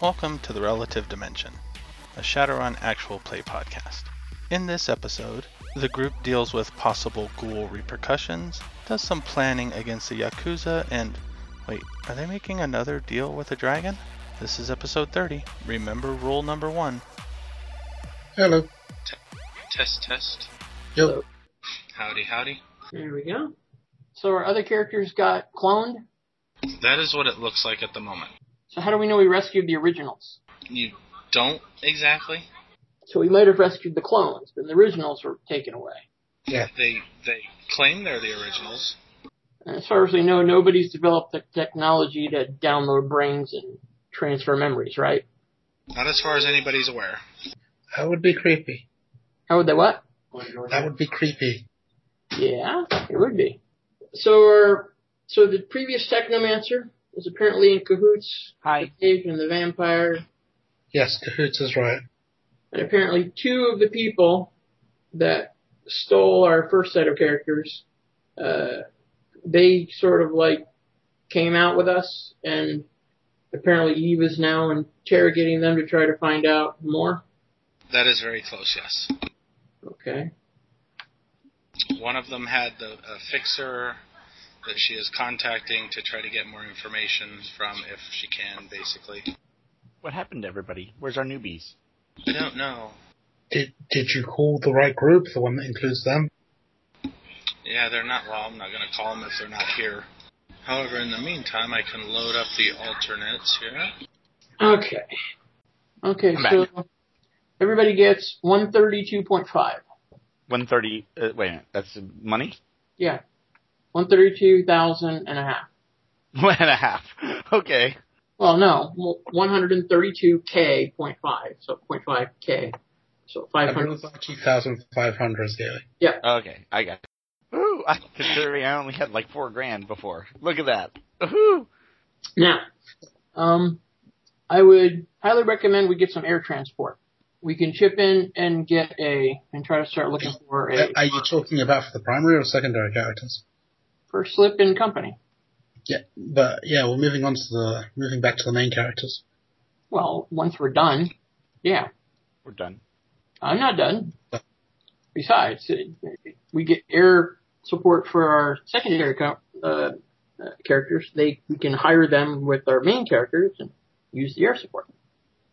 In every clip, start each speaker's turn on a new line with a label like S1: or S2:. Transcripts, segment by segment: S1: Welcome to The Relative Dimension, a Shadowrun actual play podcast. In this episode, the group deals with possible ghoul repercussions, does some planning against the Yakuza, and wait, are they making another deal with a dragon? This is episode 30. Remember rule number one.
S2: Hello.
S3: Test, test.
S2: Yo.
S3: Howdy, howdy.
S4: There we go. So our other characters got cloned.
S3: That is what it looks like at the moment.
S4: So how do we know we rescued the originals?
S3: You don't exactly.
S4: So we might have rescued the clones, but the originals were taken away.
S3: They they claim they're the originals.
S4: And as far as we know, nobody's developed the technology to download brains and transfer memories, right?
S3: Not as far as anybody's aware.
S2: That would be creepy.
S4: How would they what?
S2: That would be creepy.
S4: Yeah, it would be. So our, so the previous technomancer was apparently in cahoots
S5: Hi.
S4: with Dave and the vampire
S2: Yes, Cahoots is right.
S4: And apparently two of the people that stole our first set of characters, uh, they sort of like came out with us and apparently Eve is now interrogating them to try to find out more.
S3: That is very close, yes.
S4: Okay.
S3: One of them had the a fixer that she is contacting to try to get more information from if she can, basically.
S5: What happened to everybody? Where's our newbies?
S3: I don't know.
S2: Did Did you call the right group, the one that includes them?
S3: Yeah, they're not. Well, I'm not going to call them if they're not here. However, in the meantime, I can load up the alternates here.
S4: Okay. Okay,
S5: I'm back.
S4: so everybody gets 132.5.
S5: 130. Uh, wait a minute. That's money?
S4: Yeah. 132,000 and a half.
S5: One and a half. Okay.
S4: Well, no, 132k point five, so point five k, so five hundred.
S2: 132,500 is the
S5: Okay. I got it. Ooh, I, considering I only had like four grand before. Look at that. Ooh.
S4: Now, um, I would highly recommend we get some air transport. We can chip in and get a, and try to start looking for a
S2: Are you talking about for the primary or secondary characters?
S4: first slip in company.
S2: Yeah, but yeah, we're moving on to the moving back to the main characters.
S4: Well, once we're done, yeah,
S5: We're done.
S4: I'm not done. Besides, it- it- we get air support for our secondary co- uh, uh, characters. They we can hire them with our main characters and use the air support.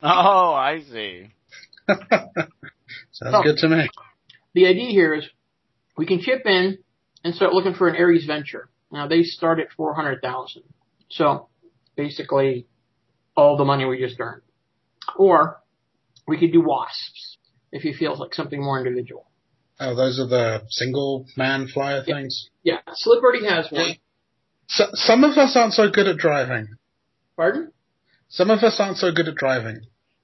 S5: Oh, I see.
S2: Sounds
S4: Oh.
S2: good to me.
S4: The idea here is we can chip in and start looking for an Aries venture. Now they start at four hundred thousand, so basically all the money we just earned. Or we could do wasps if he feels like something more individual.
S2: Oh, those are the single man flyer
S4: Yeah.
S2: things.
S4: Yeah, Slip already has one.
S2: So, some of us aren't so good at driving.
S4: Pardon?
S2: Some of us aren't so good at driving.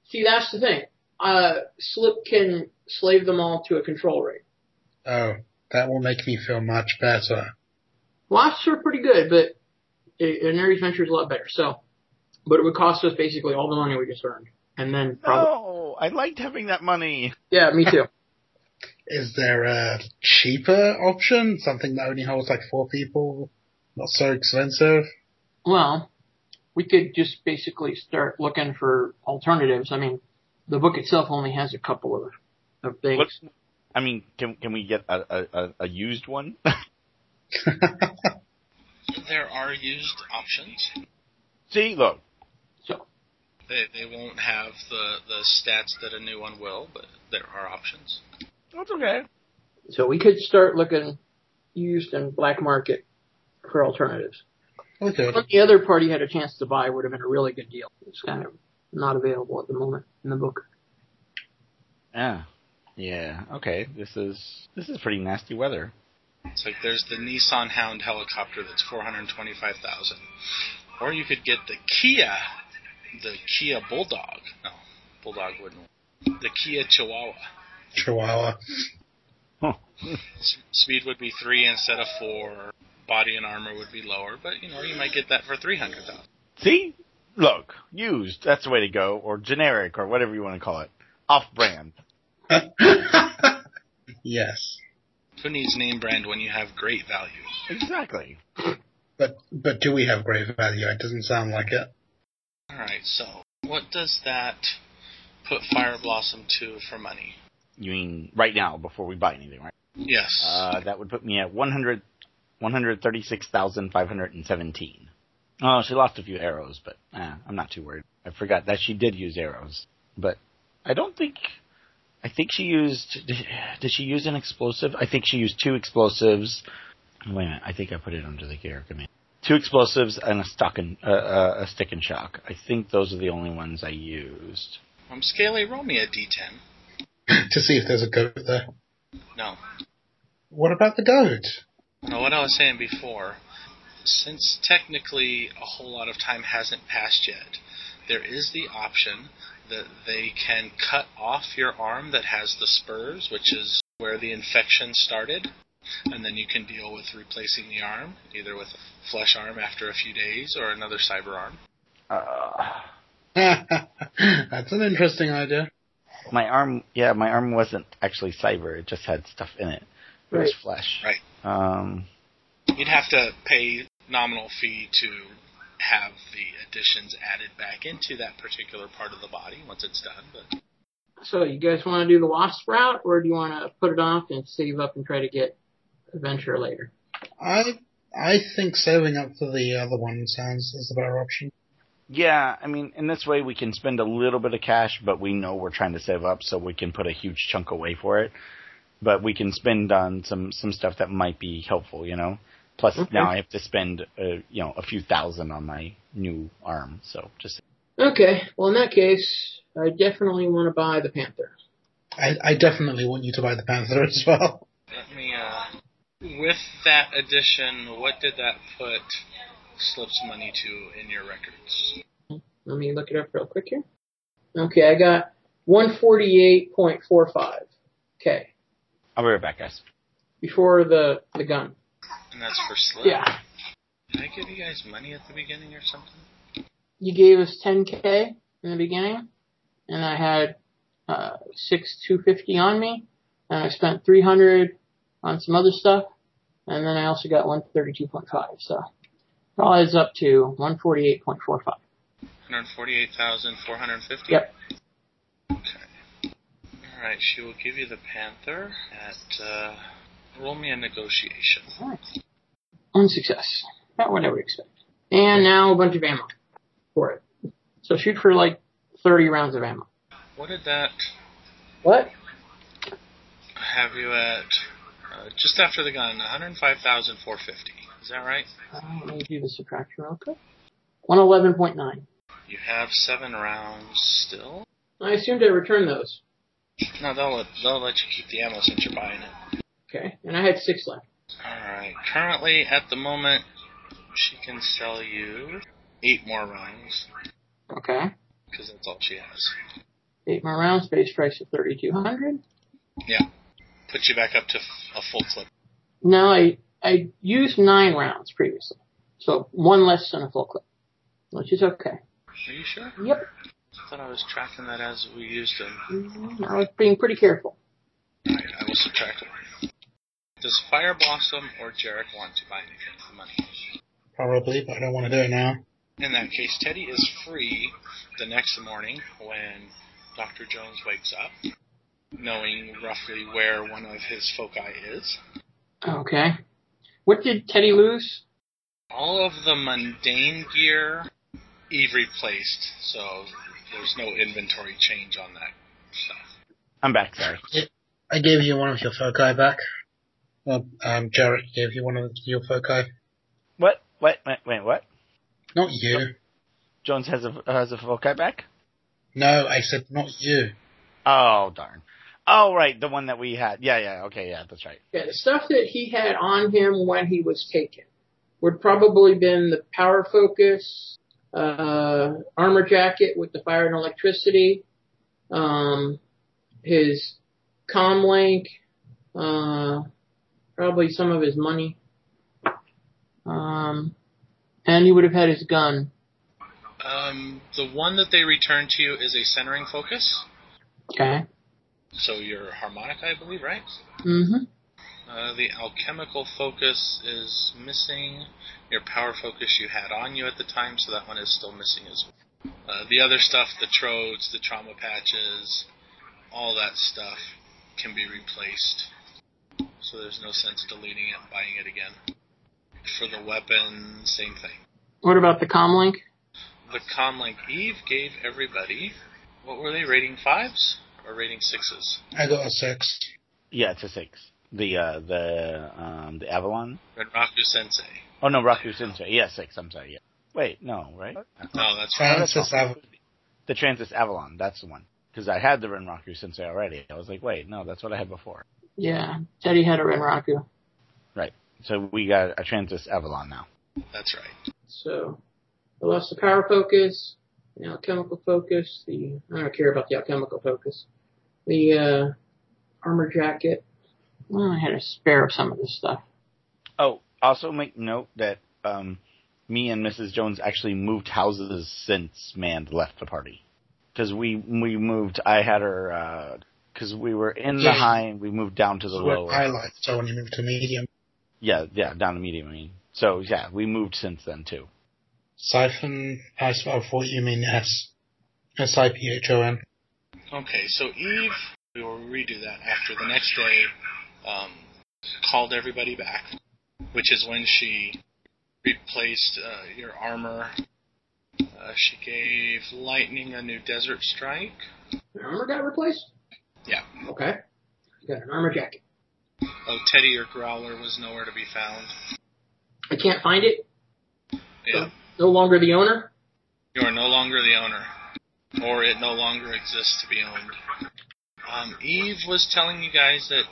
S4: See, that's the thing. Uh, Slip can slave them all to a control rig.
S2: Oh, that will make me feel much better.
S4: Wasps are pretty good, but a- an Ares Venture is a lot better. So, but it would cost us basically all the money we just earned, and then probably
S5: No, I liked having that money.
S4: yeah, me too.
S2: Is there a cheaper option? Something that only holds like four people? Not so expensive?
S4: well, we could just basically start looking for alternatives. I mean, the book itself only has a couple of of things.
S5: What, I mean, can can we get a a, a, a used one?
S3: There are used options.
S5: see, look.
S4: So,
S3: They, they won't have the, the stats that a new one will, but there are options.
S5: That's okay.
S4: so we could start looking used and black market for alternatives.
S2: okay.
S4: If the other party had a chance to buy, it would have been a really good deal. It's kind of not available at the moment in the book.
S5: Yeah. Ah, Yeah. Okay. This is this is pretty nasty weather.
S3: It's like there's the Nissan Hound helicopter that's 425,000. Or you could get the Kia, the Kia Bulldog. No, Bulldog wouldn't. work. The Kia Chihuahua.
S2: Chihuahua.
S3: S- speed would be 3 instead of 4. Body and armor would be lower, but you know, you might get that for 300,000.
S5: See? Look, used, that's the way to go, or generic, or whatever you want to call it. Off brand.
S2: yes.
S3: Who needs name brand when you have great value?
S5: Exactly.
S2: But but do we have great value? It doesn't sound like it.
S3: All right. So what does that put Fire Blossom to for money?
S5: You mean right now before we buy anything, right?
S3: Yes.
S5: Uh, that would put me at 100, 136,517. Oh, she lost a few arrows, but eh, I'm not too worried. I forgot that she did use arrows, but I don't think. I think she used. Did, did she use an explosive? I think she used two explosives. Wait a minute. I think I put it under the gear command. Two explosives and a stock and uh, uh, a stick and shock. I think those are the only ones I used.
S3: Um, Scaly, roll me a d10.
S2: to see if there's a goat there.
S3: No.
S2: What about the goat?
S3: Now, what I was saying before, since technically a whole lot of time hasn't passed yet, there is the option that they can cut off your arm that has the spurs, which is where the infection started, and then you can deal with replacing the arm, either with a flesh arm after a few days or another cyber arm.
S5: Uh,
S2: That's an interesting idea.
S5: my arm, yeah, my arm wasn't actually cyber. It just had stuff in it. It was
S4: Right.
S5: flesh.
S3: Right.
S5: Um,
S3: You'd have to pay nominal fee to have the additions added back into that particular part of the body once it's done, but
S4: So you guys want to do the wasp route, or do you want to put it off and save up and try to get adventure later?
S2: I I think saving up for the other one sounds is the better option.
S5: yeah, I mean, in this way we can spend a little bit of cash, but we know we're trying to save up, so we can put a huge chunk away for it. But we can spend on some some stuff that might be helpful, you know. Plus,
S4: Okay.
S5: now I have to spend, uh, you know, a few thousand on my new arm. So just
S4: Okay. Well, in that case, I definitely want to buy the panther.
S2: I, I definitely want you to buy the panther as well.
S3: Let me, uh, with that addition, what did that put Slip's money to in your records?
S4: Let me look it up real quick here. Okay, I got 148.45. Okay,
S5: I'll be right back, guys.
S4: before the the gun.
S3: And that's for Slip.
S4: Yeah,
S3: Did I give you guys money at the beginning or something?
S4: you gave us 10k in the beginning, and I had uh, six 250 on me, and I spent 300 on some other stuff, and then I also got 132.5. So it all adds up to 148.45.
S3: 148,450?
S4: Yep.
S3: Okay. Alright, she will give you the Panther at, uh, roll me a negotiation.
S4: One success. About what I would expect. And now a bunch of ammo for it. So shoot for like 30 rounds of ammo.
S3: What did that
S4: What?
S3: have you at, uh, just after the gun, 105,450. Is that right?
S4: Uh, let me do the subtraction real quick. 111.9.
S3: You have seven rounds still?
S4: I assumed I returned those.
S3: No, they'll let, they'll let you keep the ammo since you're buying it.
S4: Okay. And I had six left.
S3: Alright, currently, at the moment, she can sell you eight more rounds,
S4: Okay.
S3: because that's all she has.
S4: Eight more rounds, base price of 3200
S3: Put you back up to f- a full clip.
S4: No, I, I used nine rounds previously. So one less than a full clip. Which is okay.
S3: Are you sure?
S4: Yep.
S3: I thought I was tracking that as we used them.
S4: Mm, I was being pretty careful.
S3: Alright, I will subtract it. Does Fire Blossom or Jarek want to buy anything for money?
S2: Probably, but I don't want to do it now.
S3: In that case, Teddy is free the next morning when Dr. Jones wakes up, knowing roughly where one of his foci is.
S4: Okay. What did Teddy lose?
S3: all of the mundane gear Eve replaced, so there's no inventory change on that stuff.
S5: I'm back. Sorry.
S2: I gave you one of your foci back. Well, um, Jarrett gave you one of your foci.
S5: What? What? Wait, wait what?
S2: Not you.
S5: Jones has a has a foci back.
S2: No, I said not you.
S5: Oh darn. Oh right, the one that we had. Yeah, yeah. Okay, yeah, that's right.
S4: Yeah, the stuff that he had on him when he was taken would probably been the power focus, uh, armor jacket with the fire and electricity, um, his com link, uh, probably some of his money, um, and he would have had his gun.
S3: Um, the one that they returned to you is a centering focus,
S4: Okay.
S3: so your harmonica, I believe, right?
S4: Mm-hmm.
S3: Uh, the alchemical focus is missing. your power focus you had on you at the time, so that one is still missing as well. Uh, the other stuff, the trodes, the trauma patches, all that stuff can be replaced. So there's no sense deleting it and buying it again. For the weapon, same thing.
S4: What about the comlink?
S3: The Comlink Eve gave everybody, what were they, rating fives or rating sixes?
S2: I got a six.
S5: Yeah, it's a six. The uh, the um, the Avalon.
S3: Renraku Sensei.
S5: Oh no, Raku Sensei. Yeah, six. I'm sorry. Yeah. Wait, no, right?
S3: No, Oh, that's right.
S2: Francis Av-
S5: The Transis Avalon. That's the one. Because I had the Renraku Sensei already. I was like, wait, no, that's what I had before.
S4: Yeah, Teddy had a Renraku.
S5: So we got a Transis Avalon now.
S3: That's right.
S4: So I lost the power focus, the alchemical focus, the I don't care about the alchemical focus. The uh armor jacket. Well, I had a spare of some of this stuff.
S5: Oh, also make note that um, me and Mrs. Jones actually moved houses since Mand left the party. Because we we moved, I had her because we were in the
S2: Yeah.
S5: high and we moved down to the
S2: Well,
S5: low.
S2: I like so when you move to medium.
S5: Yeah, yeah, down to medium. I mean, so yeah, we moved since then too.
S2: Siphon, I spelled for you mean S. S I P H O N.
S3: Okay, so Eve, we will redo that after the next day, um, called everybody back, which is when she replaced uh, your armor. Uh, she gave Lightning a new Desert Strike.
S4: The armor got replaced?
S3: Yeah.
S4: Okay. I got an armor jacket.
S3: Oh, Teddy, your Growler was nowhere to be found.
S4: I can't find it.
S3: Yeah.
S4: No longer the owner.
S3: You are no longer the owner, or it no longer exists to be owned. Um, Eve was telling you guys that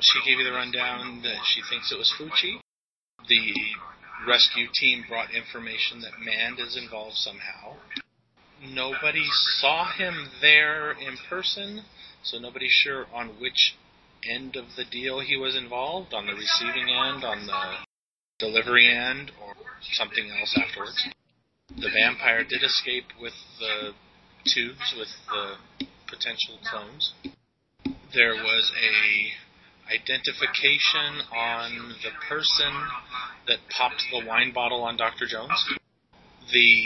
S3: she gave you the rundown that she thinks it was Fuchi. The rescue team brought information that Mand is involved somehow. Nobody saw him there in person, so nobody's sure on which end of the deal he was involved on the receiving end, on the delivery end, or something else afterwards the vampire did escape with the tubes with the potential clones. There was a identification on the person that popped the wine bottle on Dr. Jones. The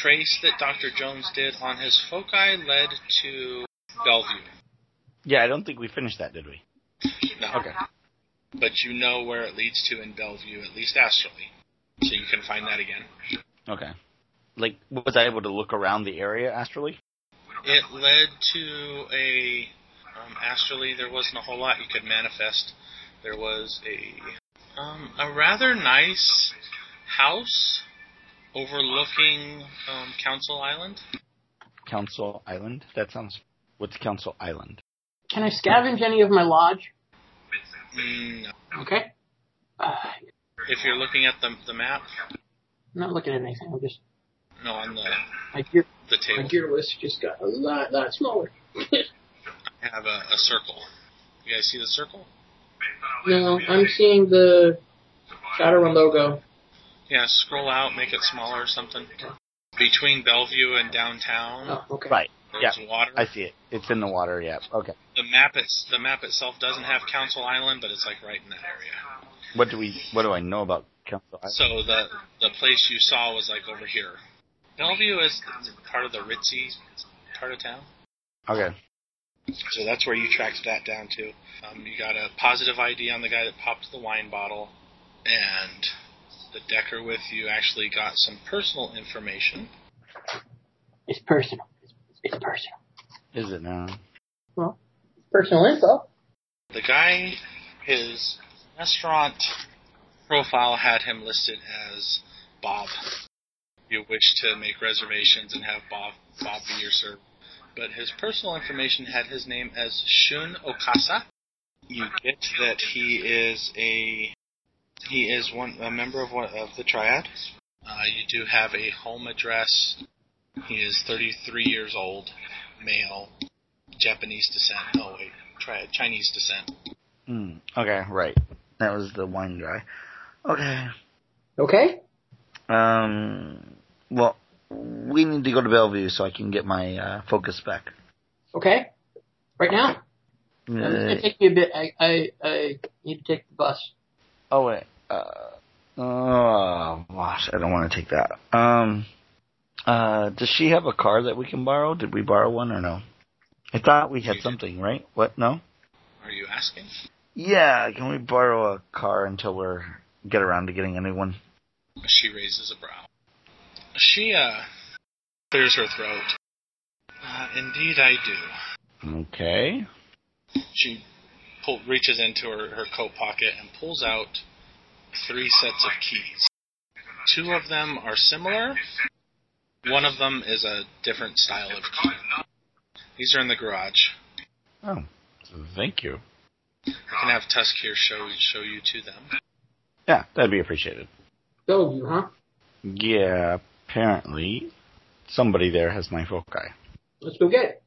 S3: trace that Dr. Jones did on his foci led to Bellevue.
S5: Yeah, I don't think we finished that, did we?
S3: No.
S5: Okay.
S3: But you know where it leads to in Bellevue, at least astrally. So you can find that again.
S5: Okay. Like, was I able to look around the area astrally?
S3: It led to a um, astrally. There wasn't a whole lot you could manifest. There was a um, a rather nice house overlooking um, Council Island.
S5: Council Island? That sounds. What's Council Island?
S4: Can I scavenge any of my lodge?
S3: Mm, no.
S4: Okay. Uh,
S3: If you're looking at the the map,
S4: I'm not looking at anything. I'm just
S3: no, on the
S4: my gear
S3: the
S4: my
S3: table,
S4: gear list just got a lot lot smaller.
S3: Oh, I have a, a circle. You guys see the circle?
S4: no, I'm seeing the Shadowrun logo.
S3: Yeah, scroll out, make it smaller or something. Between Bellevue and downtown,
S4: Oh, okay.
S5: Right.
S3: there's water.
S5: I see it. It's in the water. Yeah. Okay.
S3: the map it's, the map itself doesn't have Council Island, but it's like right in that area.
S5: What do we? What do I know about Council Island?
S3: So the the place you saw was like over here. Bellevue is part of the ritzy part of town,
S5: Okay.
S3: so that's where you tracked that down to. Um, you got a positive ID on the guy that popped the wine bottle, and the decker with you actually got some personal information.
S4: It's personal. It's personal.
S5: Is it now?
S4: Personal info.
S3: The guy, his restaurant profile had him listed as Bob. You wish to make reservations and have Bob Bob be your server, but his personal information had his name as Shun Okasa. You get that he is a he is one a member of one of the triad. Uh, you do have a home address. He is 33 years old, male, Japanese descent. Oh wait, tri- Chinese descent.
S5: Mm, okay. Right. That was the wine guy. Okay.
S4: Okay.
S5: Um. Well, we need to go to Bellevue so I can get my uh, focus back.
S4: Okay. Right now. It's
S5: Uh,
S4: gonna take me a bit. I I, I need to take the bus.
S5: oh wait. Uh, Oh gosh, I don't want to take that. Um, uh, does she have a car that we can borrow? Did we borrow one or no? I thought we had
S3: We did.
S5: something, right? What? No.
S3: Are you asking?
S5: Yeah, can we borrow a car until we're get around to getting a new one?
S3: She raises a brow. She uh clears her throat. Uh, indeed, I do.
S5: Okay.
S3: She pull, reaches into her, her coat pocket and pulls out three sets of keys. Two of them are similar. One of them is a different style of key. These are in the garage.
S5: Oh, thank you.
S3: I can have Tusk here show show you to them.
S5: Yeah, that'd be appreciated.
S4: Bellevue, you, huh?
S5: Yeah, apparently somebody there has my foci.
S4: Let's go get it.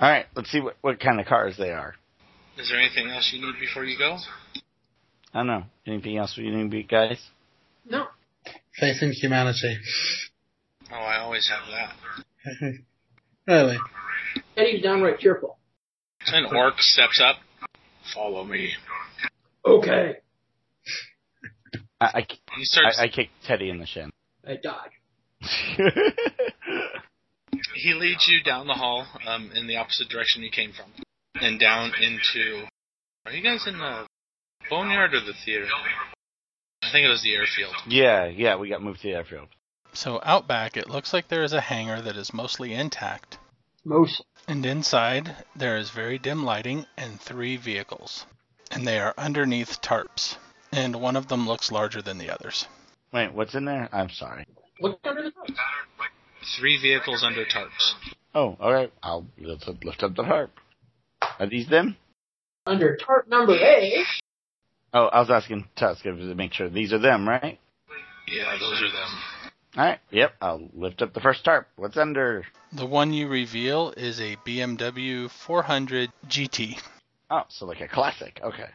S5: All right, let's see what, what kind of cars they are.
S3: Is there anything else you need before you go?
S5: I don't know. Anything else you need, be- guys?
S4: No.
S2: Faith in humanity.
S3: Oh, I always have that.
S2: really?
S4: Eddie's downright cheerful.
S3: An orc steps up. Follow me.
S4: Okay.
S5: I, I, ki-
S3: He starts.
S5: I, I kicked Teddy in the shin.
S4: I dodge.
S3: He leads you down the hall, um, in the opposite direction you came from, and down into. Are you guys in the boneyard or the theater? I think it was the airfield.
S5: yeah, yeah, we got moved to the airfield.
S1: So out back, it looks like there is a hangar that is mostly intact,
S4: Most.
S1: and inside there is very dim lighting and three vehicles, and they are underneath tarps, and one of them looks larger than the others.
S5: Wait, what's in there? I'm sorry.
S4: Look under the hood.
S3: Three vehicles under tarps.
S5: Oh, all right. I'll lift up, lift up the harp. Are these them?
S4: Under tarp number A.
S5: Oh, I was asking Tusk if to make sure these are them, right?
S3: Yeah, those are them.
S5: All right. Yep. I'll lift up the first tarp. What's under?
S1: The one you reveal is a BMW 400 GT.
S5: Oh, so like a classic. Okay.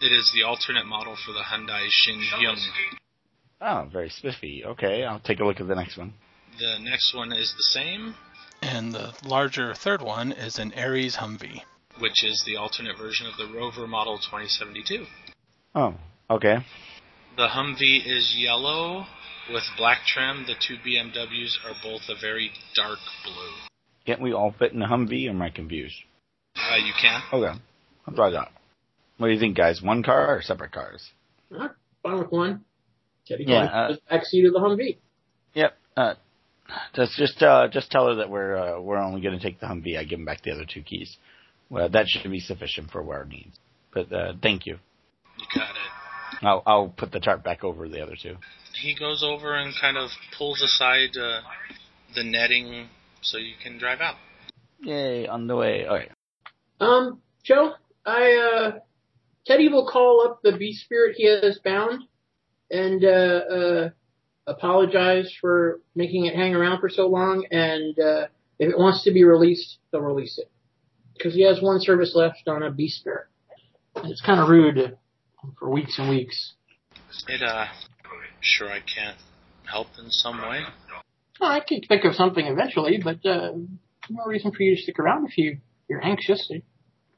S3: It is the alternate model for the Hyundai Shin Young.
S5: Oh, very spiffy. Okay, I'll take a look at the next one.
S3: The next one is the same,
S1: And the larger third one is an Ares Humvee.
S3: which is the alternate version of the Rover Model 2072.
S5: Oh, okay.
S3: The Humvee is yellow with black trim. The two BMWs are both a very dark blue.
S5: Can't we all fit in a Humvee? Or am I confused?
S3: Uh, you can.
S5: Okay, I'll try that. What do you think, guys? One car or separate cars?
S4: Huh? Fine with one. Teddy
S5: Yeah,
S4: yeah,
S5: uh,
S4: the back seat of the Humvee.
S5: Yep. Uh, just just uh, just tell her that we're uh, we're only going to take the Humvee. I give him back the other two keys. Well, that should be sufficient for our needs. But uh, thank you.
S3: You got it.
S5: I'll I'll put the tarp back over the other two.
S3: He goes over and kind of pulls aside uh, the netting so you can drive out.
S5: Yay! On the way. All right.
S4: Um, Joe, I uh, Teddy will call up the beast spirit he has bound and uh, uh, apologize for making it hang around for so long. And uh, if it wants to be released, they'll release it because he has one service left on a beast spirit. And it's kind of rude to- for weeks and weeks.
S3: It, uh, sure I can't help in some way.
S4: Well, I could think of something eventually, but uh, no reason for you to stick around if you you're anxious.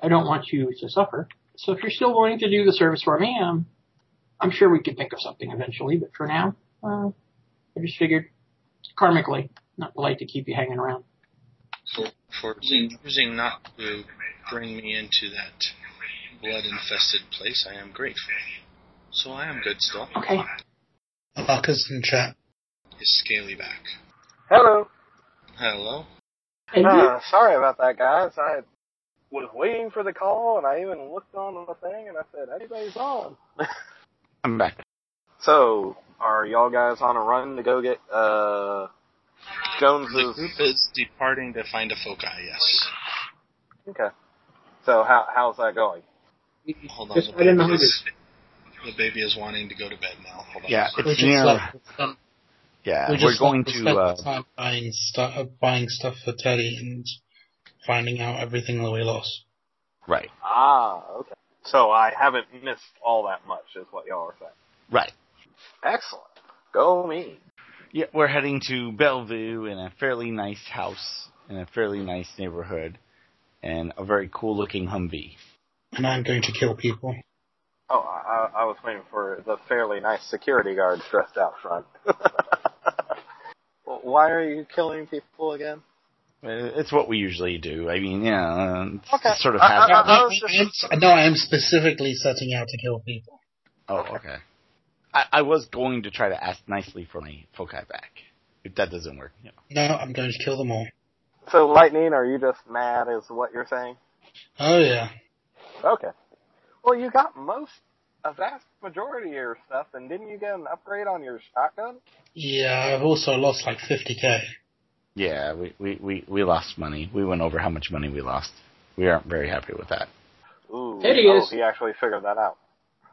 S4: I don't want you to suffer. So if you're still willing to do the service for me, um, I'm sure we could think of something eventually. But for now, uh, I just figured karmically not polite to keep you hanging around.
S3: For, for choosing not to bring me into that blood infested place, I am grateful. So I am good still.
S4: Okay.
S2: Marcus in chat.
S3: His scaly back.
S6: Hello.
S3: Hello?
S4: And you-
S6: Uh, sorry about that, guys. I was waiting for the call, and I even looked on the thing, and I said, "Anybody's on."
S5: I'm back.
S6: So, are y'all guys on a run to go get uh
S3: The
S6: Jones's?
S3: group is departing to find a foci, yes.
S6: Okay. So how how's that going?
S3: Hold on.
S4: Just
S3: the
S4: right in the
S3: baby
S4: hundred.
S3: is- The baby is wanting to go to bed now. Hold on.
S5: Yeah,
S2: We
S5: it's
S2: just
S5: near.
S2: like- um,
S5: Yeah,
S2: we
S5: we are
S2: just
S5: going
S2: like
S5: to.
S2: spent
S5: Uh,
S2: time buying stuff, buying stuff for Teddy and finding out everything that we lost.
S5: right,
S6: Ah, okay. So I haven't missed all that much, is what y'all are saying.
S5: right.
S6: Excellent. Go me.
S5: Yeah, we're heading to Bellevue in a fairly nice house in a fairly nice neighborhood, and a very cool looking Humvee.
S2: And I'm going to kill people.
S6: Oh, I, I was waiting for the fairly nice security guards dressed out front. Why are you killing people again?
S5: Uh, It's what we usually do. I mean, yeah, uh, it's
S6: Okay.
S5: it's sort of
S6: I- I-
S5: half.
S6: I was just-
S2: I'm- no, I am specifically setting out to kill people.
S5: Oh, okay. I, I was going to try to ask nicely for my foci back. If that doesn't work, you know.
S2: No, I'm going to kill them all.
S6: So, Lightning, are you just mad, is what you're saying?
S2: Oh yeah.
S6: Okay. Well, you got most, a vast majority of your stuff, and didn't you get an upgrade on your shotgun?
S2: Yeah, I've also lost like 50k.
S5: Yeah, we, we, we, we lost money. We went over how much money we lost. We aren't very happy with that.
S6: Ooh,
S4: Teddy
S6: oh,
S4: is-
S6: he actually figured that out.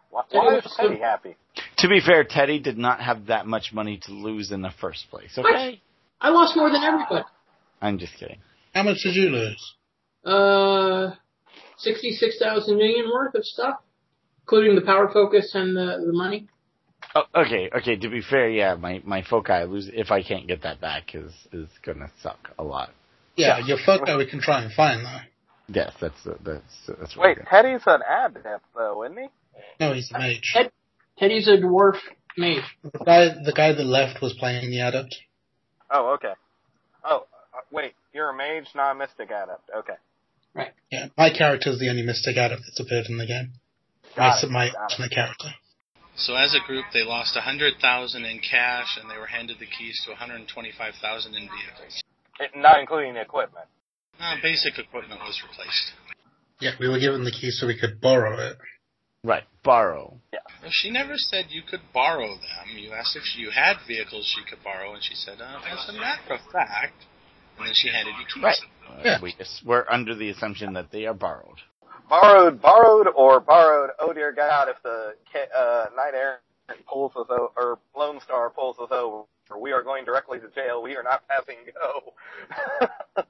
S6: Why,
S4: Teddy
S6: why
S4: is
S6: is Teddy
S4: so-
S6: happy?
S5: To be fair, Teddy did not have that much money to lose in the first place. Okay,
S4: I lost more than everybody.
S5: I'm just kidding.
S2: How much did you lose?
S4: Uh, sixty-six thousand million worth of stuff, including the power focus and the the money.
S5: Oh, okay, okay. To be fair, yeah, my my foci lose if I can't get that back is is gonna suck a lot.
S2: Yeah, your photo we can try and find though.
S5: Yes, that's that's that's what
S6: Wait,
S5: we're
S6: Teddy's an adept, though, isn't he?
S2: No, he's a mage.
S4: Ted- Teddy's a dwarf mage.
S2: The guy, the guy that left was playing the adept.
S6: Oh, okay. Oh, uh, wait, you're a mage, not a mystic adept. Okay.
S2: Yeah, my character is the only mystic adept that's appeared in the game. My,
S6: Got it,
S2: my
S6: got it.
S2: alternate character.
S3: So as a group, they lost 100,000 in cash, and they were handed the keys to 125,000 in vehicles.
S6: It- not including the equipment.
S3: Uh, basic equipment was replaced.
S2: Yeah, we were given the key so we could borrow it.
S5: right. Borrow.
S3: Well, she never said you could borrow them. You asked if you had vehicles she could borrow, and she said, uh, as a matter of fact. And then she handed you keys.
S5: Right. Uh,
S2: Yeah.
S5: We just, we're under the assumption that they are borrowed.
S6: Borrowed, borrowed, or borrowed. Oh dear God, if the ca- uh, night air pulls us over, or Lone Star pulls us over, we are going directly to jail. We are not passing go.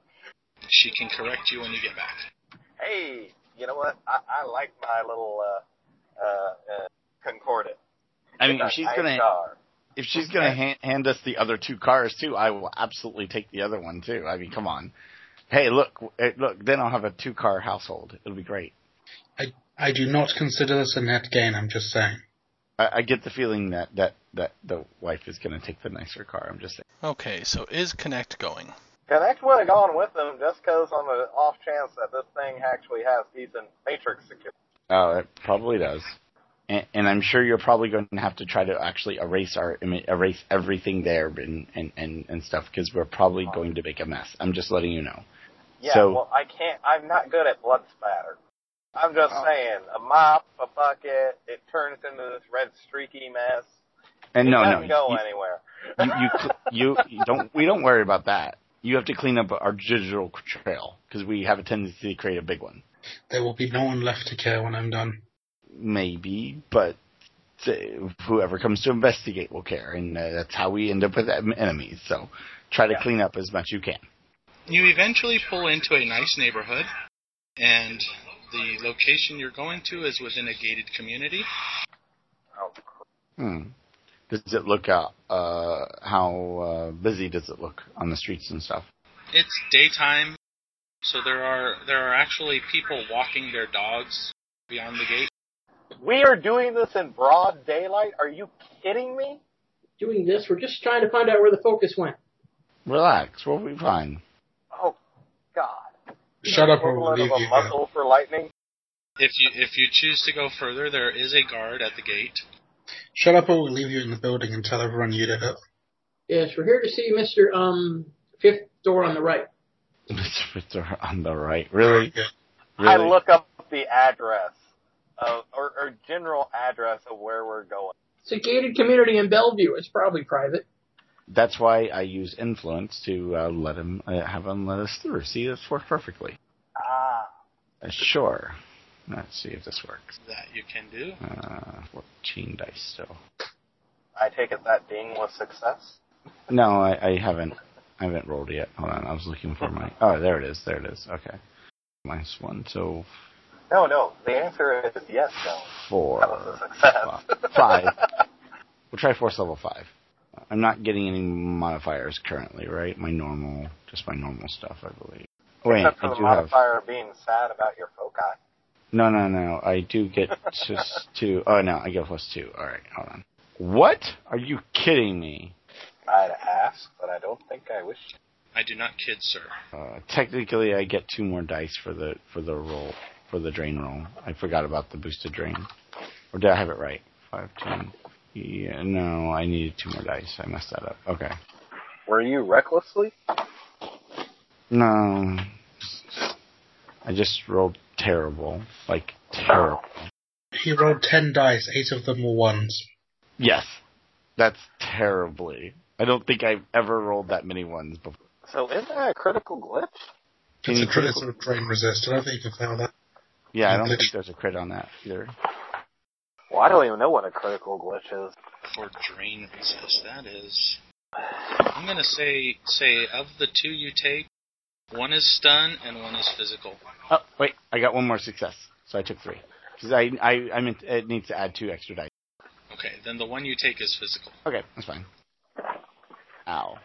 S3: She can correct you when you get back.
S6: hey, you know what? I, I like my little uh, uh, uh, concordant.
S5: I mean, if
S6: It's a
S5: she's
S6: nice
S5: gonna
S6: car.
S5: if she's gonna hand, hand us the other two cars too, I will absolutely take the other one too. I mean, come on. Hey, look, eh, look. Then I'll have a two car household. It'll be great.
S2: I do not consider this a net gain. I'm just saying.
S5: I, I get the feeling that that that the wife is gonna take the nicer car. I'm just saying.
S1: Okay, so is Connect going?
S6: Connect would have gone with them just 'cause on the off chance that this thing actually has decent matrix security.
S5: Oh, it probably does. And, and I'm sure you're probably going to have to try to actually erase our ima- erase everything there and and and, and stuff because we're probably going to make a mess. I'm just letting you know.
S6: Yeah,
S5: So-
S6: well, I can't. I'm not good at blood spatter. I'm just
S5: Oh.
S6: saying, a mop, a bucket, it turns into this red streaky mess.
S5: And
S6: it
S5: no, no,
S6: doesn't go
S5: you-
S6: anywhere.
S5: you you cl- you, you don't we don't worry about that. You have to clean up our digital trail because we have a tendency to create a big one.
S2: There will be no one left to care when I'm done.
S5: Maybe, but say, whoever comes to investigate will care, and uh, that's how we end up with em- enemies. So try to
S6: Yeah.
S5: clean up as much you can.
S3: You eventually pull into a nice neighborhood, and the location you're going to is within a gated community.
S6: Oh, cr-
S5: Hmm. Does it look out? Uh, how uh, busy does it look on the streets and stuff?
S3: It's daytime, so there are there are actually people walking their dogs beyond the gate.
S6: we are doing this in broad daylight. Are you kidding me?
S4: Doing this, we're just trying to find out where the focus went.
S5: Relax, we'll be fine.
S6: Oh God!
S2: Shut up or we'll
S6: Equivalent
S2: leave
S6: of a
S2: you. here.
S6: muzzle for lightning.
S3: If you if you choose to go further, there is a guard at the gate.
S2: Shut up or we'll leave you in the building and tell everyone you did it.
S4: Yes, we're here to see Mister Um Fifth Door on the right.
S5: Mr. on the right, really,
S2: Yeah.
S5: really.
S6: I look up the address of, or, or general address of where we're going.
S4: It's a gated community in Bellevue. It's probably private.
S5: That's why I use influence to uh, let him uh, have him let us through. See, this worked perfectly.
S6: Ah,
S5: Uh, sure. Let's see if this works.
S3: That you can do.
S5: Uh, 14 dice still.
S6: I take it that ding was success.
S5: No, I, I haven't. I haven't rolled yet. Hold on. I was looking for my. Oh, there it is. There it is. Okay. Minus one. So
S6: No, no. The answer is yes, no.
S5: four.
S6: That was a success.
S5: Five. We'll try force level five. I'm not getting any modifiers currently, right? My normal, just my normal stuff, I believe. Oh, Wait,
S6: Except for
S5: I
S6: the
S5: do have.
S6: modifier being sad about your foci.
S5: No, no, no. I do get just two. Oh no, I get plus two. All right, hold on. What? Are you kidding me?
S6: I'd ask, but I don't think I wish. to.
S3: I do not kid, sir.
S5: Uh, technically, I get two more dice for the for the roll for the drain roll. I forgot about the boosted drain. Or did I have it right? Five ten. Yeah, no, I needed two more dice. I messed that up. Okay.
S6: Were you recklessly?
S5: No, I just rolled terrible, like terrible.
S2: He rolled ten dice, eight of them were ones.
S5: Yes, that's terribly. I don't think I've ever rolled that many ones before.
S6: So isn't that a critical glitch?
S5: Can
S2: It's
S5: you
S2: a crit-
S5: critical-
S2: it's a drain resist. I don't think you can fail that.
S5: Yeah, I don't think there's a crit on that either.
S6: Well, I don't even know what a critical glitch is.
S3: For drain resist, that is. I'm gonna say say of the two you take, one is stun and one is physical.
S5: Oh, wait, I got one more success, so I took three. Because I, I, I meant it needs to add two extra dice.
S3: Okay, then the one you take is physical.
S5: Okay, that's fine. Ow,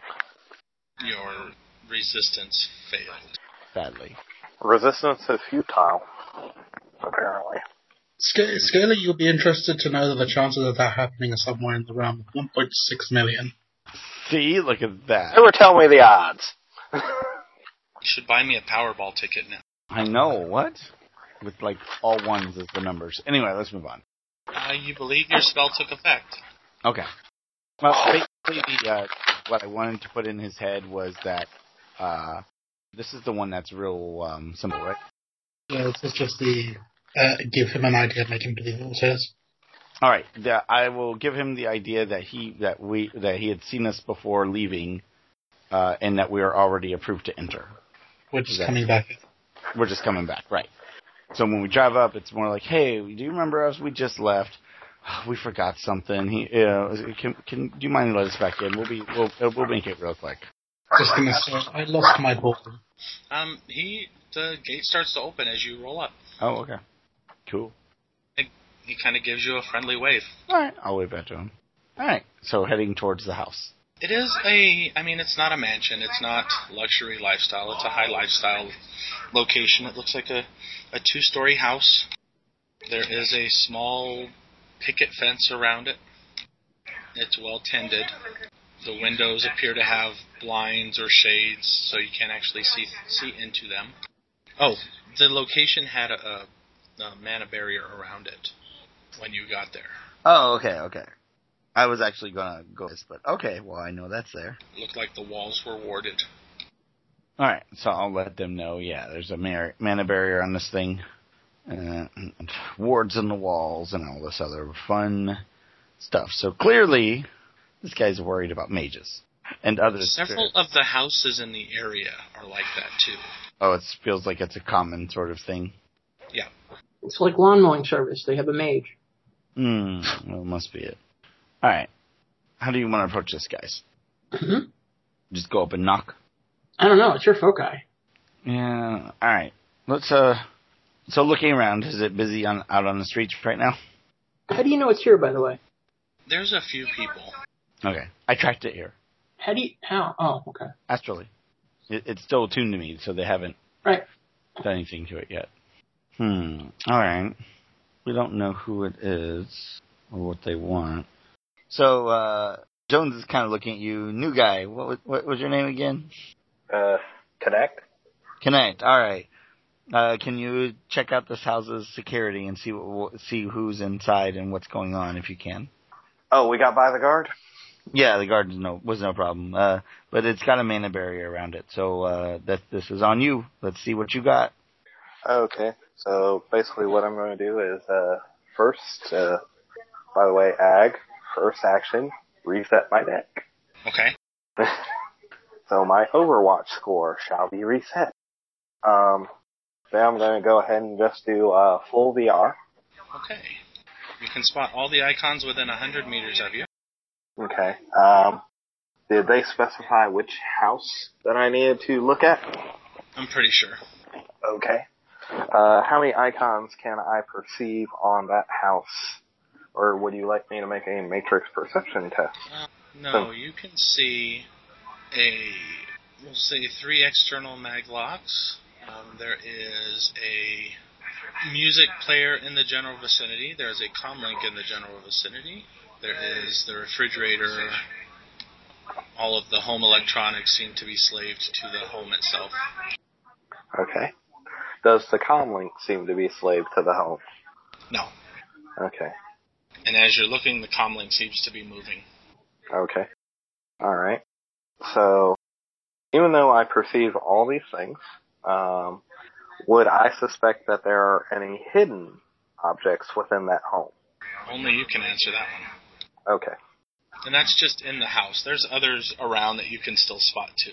S3: Your resistance failed.
S5: sadly.
S6: Resistance is futile, apparently.
S2: Sc- Scaly, you'll be interested to know that the chances of that happening are somewhere in the realm of 1.6 million.
S5: See, look at that.
S6: Who were telling me the odds?
S3: You should buy me a Powerball ticket now.
S5: I know what. With like all ones as the numbers. Anyway, let's move on.
S3: Uh, you believe your spell took effect.
S5: Okay. Well, basically, the, uh, what I wanted to put in his head was that uh, this is the one that's real um, simple, right?
S2: Yeah, this is just the uh, give him an idea, make him believe what it is.
S5: All right, the, I will give him the idea that he that we that he had seen us before leaving, uh, and that we are already approved to enter.
S2: We're just
S5: Yeah.
S2: coming back.
S5: We're just coming back, right? So when we drive up, it's more like, "Hey, do you remember us? We just left. We forgot something. He, you know, can can do you mind let us back in? We'll be we'll we'll make it real quick."
S2: Just gonna say, I lost my ball.
S3: Um, he the gate starts to open as you roll up.
S5: Oh, okay, cool.
S3: He kind of gives you a friendly wave.
S5: All right, I'll wave back to him. All right, so heading towards the house.
S3: It is a, I mean, it's not a mansion. It's not luxury lifestyle. It's a high lifestyle location. It looks like a, a two story house. There is a small picket fence around it. It's well tended. The windows appear to have blinds or shades, so you can't actually see see into them. Oh, the location had a, a, a mana barrier around it when you got there.
S5: Oh, okay, okay. I was actually gonna go this, but okay. Well, I know that's there.
S3: Looked like the walls were warded.
S5: All right, so I'll let them know. Yeah, there's a mar- mana barrier on this thing, uh, and wards on the walls, and all this other fun stuff. So clearly, this guy's worried about mages and others.
S3: Several of the houses in the area are like that too.
S5: Oh, it feels like it's a common sort of thing.
S4: It's like lawn mowing service. They have a mage.
S5: Hmm, well, must be it. All right, how do you want to approach this, guys?
S2: Mm-hmm.
S4: Mhm.
S5: Just go up and knock.
S4: I don't know. It's your foci.
S5: Yeah. All right. Let's uh. So looking around, is it busy on out on the streets right now?
S4: How do you know it's here, by the way?
S3: There's a few people.
S5: Okay. I tracked it here
S4: How do you? How? Oh, okay.
S5: astrally. It, it's still tuned to me, so they haven't
S4: Right.
S5: done anything to it yet. Hmm. All right. We don't know who it is or what they want. So uh Jones is kind of looking at you, new guy. What was, what was your name again?
S6: Uh, connect?
S5: Connect. All right. Uh, can you check out this house's security and see what, see who's inside and what's going on if you can?
S6: Oh, we got by the guard?
S5: Yeah, the garden's no was no problem. Uh, but it's got a mana barrier around it, so uh, that this is on you. Let's see what you got.
S6: Okay. So basically, what I'm going to do is uh, first, uh, by the way, ag first action reset my deck.
S3: Okay.
S6: so my Overwatch score shall be reset. Um, then I'm going to go ahead and just do uh, full VR.
S3: Okay. You can spot all the icons within a hundred meters of you.
S6: Okay. Um, did they specify which house that I needed to look at?
S3: I'm pretty sure.
S6: Okay. Uh, how many icons can I perceive on that house? Or would you like me to make a matrix perception test?
S3: No, you can see a we'll say three external maglocks. Um, there is a music player in the general vicinity. There is a comlink in the general vicinity. There is the refrigerator. All of the home electronics seem to be slaved to the home itself.
S6: Okay. Does the comlink seem to be slave to the home?
S3: No.
S6: Okay.
S3: And as you're looking, the comlink seems to be moving.
S6: Okay. Alright. So, even though I perceive all these things, um, would I suspect that there are any hidden objects within that home?
S3: Only you can answer that one.
S6: Okay.
S3: And that's just in the house. There's others around that you can still spot too.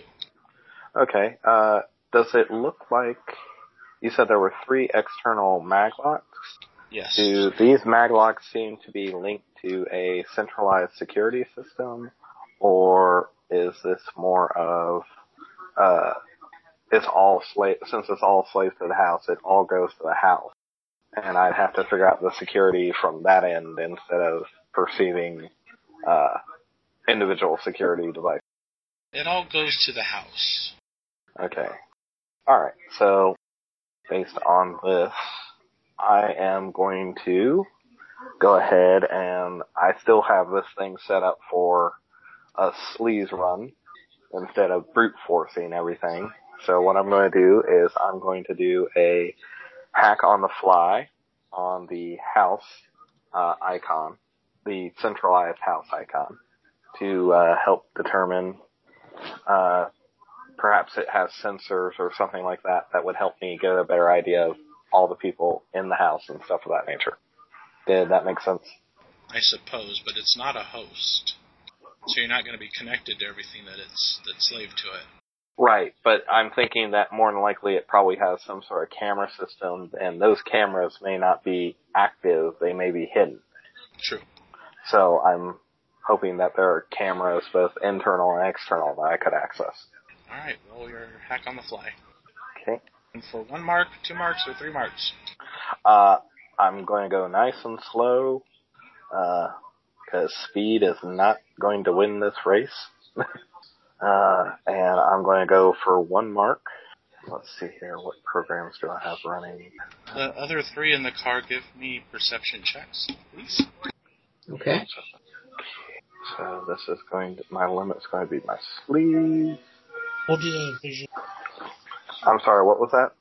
S6: Okay. Uh, does it look like you said there were three external maglocks?
S3: Yes.
S6: Do these maglocks seem to be linked to a centralized security system, or is this more of uh, it's all slave since it's all slaves to the house, it all goes to the house, and I'd have to figure out the security from that end instead of perceiving uh, individual security devices.
S3: It all goes to the house.
S6: Okay. Alright, so based on this, I am going to go ahead and I still have this thing set up for a sleaze run instead of brute forcing everything. So what I'm going to do is I'm going to do a hack on the fly on the house uh, icon, the centralized house icon, to uh, help determine uh, perhaps it has sensors or something like that that would help me get a better idea of all the people in the house and stuff of that nature. Did that make sense?
S3: I suppose, but it's not a host. So you're not going to be connected to everything that it's that's slaved to it.
S6: Right, but I'm thinking that more than likely it probably has some sort of camera system, and those cameras may not be active, they may be hidden.
S3: True.
S6: So I'm hoping that there are cameras, both internal and external, that I could access.
S3: All right, roll your hack on the fly.
S6: Okay.
S3: And for one mark, two marks, or three marks.
S6: Uh, I'm going to go nice and slow, because speed is not going to win this race. uh, and I'm going to go for one mark. Let's see here, what programs do I have running?
S3: The other three in the car give me perception checks, please.
S4: Okay.
S6: So this is going to, my limit's going to be my sleeve.
S2: Audio visual.
S6: I'm sorry, what was that?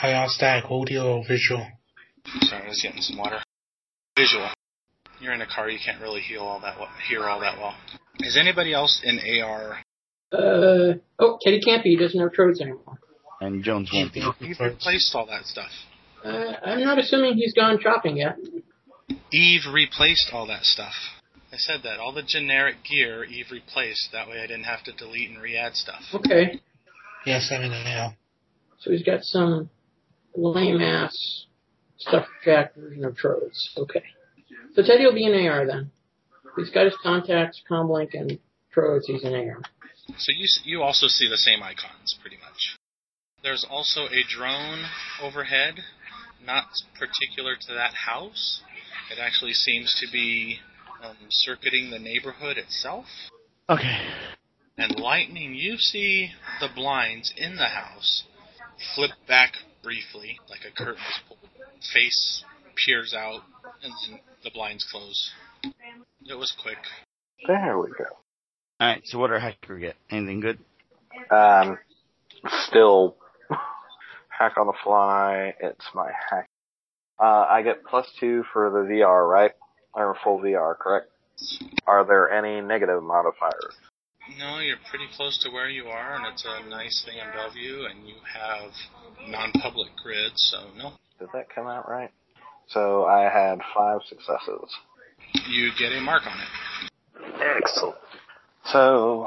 S2: I asked Dag, audio or visual?
S3: Sorry, I was getting some water. Visual. You're in a car, you can't really heal all that well, hear all that well. Is anybody else in AR?
S4: Uh, oh, Teddy Campy doesn't have trodes anymore.
S5: And Jones won't be.
S3: You've replaced all that stuff.
S4: Uh, I'm not assuming he's gone shopping yet.
S3: Eve replaced all that stuff. I said that. All the generic gear Eve replaced. That way I didn't have to delete and re add stuff.
S4: Okay.
S2: Yes, I'm in AR.
S4: So he's got some lame ass stuff jack version of Trodes. Okay. So Teddy will be in AR then. He's got his contacts, comlink, and Trodes. He's in AR.
S3: So you, s- you also see the same icons, pretty much. There's also a drone overhead, not particular to that house. It actually seems to be um, circuiting the neighborhood itself.
S5: Okay.
S3: And lightning, you see the blinds in the house flip back briefly, like a curtain is pulled. Face peers out, and then the blinds close. It was quick.
S6: There we go.
S5: All right. So what are hack we get? Anything good?
S6: Um, still hack on the fly. It's my hack. Uh, I get plus two for the VR, right? Or full VR, correct? Are there any negative modifiers?
S3: No, you're pretty close to where you are, and it's a nice thing above you, and you have non-public grid, so no.
S6: Did that come out right? So I had five successes.
S3: You get a mark on it.
S6: Excellent. So,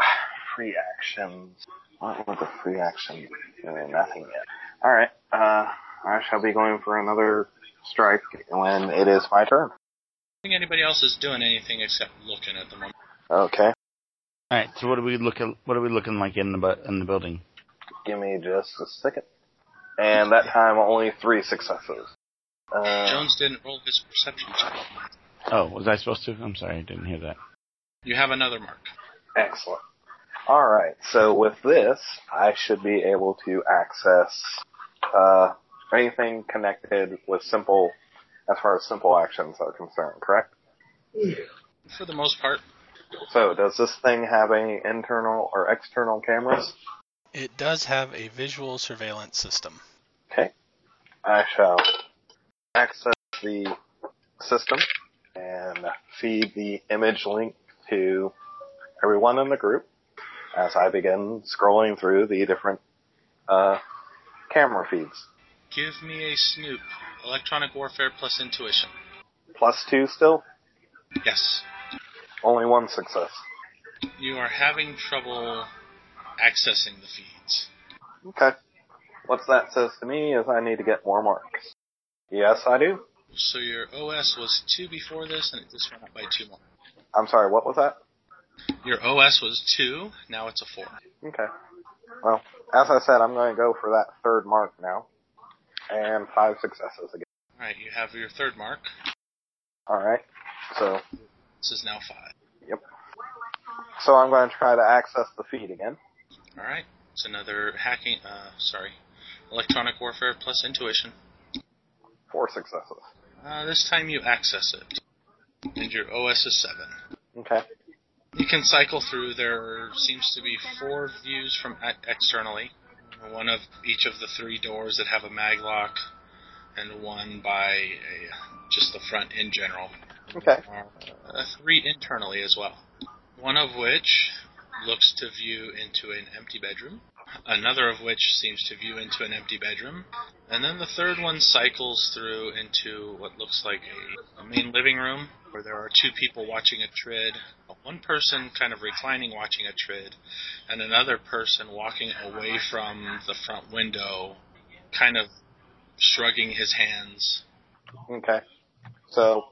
S6: free actions. What were the free actions? Uh, nothing yet. Alright, uh, I shall be going for another strike when it is my
S3: I
S6: turn.
S3: don't think anybody else is doing anything except looking at the moment.
S6: Okay.
S5: All right. So what are we looking? What are we looking like in the bu- in the building?
S6: Give me just a second. And that time only three successes. Uh,
S3: Jones didn't roll his perception check.
S5: Oh, was I supposed to? I'm sorry, I didn't hear that.
S3: You have another mark.
S6: excellent. Alright, so with this, I should be able to access, uh, anything connected with simple, as far as simple actions are concerned, correct?
S3: For the most part,
S6: So, does this thing have any internal or external cameras?
S1: It does have a visual surveillance system.
S6: I shall access the system and feed the image link to everyone in the group as I begin scrolling through the different uh, camera feeds.
S3: give me a snoop. Electronic warfare plus intuition.
S6: Plus two still,
S3: Yes.
S6: only one success.
S3: You are having trouble accessing the feeds.
S6: Okay. What that says to me is I need to get more marks. Yes, I do.
S3: So your OS was two before this, and it just went up by two more.
S6: I'm sorry, what was that?
S3: Your OS was two, now it's a four.
S6: Okay. Well, as I said, I'm going to go for that third mark now. And five successes again.
S3: All right, you have your third mark.
S6: Alright. So,
S3: This is now five.
S6: so I'm going to try to access the feed again.
S3: All right, it's another hacking. Uh, sorry, electronic warfare plus intuition.
S6: Four successes.
S3: Uh, this time you access it, and your OS is seven.
S6: Okay.
S3: You can cycle through. There seems to be four views from e- externally, one of each of the three doors that have a mag lock, and one by a, just the front in general.
S6: Okay.
S3: There are, uh, three internally as well. One of which looks to view into an empty bedroom. Another of which seems to view into an empty bedroom. And then the third one cycles through into what looks like a, a main living room where there are two people watching a trid, one person kind of reclining watching a trid, and another person walking away from the front window, kind of shrugging his hands.
S6: Okay. So,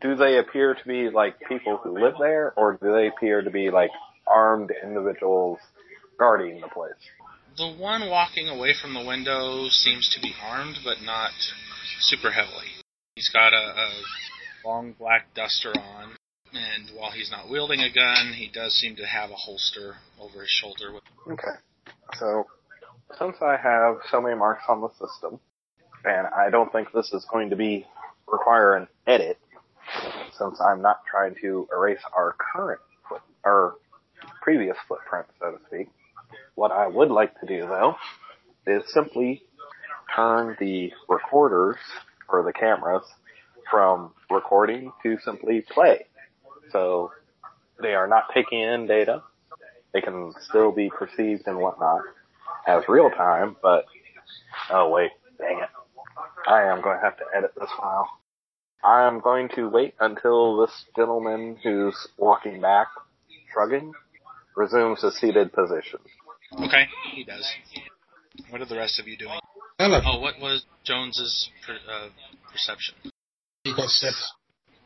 S6: do they appear to be like people who live there, or do they appear to be like armed individuals guarding the place?
S3: The one walking away from the window seems to be armed, but not super heavily. He's got a, a long black duster on, and while he's not wielding a gun, he does seem to have a holster over his shoulder. With,
S6: Okay. So, since I have so many marks on the system, and I don't think this is going to be require an edit, since I'm not trying to erase our current foot or previous footprint, so to speak. What I would like to do though is simply turn the recorders or the cameras from recording to simply play. So they are not taking in data they can still be perceived and whatnot as real time, but oh wait, dang it. I am going to have to edit this file. I am going to wait until this gentleman who's walking back, shrugging, resumes his seated position.
S3: okay, he does. What are the rest of you doing?
S2: Hello.
S3: Oh, what was Jones's per, uh, perception?
S2: You got six.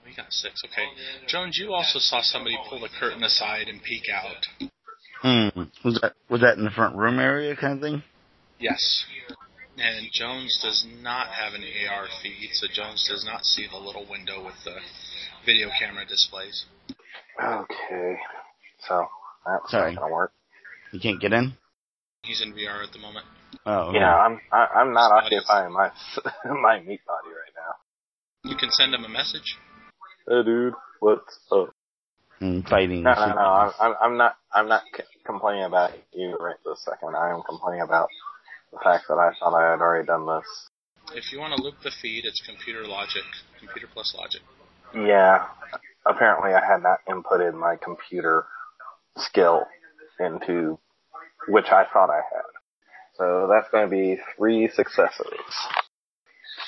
S3: We got six. Okay, Jones, you also saw somebody pull the curtain aside and peek out.
S5: Hmm. Was that was that in the front room area kind of thing?
S3: Yes. And Jones does not have an AR feed, so Jones does not see the little window with the video camera displays.
S6: Okay. So, that's
S5: Sorry.
S6: not going to work.
S5: You can't get in.
S3: He's in VR at the moment.
S5: Oh. okay.
S6: Yeah, I'm, I, I'm not
S3: Spotty.
S6: occupying my, my meat body right now.
S3: You can send him a message.
S6: Hey dude, what's up?
S5: Mm, biting.
S6: No, no, no. I'm, I'm- I'm not. I'm not c- complaining about you right this second. I am complaining about the fact that I thought I had already done this.
S3: If you want to loop the feed, it's computer logic, computer plus logic.
S6: Yeah. Apparently, I had not inputted my computer skill into which I thought I had. So that's going to be three successes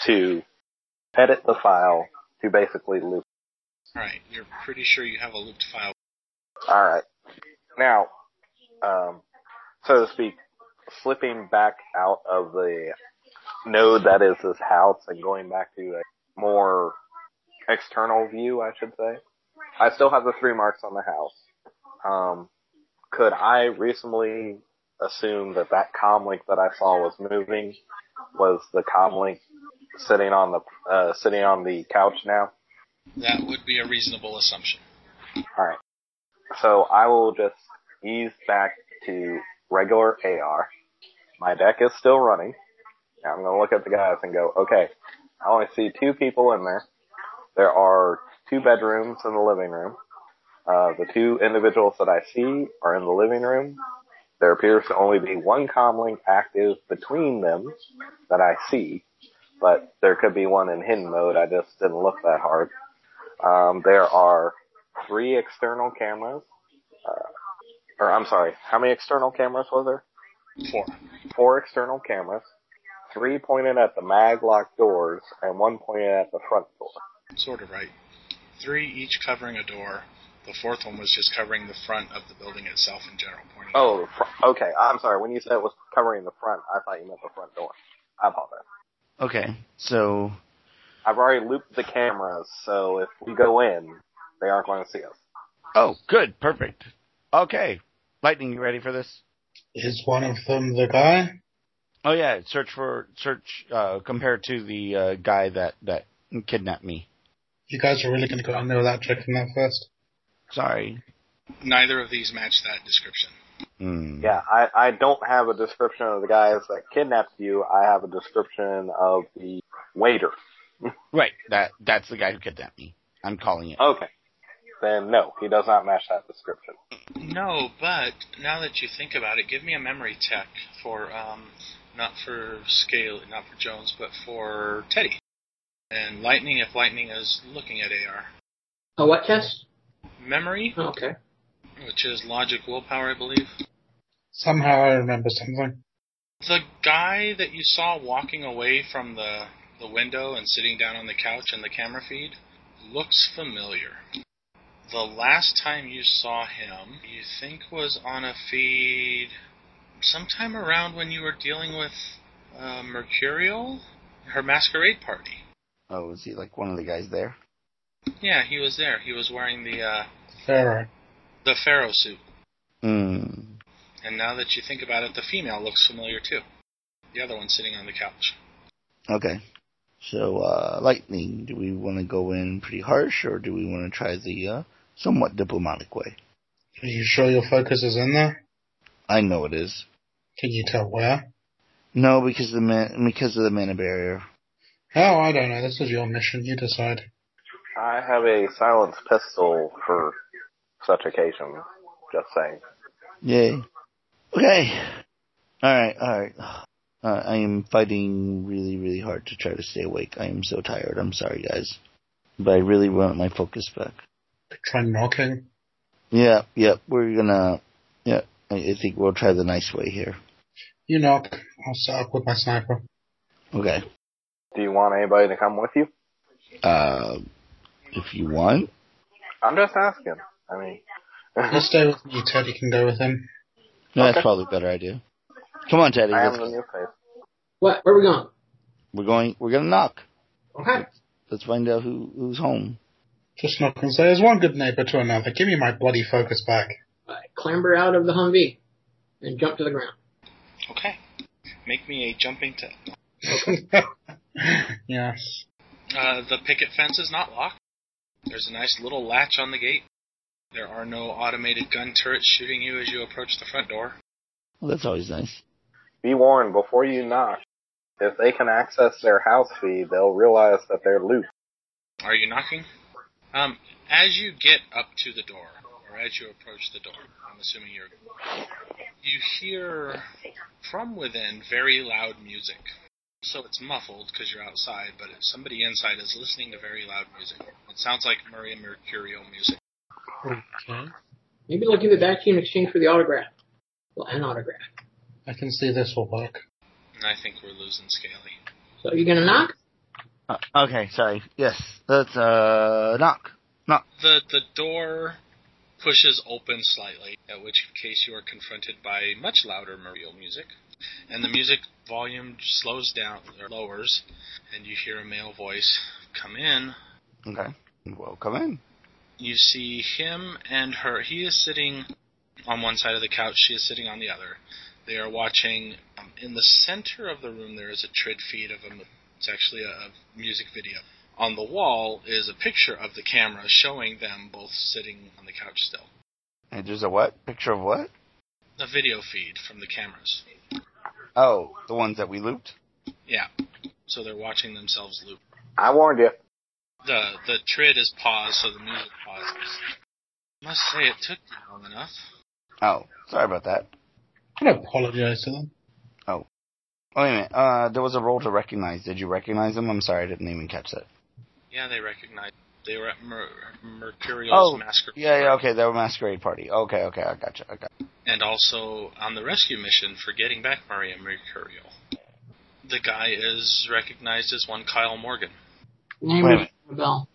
S6: to edit the file to basically loop.
S3: All right, you're pretty sure you have a looped file.
S6: All right. Now, um, so to speak, slipping back out of the node that is this house and going back to a more external view, I should say. I still have the three marks on the house. Um, could I reasonably assume that that com link that I saw was moving was the com link sitting on the uh, sitting on the couch now?
S3: That would be a reasonable assumption.
S6: Alright. So I will just ease back to regular AR. My deck is still running. And I'm gonna look at the guys and go, okay, I only see two people in there. There are two bedrooms in the living room. Uh, the two individuals that I see are in the living room. There appears to only be one comlink active between them that I see, but there could be one in hidden mode. I just didn't look that hard. Um, there are three external cameras. Uh, or I'm sorry, how many external cameras was there?
S3: Four.
S6: Four external cameras. Three pointed at the mag lock doors and one pointed at the front door.
S3: Sort of right. Three each covering a door. The fourth one was just covering the front of the building itself in general. Pointing
S6: Oh, the fr- okay. I'm sorry. When you said it was covering the front, I thought you meant the front door. I apologize.
S5: Okay, so
S6: I've already looped the cameras, so if we go in, they aren't going to see us.
S5: oh, good, perfect. Okay, Lightning, you ready for this?
S2: Is one of them the guy?
S5: Oh yeah, search for search uh, compared to the uh, guy that that kidnapped me.
S2: You guys are really going to go on there without checking that first?
S5: Sorry.
S3: Neither of these match that description.
S5: Hmm.
S6: Yeah, I, I don't have a description of the guys that kidnapped you. I have a description of the waiter.
S5: Right. That that's the guy who kidnapped me. I'm calling it.
S6: Okay. Then no, he does not match that description.
S3: No, but now that you think about it, give me a memory check for um, not for Scale, not for Jones, but for Teddy and Lightning. If Lightning is looking at AR,
S4: A what test? Oh,
S3: memory,
S4: Okay.
S3: which is logic, willpower, I believe.
S2: Somehow I remember something.
S3: The guy that you saw walking away from the the window and sitting down on the couch in the camera feed looks familiar. The last time you saw him, you think was on a feed sometime around when you were dealing with uh, Mercurial, her masquerade party.
S5: Oh, is he like one of the guys there?
S3: Yeah, he was there. He was wearing the uh,
S2: Pharaoh.
S3: the pharaoh suit.
S5: Hmm.
S3: And now that you think about it, the female looks familiar too. The other one sitting on the couch.
S5: Okay. So, uh, lightning. Do we want to go in pretty harsh, or do we want to try the uh, somewhat diplomatic way?
S2: Are you sure your focus is in there?
S5: I know it is.
S2: Can you tell where?
S5: No, because the man because of the mana barrier.
S2: Oh, I don't know. This is your mission. You decide.
S6: I have a silenced pistol for such occasion. Just saying.
S5: Yay. Okay. All right. All right. Uh, I am fighting really, really hard to try to stay awake. I am so tired. I'm sorry, guys, but I really want my focus back.
S2: Try knocking.
S5: Yeah. Yeah. We're gonna. Yeah. I, I think we'll try the nice way here.
S2: You knock. I'll set up with my sniper.
S5: Okay.
S6: Do you want anybody to come with you?
S5: Uh, if you want.
S6: I'm just asking. I mean,
S2: I'll stay with you, Ted. You can go with him.
S5: No, that's
S6: Okay.
S5: probably a better idea. Come on, Teddy.
S6: I
S5: Let's,
S6: am the new face.
S4: What? Where are we going?
S5: we're going. We're gonna knock.
S4: Okay.
S5: Let's find out who who's home.
S2: Just knock and say, as one good neighbor to another, give me my bloody focus back.
S4: I clamber out of the Humvee and jump to the ground.
S3: Okay. Make me a jumping tip.
S2: yes.
S3: Uh, the picket fence is not locked. There's a nice little latch on the gate. There are no automated gun turrets shooting you as you approach the front door.
S5: Well, that's always nice.
S6: Be warned before you knock. If they can access their house feed, they'll realize that they're looped.
S3: Are you knocking? Um, as you get up to the door, or as you approach the door, I'm assuming you're. You hear from within very loud music. So it's muffled because you're outside, but if somebody inside is listening to very loud music. It sounds like Maria Mercurial music.
S2: Okay.
S4: Maybe they'll give it back to you in exchange for the autograph. Well, an autograph.
S2: I can see this will work.
S3: And I think we're losing Scaly.
S4: So you're gonna knock?
S5: Uh, okay, sorry. Yes, let's uh knock.
S3: The the door pushes open slightly, at which case you are confronted by much louder Mario music, and the music volume slows down or lowers, and you hear a male voice come in.
S5: Okay. Well, come in.
S3: You see him and her. He is sitting on one side of the couch. She is sitting on the other. They are watching. Um, in the center of the room, there is a trid feed of a. mo- It's actually a, a music video. On the wall is a picture of the camera showing them both sitting on the couch still.
S5: And there's a what? Picture of what?
S3: a video feed from the cameras.
S5: Oh, the ones that we looped.
S3: Yeah. So they're watching themselves loop.
S6: I warned you.
S3: The the trid is paused, so the music pauses. Must say it took you long enough.
S5: Oh, sorry about that.
S2: I don't apologize to them.
S5: Oh, wait a minute. Uh, there was a roll to recognize. Did you recognize them? I'm sorry, I didn't even catch that.
S3: Yeah, they recognize they were at Mer- Mercurial's
S5: Oh,
S3: massacre.
S5: Yeah, yeah, okay. They were masquerade party. Okay, okay, I gotcha. I gotcha.
S3: and also on the rescue mission for getting back Maria Mercurial. The guy is recognized as one Kyle Morgan.
S4: Name
S5: Wait a
S4: is Bell.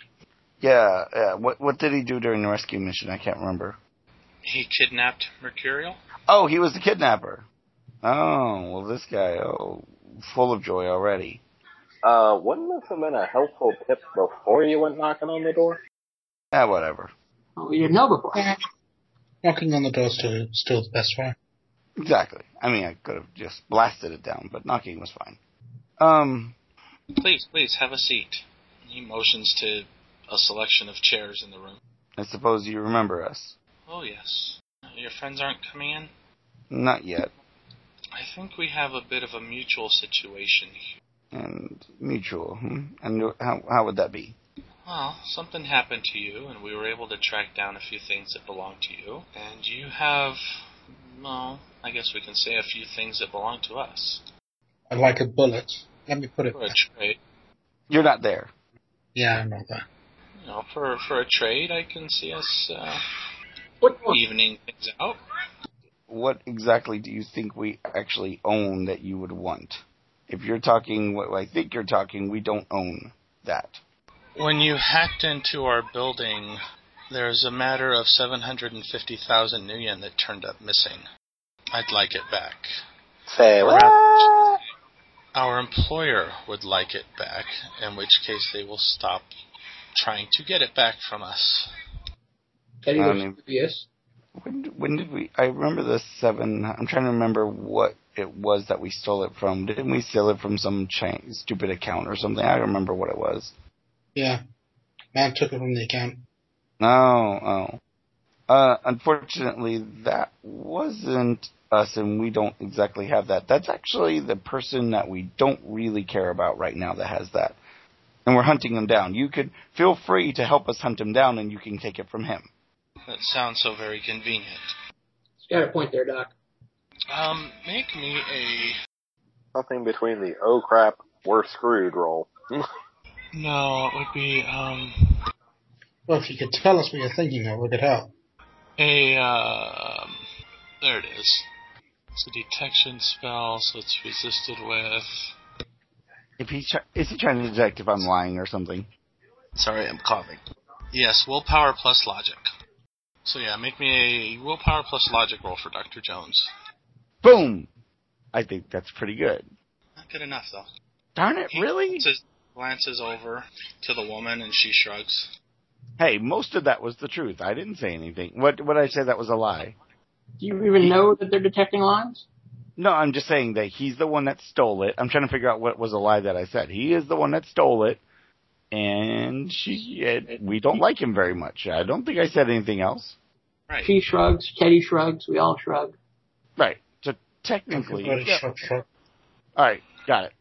S5: Yeah, yeah. What what did he do during the rescue mission? I can't remember.
S3: He kidnapped Mercurial.
S5: Oh, he was the kidnapper. Oh, well, this guy, oh, full of joy already.
S6: Uh, wouldn't this have been a helpful tip before you went knocking on the door?
S5: Ah, whatever.
S4: Oh, we didn't know before.
S2: Knocking on the door's still, still the best way.
S5: Exactly. I mean, I could have just blasted it down, but knocking was fine. Um,
S3: Please, please have a seat. He motions to a selection of chairs in the room.
S5: I suppose you remember us.
S3: Oh yes. Your friends aren't coming in?
S5: Not yet.
S3: I think we have a bit of a mutual situation here.
S5: And mutual. Hmm? And how how would that be?
S3: Well, something happened to you, and we were able to track down a few things that belong to you. And you have, well, I guess we can say a few things that belong to us.
S2: I like a bullet. Let me put it.
S3: For a
S2: back.
S3: trade,
S5: You're not there.
S2: Yeah, I'm not there.
S3: you know, for for a trade, I can see us uh,
S4: What?
S3: evening things out.
S5: what exactly do you think we actually own that you would want? If you're talking what I think you're talking, we don't own that.
S3: When you hacked into our building, there's a matter of seven hundred and fifty thousand new yen that turned up missing. I'd like it back.
S6: Say what?
S3: Our employer would like it back, in which case they will stop trying to get it back from us.
S4: Teddy
S5: I
S4: was
S5: mean-
S4: curious.
S5: When when did we? I remember the seven. I'm trying to remember what it was that we stole it from. Didn't we steal it from some cha- stupid account or something? I don't remember what it was.
S2: Yeah. Man took it from the account.
S5: No, oh. Uh, unfortunately, that wasn't us, and we don't exactly have that. That's actually the person that we don't really care about right now that has that, and we're hunting him down. You could feel free to help us hunt him down, and you can take it from him.
S3: That sounds so very convenient.
S4: He's got a point there, Doc.
S3: Um, make me a
S6: Something between the oh crap, we're screwed roll.
S3: no. It would be um
S2: Well, if you could tell us what you're thinking of, we could help.
S3: a um. There it is. It's a detection spell, so it's resisted with.
S5: If he's try- is he trying to detect if I'm lying or something?
S3: Sorry, I'm coughing. Yes, willpower plus logic. So yeah, make me a willpower plus logic roll for Dr. Jones.
S5: Boom! I think that's pretty good.
S3: Not good enough though.
S5: Darn it! Really?
S3: Glances, glances over to the woman and she shrugs.
S5: Hey, most of that was the truth. I didn't say anything. What? What I said that was a lie.
S4: Do you even know that they're detecting lines?
S5: No, I'm just saying that he's the one that stole it. I'm trying to figure out what was a lie that I said. He is the one that stole it, and she and we don't like him very much. I don't think I said anything else.
S3: Right.
S4: She shrugs. Teddy shrugs. We all shrug.
S5: Right. So technically,
S2: Very
S5: yeah.
S2: short, short.
S5: all right, got it.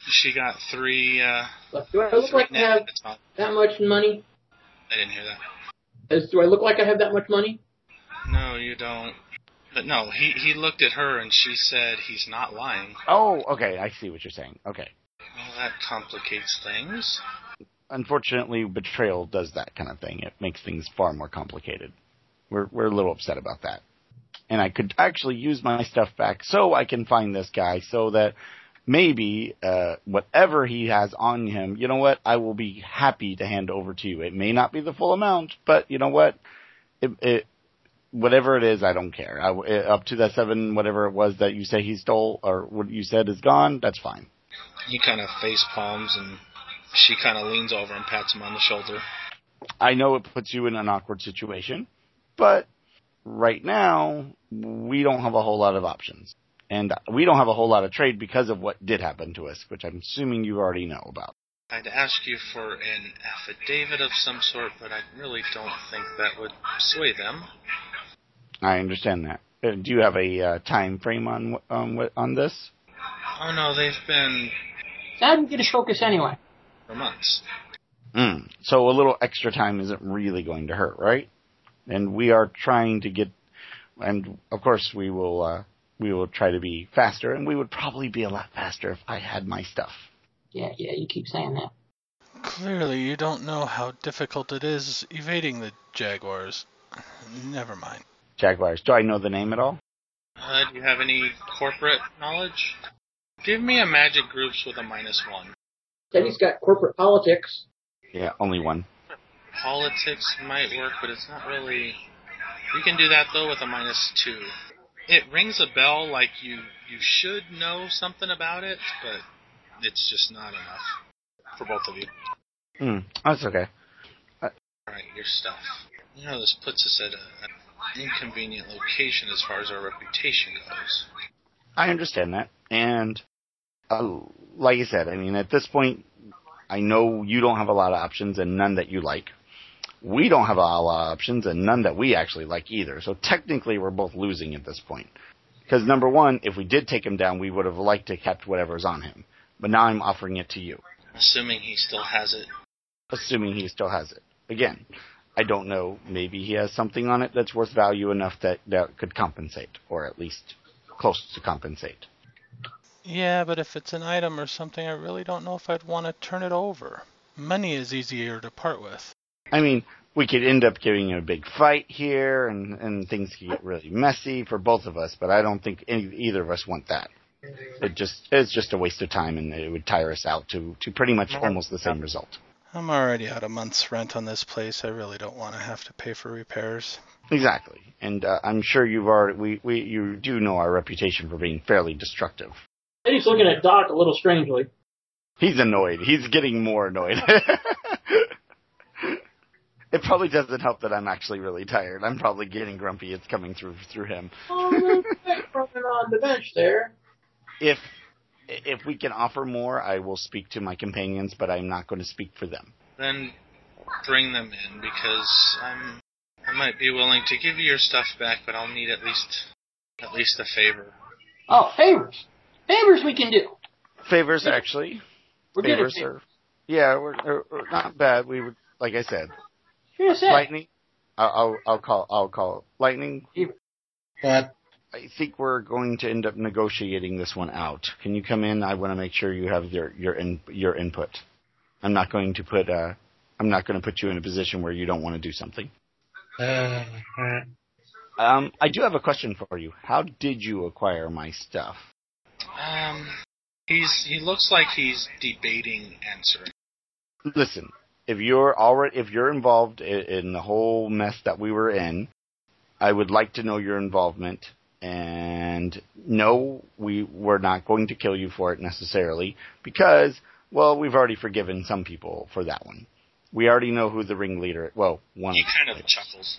S3: She got three. Uh,
S4: Look, Do I look
S3: three
S4: like I have
S3: nat- I
S4: that much money?
S3: didn't hear that.
S4: As, do I look like I have that much money?
S3: No, you don't. But no, he he looked at her and she said he's not lying.
S5: Oh, okay. I see what you're saying. Okay.
S3: Well, that complicates things.
S5: Unfortunately, betrayal does that kind of thing. It makes things far more complicated. We're we're a little upset about that. And I could actually use my stuff back so I can find this guy so that maybe uh whatever he has on him, you know what? I will be happy to hand over to you. It may not be the full amount, but you know what? It, it whatever it is, I don't care. I, it, up to that 7 whatever it was that you say he stole or what you said is gone, that's fine.
S3: He kind of face palms and she kind of leans over and pats him on the shoulder.
S5: I know it puts you in an awkward situation, but right now we don't have a whole lot of options. And we don't have a whole lot of trade because of what did happen to us, which I'm assuming you already know about.
S3: I'd ask you for an affidavit of some sort, but I really don't think that would sway them.
S5: I understand that. Uh, Do you have a uh, time frame on wh- on wh- on this?
S3: Oh no, they've been
S4: That'd get his focus anyway.
S3: for months.
S5: Mm. So a little extra time isn't really going to hurt, right? And we are trying to get, and of course we will, uh, we will try to be faster, and we would probably be a lot faster if I had my stuff.
S4: Yeah, yeah, you keep saying that.
S1: Clearly, you don't know how difficult it is evading the Jaguars. Never mind.
S5: Jaguars. Do I know the name at all?
S3: Uh, do you have any corporate knowledge? Give me a magic groups with a minus one.
S4: Teddy's got corporate politics.
S5: Yeah, only one.
S3: Politics might work, but it's not really. You can do that though with a minus two. It rings a bell like you you should know something about it, but it's just not enough for both of you.
S5: Mm. That's okay.
S3: All right, your stuff. You know this puts us at a, an inconvenient location as far as our reputation goes.
S5: I understand that, and uh, like I said, I mean, at this point, I know you don't have a lot of options and none that you like. We don't have a lot of options and none that we actually like either. So technically, we're both losing at this point. Because number one, if we did take him down, we would have liked to kept whatever's on him. But now I'm offering it to you,
S3: Assuming he still has it.
S5: assuming he still has it. Again, I don't know. Maybe he has something on it that's worth value enough that that could compensate, or at least close to compensate.
S1: Yeah, but if it's an item or something, I really don't know if I'd want to turn it over. Money is easier to part with.
S5: I mean, we could end up getting in a big fight here, and and things could get really messy for both of us. But I don't think any, either of us want that. It just it's just a waste of time, and it would tire us out to to pretty much almost the same result.
S1: I'm already out a month's rent on this place. I really don't want to have to pay for repairs.
S5: Exactly, and uh, I'm sure you've already we, we you do know our reputation for being fairly destructive.
S4: Teddy's looking at Doc a little strangely.
S5: He's annoyed. He's getting more annoyed. it probably doesn't help that I'm actually really tired. I'm probably getting grumpy. It's coming through through him.
S4: Oh, no, thanks for running on the bench there.
S5: if if we can offer more, I will speak to my companions, but I'm not going to speak for them.
S3: Then bring them in because I'm I might be willing to give you your stuff back, but I'll need at least at least a favor.
S4: Oh, favors. Favors we can do.
S5: Favors, actually,
S4: We're good at
S5: favors
S4: favors.
S5: are yeah, we're, are are not bad. We would, like I said,
S4: Sure said.
S5: lightning. I'll, I'll I'll call I'll call lightning.
S2: But
S5: I think we're going to end up negotiating this one out. Can you come in? I want to make sure you have your your in, your input. I'm not going to put uh I'm not going to put you in a position where you don't want to do something.
S2: uh, alright.
S5: Um, I do have a question for you. How did you acquire my stuff?
S3: Um, he's he looks like he's debating answering.
S5: listen, if you're already if you're involved in, in the whole mess that we were in, I would like to know your involvement. And no, we were not going to kill you for it necessarily because, well, we've already forgiven some people for that one. We already know who the ringleader. Well, one.
S3: He
S5: the
S3: kind of
S5: ringleaders.
S3: chuckles.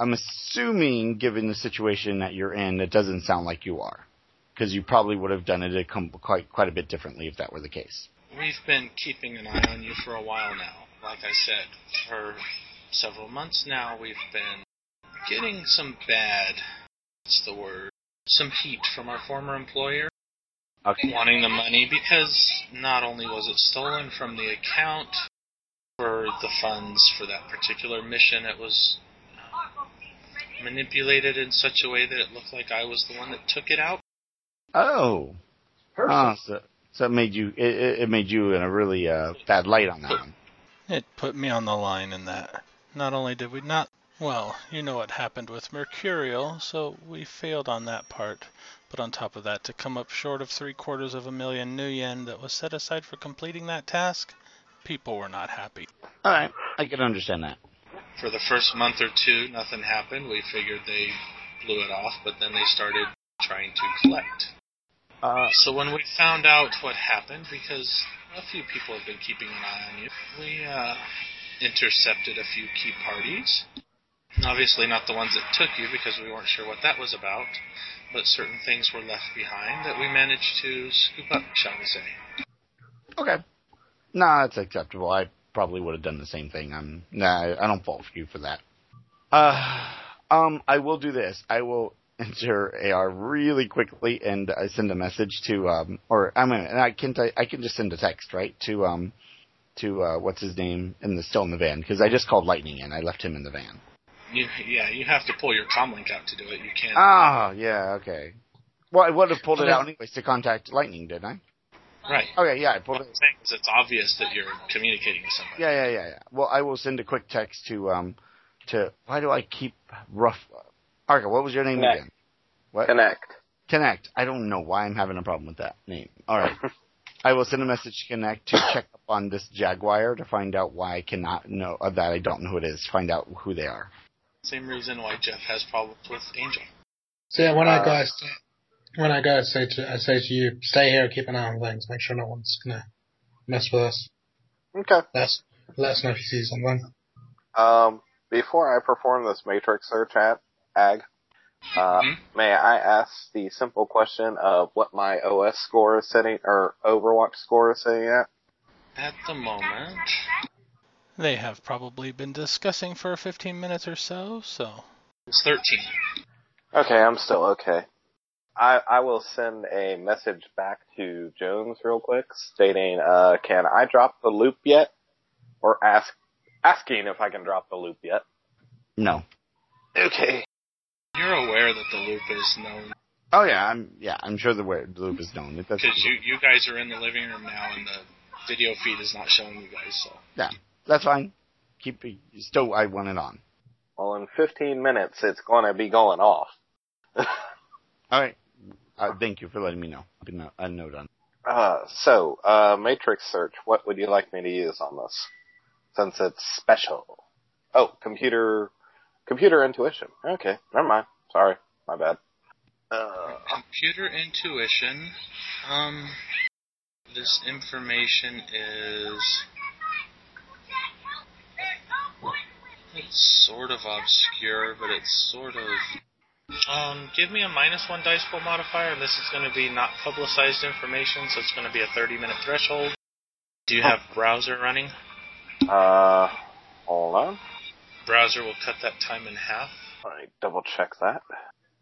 S5: I'm assuming, given the situation that you're in, it doesn't sound like you are, because you probably would have done it a com- quite quite a bit differently if that were the case.
S3: We've been keeping an eye on you for a while now. Like I said, for several months now, we've been getting some bad. What's the word? Some heat from our former employer.
S5: Okay.
S3: wanting the money because not only was it stolen from the account for the funds for that particular mission, it was manipulated in such a way that it looked like I was the one that took it out.
S5: Oh.
S4: Person.
S5: Ah, so, so it made you it- it, it made you in a really uh, bad light on that one.
S1: It put me on the line in that. Not only did we not, well, you know what happened with Mercurial, so we failed on that part. But on top of that, to come up short of three quarters of a million new yen that was set aside for completing that task, people were not happy.
S5: All right, I can understand that.
S3: For the first month or two, nothing happened. We figured they blew it off, but then they started trying to collect.
S5: Uh,
S3: So when we found out what happened, because a few people have been keeping an eye on you, we uh, intercepted a few key parties. Obviously, not the ones that took you, because we weren't sure what that was about. But certain things were left behind that we managed to scoop up, shall we say?
S5: okay, nah, it's acceptable. I probably would have done the same thing. I'm nah, I don't fault you for that. Uh, um, I will do this. I will into her AR really quickly, and I send a message to um, or I'm gonna, and I can t- I can just send a text right to um, to uh, what's his name in the still in the van because I just called Lightning and I left him in the van.
S3: You, yeah, you have to pull your comlink out to do it. You can't.
S5: Ah, yeah, okay. Well, I would have pulled it out anyways to contact Lightning, didn't I?
S3: right.
S5: Okay, yeah, I pulled
S3: What I'm
S5: it.
S3: saying is it's obvious that you're communicating with somebody.
S5: Yeah, yeah, yeah, yeah. Well, I will send a quick text to um to why do I keep rough? Arca, what was your name
S6: Connect.
S5: again? What?
S6: Connect.
S5: Connect. I don't know why I'm having a problem with that name. All right. I will send a message to Connect to check up on this Jaguar to find out why I cannot know uh, that I don't know who it is. Find out who they are.
S3: Same reason why Jeff has problems with Angel.
S2: So yeah, when I
S6: Uh,
S2: go, I say, when I go, I say to I say to you, stay here, keep an eye on things, make sure no one's gonna mess with us.
S6: Okay.
S2: Let us, let us know if you see something.
S6: Um, before I perform this matrix search at Ag, uh,
S3: Mhm.
S6: may I ask the simple question of what my OS score is sitting or Overwatch score is sitting at?
S3: At the moment,
S1: They have probably been discussing for 15 minutes or so, so
S3: it's 13.
S6: Okay, I'm still okay. I I will send a message back to Jones real quick stating, uh, can I drop the loop yet? Or ask asking if I can drop the loop yet.
S5: No.
S6: Okay.
S3: You're aware that the loop is known
S5: Oh yeah, I'm yeah, I'm sure the, word, the loop is known. It doesn't.
S3: because you you guys are in the living room now, and the video feed is not showing you guys. So
S5: That's fine. Keep it- still. I want it on.
S6: Well, in 15 minutes it's gonna be going off.
S5: All right. Uh, thank you for letting me know. I've been a- a note on.
S6: Uh, so, uh, Matrix Search, what would you like me to use on this? Since it's special. Oh, computer, computer intuition. Okay, never mind. Sorry, my bad. Uh,
S3: computer intuition. Um, this information is it's sort of obscure, but it's sort of. Um, give me a minus one dice pool modifier, and this is going to be not publicized information, so it's going to be a 30 minute threshold. Do you have browser running?
S6: uh, hold on.
S3: Browser will cut that time in half.
S6: Let me double check that.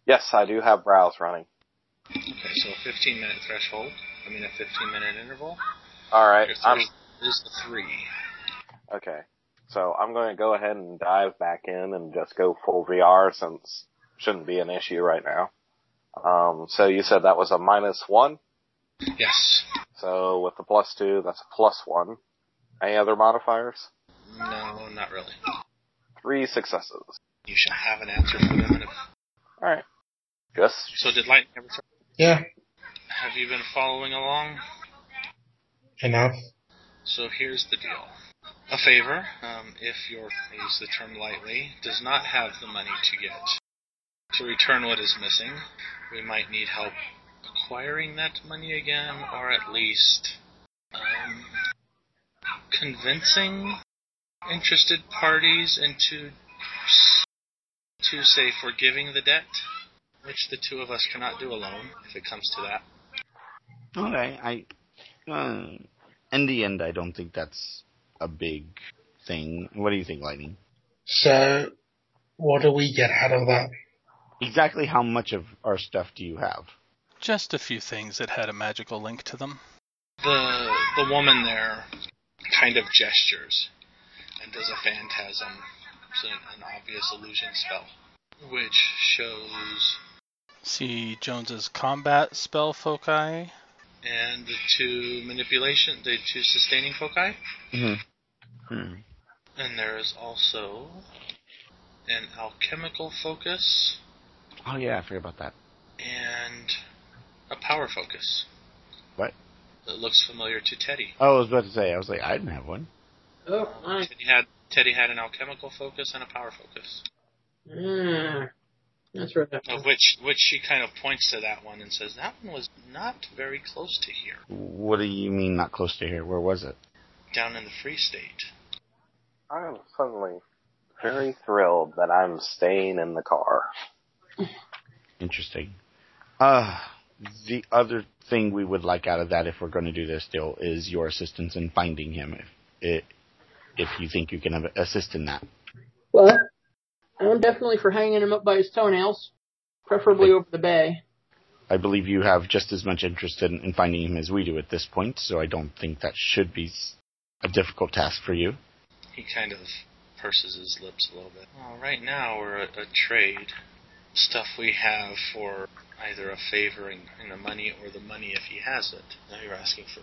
S6: Yes, I do have browse running.
S3: Okay, so a 15 minute threshold. I mean, a 15 minute interval.
S6: Alright,
S3: Your
S6: I'm,
S3: threshold is the three.
S6: okay. So I'm gonna go ahead and dive back in and just go full VR since shouldn't be an issue right now. Um, so you said that was a minus one?
S3: Yes.
S6: So with the plus two, that's a plus one. Any other modifiers?
S3: No, not really.
S6: Three successes.
S3: You should have an answer for them. In a...
S6: All right. Just
S3: So did Lightning ever?
S2: Yeah,
S3: Have you been following along?
S2: enough.
S3: So here's the deal. A favor, um, if your I use the term lightly, does not have the money to get to return what is missing, we might need help acquiring that money again, or at least um, convincing interested parties into to say forgiving the debt, which the two of us cannot do alone. If it comes to that,
S5: Okay. I. Uh, in the end, I don't think that's a big thing. What do you think, Lightning?
S2: So, what do we get out of that?
S5: Exactly how much of our stuff do you have?
S1: just a few things that had a magical link to them.
S3: the the woman there kind of gestures and does a phantasm, it's an, an obvious illusion spell, which shows
S1: See Jones's combat spell foci.
S3: and the two manipulation, the two sustaining foci,
S5: Mm-hmm. Hmm.
S3: and there is also an alchemical focus
S5: Oh yeah, I forgot about that.
S3: and a power focus.
S5: What?
S3: That looks familiar to Teddy.
S5: Oh, I was about to say. I was like, I didn't have one.
S4: Oh, I,
S3: Teddy had Teddy had an alchemical focus and a power focus.
S4: mm, that's right.
S3: Of which, which she kind of points to that one and says, "That one was not very close to here,
S5: What do you mean not close to here? Where was it?
S3: down in the Free State."
S6: I am suddenly very thrilled that I'm staying in the car.
S5: Interesting. Uh the other thing we would like out of that, if we're going to do this deal, is your assistance in finding him. If it, if you think you can have- assist in that.
S4: Well, I'm definitely for hanging him up by his toenails. preferably over the bay.
S5: I believe you have just as much interest in, in finding him as we do at this point, so I don't think that should be s- a difficult task for you.
S3: He kind of purses his lips a little bit. Well, right now we're at a trade. Stuff we have for either a favor in, in the money or the money if he has it. Now you're asking for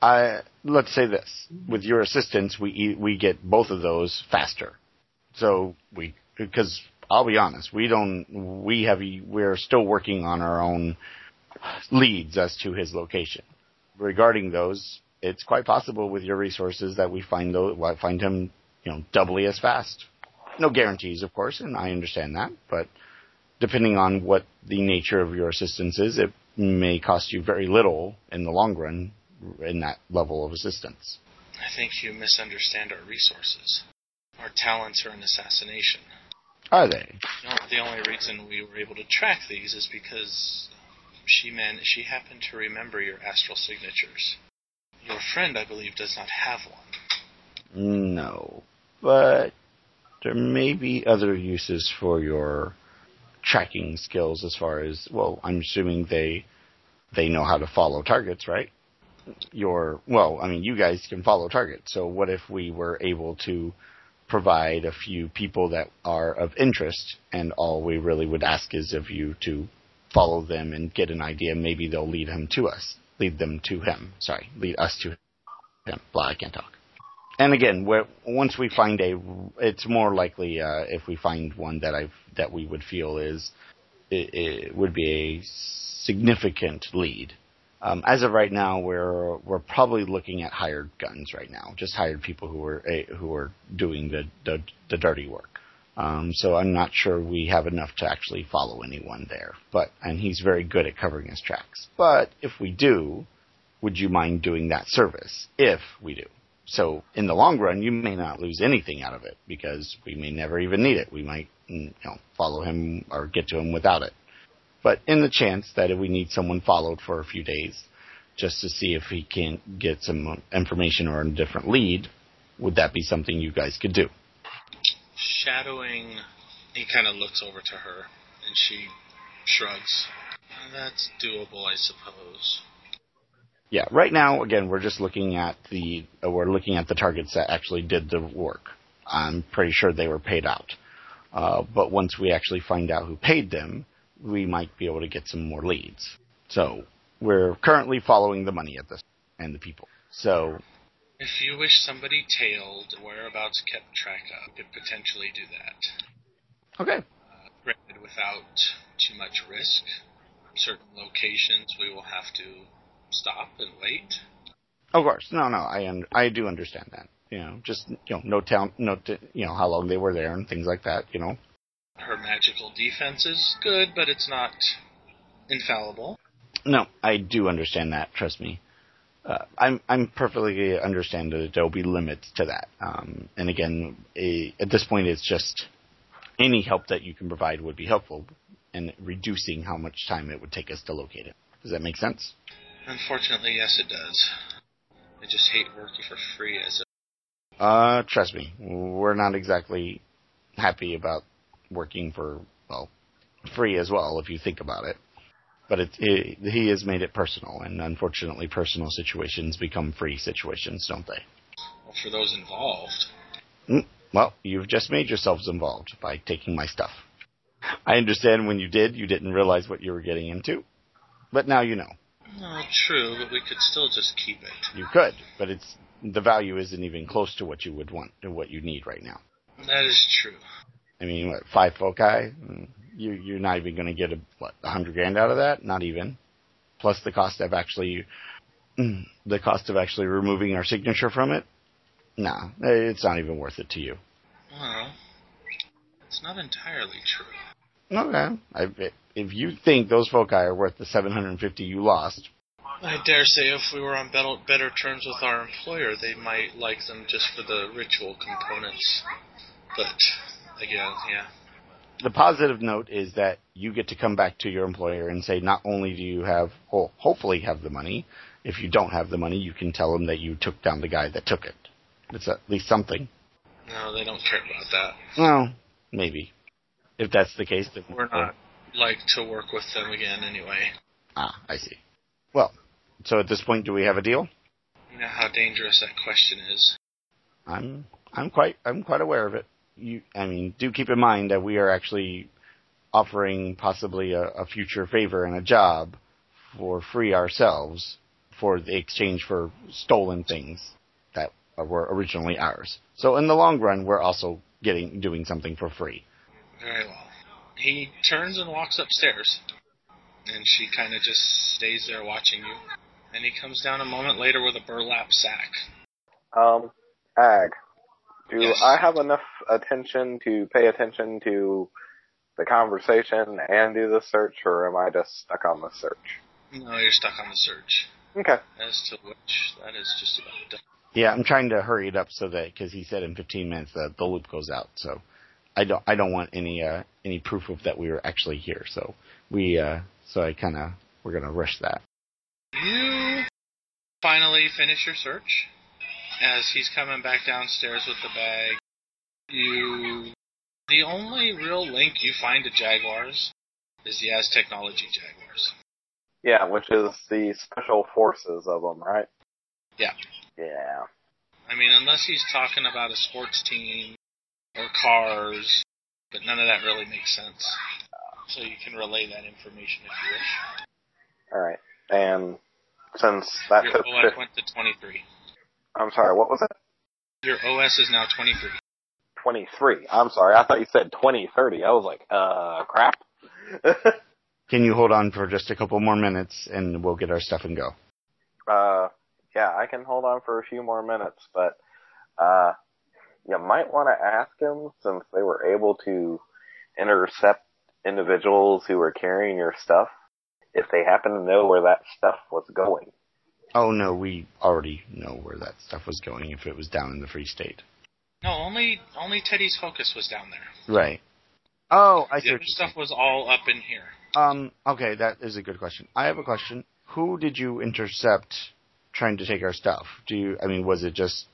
S5: I let's say this: with your assistance, we e- we get both of those faster. So we because I'll be honest, we don't we have we're still working on our own leads as to his location. Regarding those, it's quite possible with your resources that we find those find him you know doubly as fast. No guarantees, of course, and I understand that, but depending on what the nature of your assistance is, it may cost you very little in the long run in that level of assistance.
S3: I think you misunderstand our resources. Our talents are in assassination.
S5: Are they?
S3: You know, the only reason we were able to track these is because she man she happened to remember your astral signatures. Your friend, I believe, does not have one.
S5: No. But there may be other uses for your tracking skills as far as well, I'm assuming they they know how to follow targets, right? Your well, I mean you guys can follow targets. So what if we were able to provide a few people that are of interest and all we really would ask is of you to follow them and get an idea maybe they'll lead him to us. Lead them to him. Sorry, lead us to him. Blah, I can't talk. And again, we once we find a, it's more likely uh, if we find one that I've that we would feel is it, it would be a significant lead. Um, as of right now, we're we're probably looking at hired guns right now, just hired people who are eh, who are doing the the, the dirty work. Um, so I'm not sure we have enough to actually follow anyone there. But and he's very good at covering his tracks. But if we do, would you mind doing that service? If we do. So in the long run, you may not lose anything out of it because we may never even need it. We might you know, follow him or get to him without it. But in the chance that we need someone followed for a few days just to see if he can get some information or a different lead, would that be something you guys could do?
S3: Shadowing, he kind of looks over to her, and she shrugs. "Uh, That's doable, I suppose.
S5: Yeah, right now, again, we're just looking at the uh, we're looking at the targets that actually did the work. I'm pretty sure they were paid out, uh, but once we actually find out who paid them, we might be able to get some more leads. So we're currently following the money at this and the people. So
S3: If you wish somebody tailed, whereabouts kept track of, could potentially do that.
S5: okay,
S3: Granted, without too much risk, certain locations we will have to stop and wait.
S5: of course, no, no, I un- I do understand that. You know, just you know, no town, no, t- you know, how long they were there and things like that. You know,
S3: Her magical defense is good, but it's not infallible.
S5: No, I do understand that. Trust me, uh, I'm I'm perfectly understand that there will be limits to that. Um, and again, a, at this point, it's just any help that you can provide would be helpful in reducing how much time it would take us to locate it. Does that make sense?
S3: Unfortunately, yes, it does. I just hate working for free as a
S5: Uh, trust me, we're not exactly happy about working for well free as well if you think about it. But it, it, he has made it personal, and unfortunately, personal situations become free situations, don't they?
S3: well, for those involved.
S5: Mm, well, you've just made yourselves involved by taking my stuff. I understand when you did, you didn't realize what you were getting into. But now you know.
S3: No, true, but we could still just keep it.
S5: You could, but it's the value isn't even close to what you would want or what you need right now.
S3: That is true.
S5: I mean, what, five foci? Mm, You, you're not even going to get a, what, a hundred grand out of that? Not even. Plus the cost of actually, mm, the cost of actually removing our signature from it? Nah, it's not even worth it to you.
S3: Well, it's not entirely true.
S5: Okay. I, if you think those foci are worth the 750 you lost,
S3: I dare say if we were on better, better terms with our employer, they might like them just for the ritual components. But, again, yeah.
S5: the positive note is that you get to come back to your employer and say, not only do you have, ho- hopefully have the money, if you don't have the money, you can tell them that you took down the guy that took it. It's at least something.
S3: No, they don't care about that.
S5: Well, maybe. If that's the case, then
S3: We're not like to work with them again anyway.
S5: Ah, I see. Well, so at this point, do we have a deal?
S3: You know how dangerous that question is.
S5: I'm I'm quite I'm quite aware of it. You, I mean, do keep in mind that we are actually offering possibly a, a future favor and a job for free ourselves for the exchange for stolen things that were originally ours. So in the long run, we're also getting doing something for free.
S3: Very well. He turns and walks upstairs, and she kind of just stays there watching you. And he comes down a moment later with a burlap sack.
S6: Um, Ag, do
S3: Yes.
S6: I have enough attention to pay attention to the conversation and do the search, or am I just stuck on the search?
S3: No, you're stuck on the search.
S6: Okay.
S3: As to which, that is just about done.
S5: Yeah, I'm trying to hurry it up so that because he said in 15 minutes that the loop goes out, so I don't I don't want any uh, any proof of that we were actually here. So we uh, so I kind of we're gonna rush that.
S3: You finally finish your search. As he's coming back downstairs with the bag, you. The only real link you find to Jaguars is the As Technology Jaguars.
S6: Yeah, which is the special forces of them, right?
S3: Yeah.
S6: Yeah.
S3: I mean, unless he's talking about a sports team or cars, but none of that really makes sense. So you can relay that information if you wish.
S6: All right. And since that
S3: Your
S6: took,
S3: OS went to 23.
S6: I'm sorry, what was it?
S3: Your OS is now 23.
S6: 23. I'm sorry, I thought you said 2030. I was like, uh, crap.
S5: Can you hold on for just a couple more minutes and we'll get our stuff and go?
S6: uh, yeah, I can hold on for a few more minutes, but, uh, you might want to ask him since they were able to intercept individuals who were carrying your stuff if they happen to know where that stuff was going.
S5: Oh no, we already know where that stuff was going if it was down in the Free State.
S3: No, only only Teddy's focus was down there.
S5: Right. Oh, I see.
S3: The
S5: what you're
S3: other stuff was all up in here.
S5: Um, okay, that is a good question. I have a question. Who did you intercept trying to take our stuff? Do you, I mean, was it just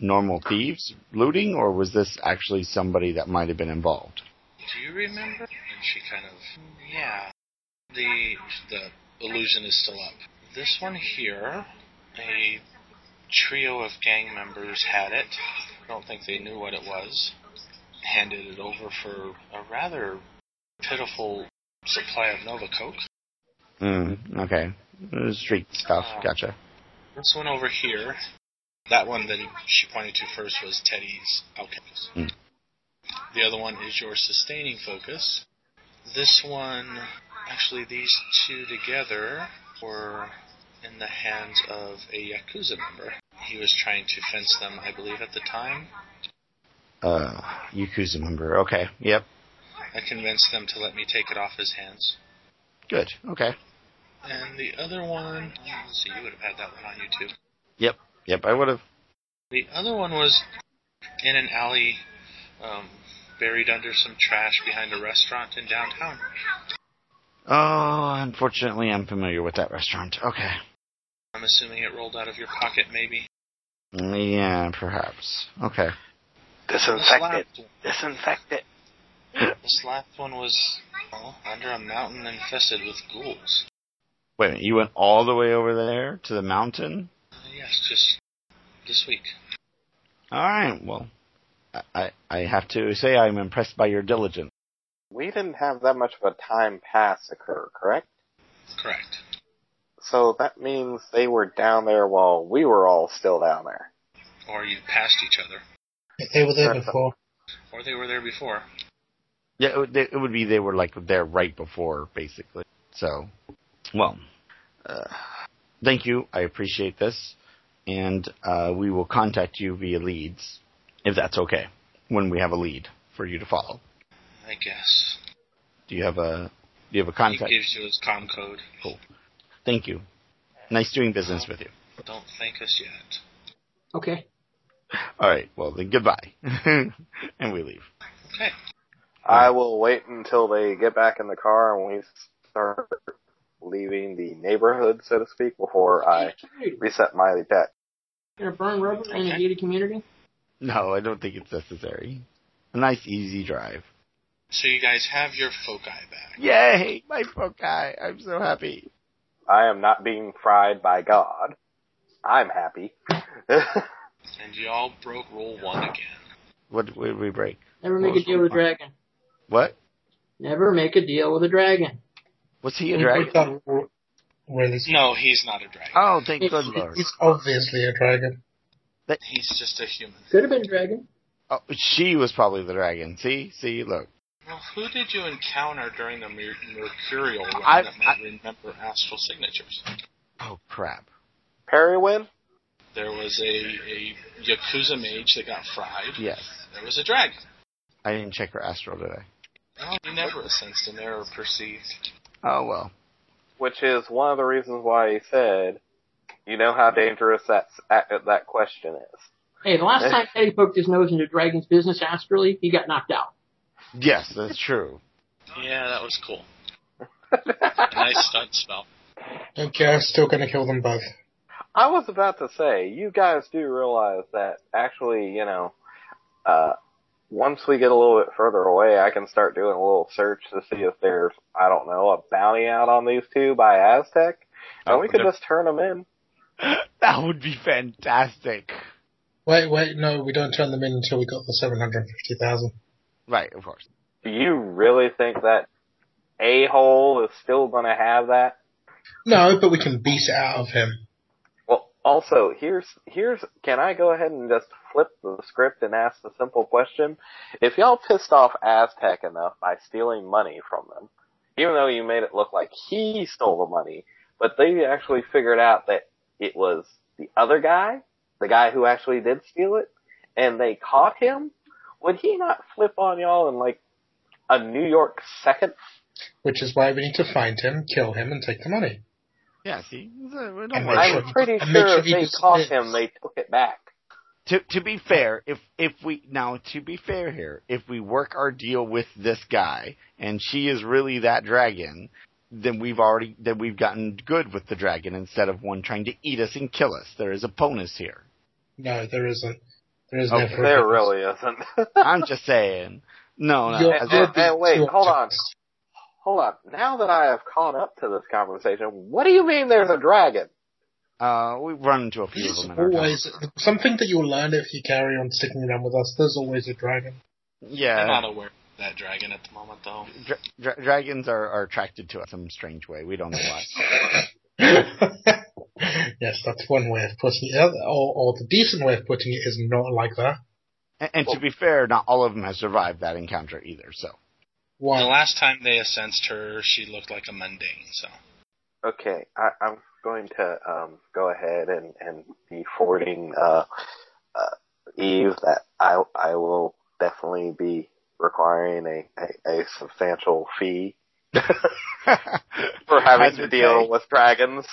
S5: normal thieves looting, or was this actually somebody that might have been involved?
S3: Do you remember? And she kind of, yeah. The the illusion is still up. This one here, a trio of gang members had it. I don't think they knew what it was. Handed it over for a rather pitiful supply of Nova Coke.
S5: Mm, okay. Uh, Street stuff, gotcha.
S3: This one over here, that one that she pointed to first was Teddy's alchemist.
S5: Hmm.
S3: The other one is your sustaining focus. This one, actually, these two together were in the hands of a Yakuza member. He was trying to fence them, I believe, at the time.
S5: Uh, Yakuza member, okay, yep,
S3: I convinced them to let me take it off his hands.
S5: good, okay.
S3: And the other one, let's see, you would have had that one on YouTube.
S5: Yep, yep, I would have.
S3: The other one was in an alley, um, buried under some trash behind a restaurant in downtown.
S5: Oh, unfortunately, I'm familiar with that restaurant. Okay.
S3: I'm assuming it rolled out of your pocket, maybe.
S5: Yeah, perhaps. Okay.
S3: This last, one-
S6: Disinfect it.
S3: this last one was well, under a mountain infested with ghouls.
S5: Wait a minute, you went all the way over there to the mountain?
S3: Uh, yes, just this week.
S5: All right. Well, I- I I have to say I'm impressed by your diligence.
S6: We didn't have that much of a time pass occur, correct?
S3: Correct.
S6: So that means they were down there while we were all still down there.
S3: Or you passed each other.
S2: If they were there
S6: That's-
S2: before,
S3: Or they were there before.
S5: Yeah, it would, they- it would be they were like there right before, basically. So, well, uh, thank you. I appreciate this, and uh, we will contact you via leads, if that's okay, when we have a lead for you to follow.
S3: I guess.
S5: Do you have a Do you have a
S3: He
S5: contact?
S3: gives you his com code.
S5: Thank you. Nice doing business with you.
S3: Don't thank us yet.
S4: Okay.
S5: All right. Well, then goodbye, and we leave.
S3: Okay.
S6: I will wait until they get back in the car and we start leaving the neighborhood, so to speak, before I reset my deck.
S4: Gonna burn rubber in a
S3: Okay.
S4: gated community?
S5: No, I don't think it's necessary. A nice easy drive.
S3: So you guys have your foci back.
S5: Yay! My foci! I'm so happy.
S6: I am not being fried by God. I'm happy.
S3: And y'all broke roll one again.
S5: What did we break?
S4: Never make a deal with a dragon.
S5: What?
S4: Never make a deal with a dragon.
S5: Was he a dragon?
S2: That r- really,
S3: No, he's not a dragon.
S5: Oh, thank good lord.
S2: it's obviously a dragon.
S3: He's just a human.
S4: Could have been a dragon.
S5: Oh, she was probably the dragon. See? See? Look.
S3: Now, who did you encounter during the mer- mercurial run
S5: I-
S3: that might remember astral signatures?
S5: Oh, crap.
S6: Periwin?
S3: There was a, a Yakuza mage that got fried.
S5: Yes.
S3: There was a dragon.
S5: I didn't check her astral today.
S3: Oh, you never sensed an error perceived.
S5: Oh, well.
S6: Which is one of the reasons why he said, you know how dangerous that, that question is.
S4: Hey, the last time Eddie poked his nose into Dragon's business astrally, he got knocked out.
S5: Yes, that's true.
S3: Yeah, that was cool. nice stunt spell.
S2: Okay, I'm still gonna kill them both.
S6: I was about to say, you guys do realize that actually, you know, uh, once we get a little bit further away, I can start doing a little search to see if there's, I don't know, a bounty out on these two by Aztec. And
S5: Oh,
S6: we could
S5: they're-
S6: just turn them in.
S5: That would be fantastic.
S2: Wait, wait, no, we don't turn them in until we got the 750,000.
S5: Right, of course.
S6: Do you really think that a-hole is still gonna have that?
S2: No, but we can beat it out of him.
S6: Well, also here's here's can I go ahead and just flip the script and ask the simple question? If y'all pissed off Aztec enough by stealing money from them, even though you made it look like he stole the money, but they actually figured out that it was the other guy, the guy who actually did steal it, and they caught him, would he not flip on y'all in like a New York second?
S2: Which is why we need to find him, kill him, and take the money.
S5: Yeah, see? uh, Don't
S2: And
S5: worry.
S2: make sure-
S6: I'm pretty
S2: and make
S6: sure
S2: sure
S6: if
S2: he
S6: they
S2: just
S6: caught
S2: sits.
S6: him, they took it back.
S5: To to be fair, if if we now to be fair here, if we work our deal with this guy and she is really that dragon, then we've already then we've gotten good with the dragon instead of one trying to eat us and kill us. There is a bonus here.
S2: No, there isn't. There is
S5: Oh,
S2: no.
S6: There really isn't.
S5: I'm just saying. No, no.
S2: You're-
S5: as-
S6: you're-
S2: you'll be
S6: and wait,
S2: too
S6: hold on.
S2: optimistic.
S6: Hold on. Now that I have caught up to this conversation, what do you mean there's a dragon?
S5: uh, we've run into a few of
S2: There's
S5: them in our time.
S2: always something that you'll learn if you carry on sticking around with us. There's always a dragon.
S3: I'm
S5: Yeah,
S3: not aware of that dragon at the moment, though.
S5: dra- dra- dragons are, are attracted to us in some strange way. We don't know why.
S2: yes, that's one way of putting it. Or, or the decent way of putting it is not like that.
S5: And, and to be fair, not all of them have survived that encounter either. So
S2: Why?
S3: The last time they sensed her, she looked like a mundane, so.
S6: Okay, I, I'm going to um, go ahead and, and be forwarding uh, uh, Eve that I I will definitely be requiring a, a, a substantial fee for having to
S5: Hazard
S6: deal
S5: pay.
S6: with dragons.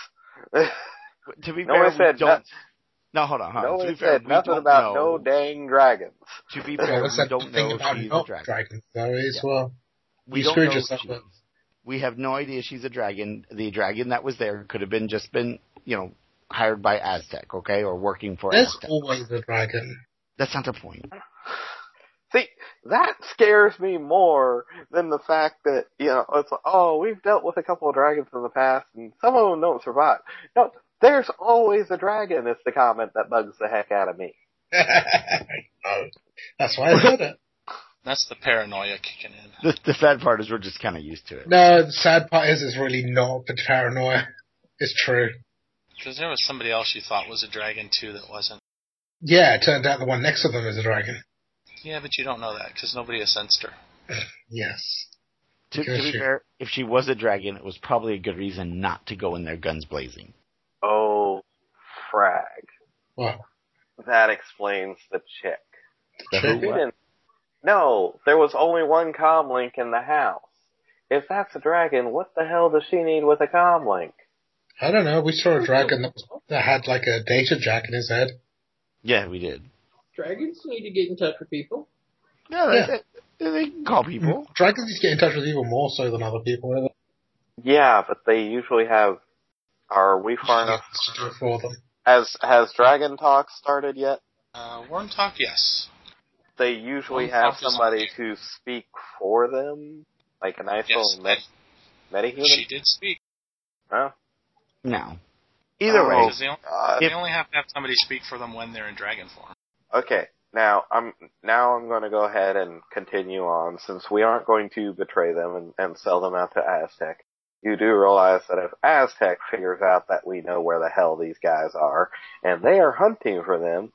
S5: To be
S6: No
S5: fair,
S6: one said
S5: we don't.
S6: noth-
S5: no, hold on. Hold on.
S6: no
S5: to be
S6: one
S5: fair,
S6: said
S5: we
S6: nothing
S5: don't
S6: about
S5: know.
S6: no dang dragons.
S5: To be
S2: Well,
S5: fair,
S2: that's
S5: we
S2: the
S5: don't
S2: thing
S5: know if
S2: about
S5: she's a
S2: not
S5: dragon.
S2: dragons, though, is well.
S5: we
S2: You
S5: don't
S2: screwed
S5: know if
S2: yourself
S5: she
S2: up.
S5: is. We have no idea she's a dragon. The dragon that was there could have been just been, you know, hired by Aztec, okay, or working for
S2: There's
S5: Aztec.
S2: always a dragon.
S5: That's not the point.
S6: See, that scares me more than the fact that, you know, it's like, oh, we've dealt with a couple of dragons in the past and some of them don't survive. No, there's always a dragon is the comment that bugs the heck out of me.
S2: no. That's why I said it.
S3: That's the paranoia kicking in.
S5: The, the sad part is we're just kind of used to it.
S2: No, the sad part is it's really not, but paranoia is true.
S3: Because there was somebody else you thought was a dragon, too, that wasn't.
S2: Yeah, it turned out the one next to them is a dragon.
S3: Yeah, but you don't know that, because nobody has sensed her.
S2: Yes.
S5: To, to be
S2: Sure.
S5: fair, if she was a dragon, it was probably a good reason not to go in there guns blazing.
S6: Oh, frag.
S2: Well,
S6: That explains the chick.
S5: The
S2: Sure.
S5: who,
S6: She
S5: what?
S6: didn't- No, there was only one comlink in the house. If that's a dragon, what the hell does she need with a comlink?
S2: I don't know. We saw a dragon that, was, that had like a data jack in his head.
S5: Yeah, we did.
S4: Dragons need to get in touch with people.
S5: No,
S2: Yeah.
S5: they, they, they can call people.
S2: Dragons just get in touch with people more so than other people. isn't it?
S6: Yeah, but they usually have, are we far enough
S2: Just do it for them.
S6: Has has Dragon Talk started yet?
S3: Uh, Worm Talk, yes.
S6: they usually
S3: Well,
S6: have
S3: after
S6: somebody to speak for them, like an
S3: Yes,
S6: actual med- metahuman.
S3: she did speak.
S6: Oh.
S2: Mm-hmm.
S5: No. Either
S6: Oh.
S5: way,
S3: Because they, only,
S6: Uh,
S3: they only have to have somebody speak for them when they're in dragon form.
S6: Okay, now I'm now I'm going to go ahead and continue on since we aren't going to betray them and, and sell them out to Aztec. You do realize that if Aztec figures out that we know where the hell these guys are and they are hunting for them,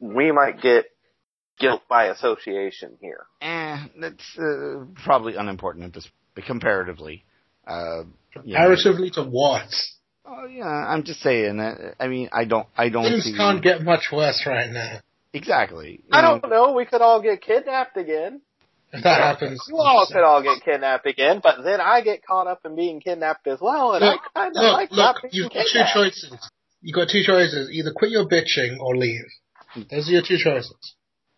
S6: we might get guilt by association here.
S5: eh, that's uh, probably unimportant at this comparatively. Uh, you know.
S2: Comparatively to what?
S5: Oh yeah, I'm just saying that. I mean, I don't, I don't.
S2: Things
S5: see-
S2: can't get much worse right now.
S5: exactly.
S6: I
S5: You know,
S6: don't know. We could all get kidnapped again.
S2: If that happens,
S6: You all could all get kidnapped again, but then I get caught up in being kidnapped as well, and
S2: Look,
S6: I kind of
S2: look,
S6: like not
S2: look,
S6: being
S2: you've got
S6: kidnapped.
S2: two choices. You've got two choices. Either quit your bitching or leave. Those are your two choices.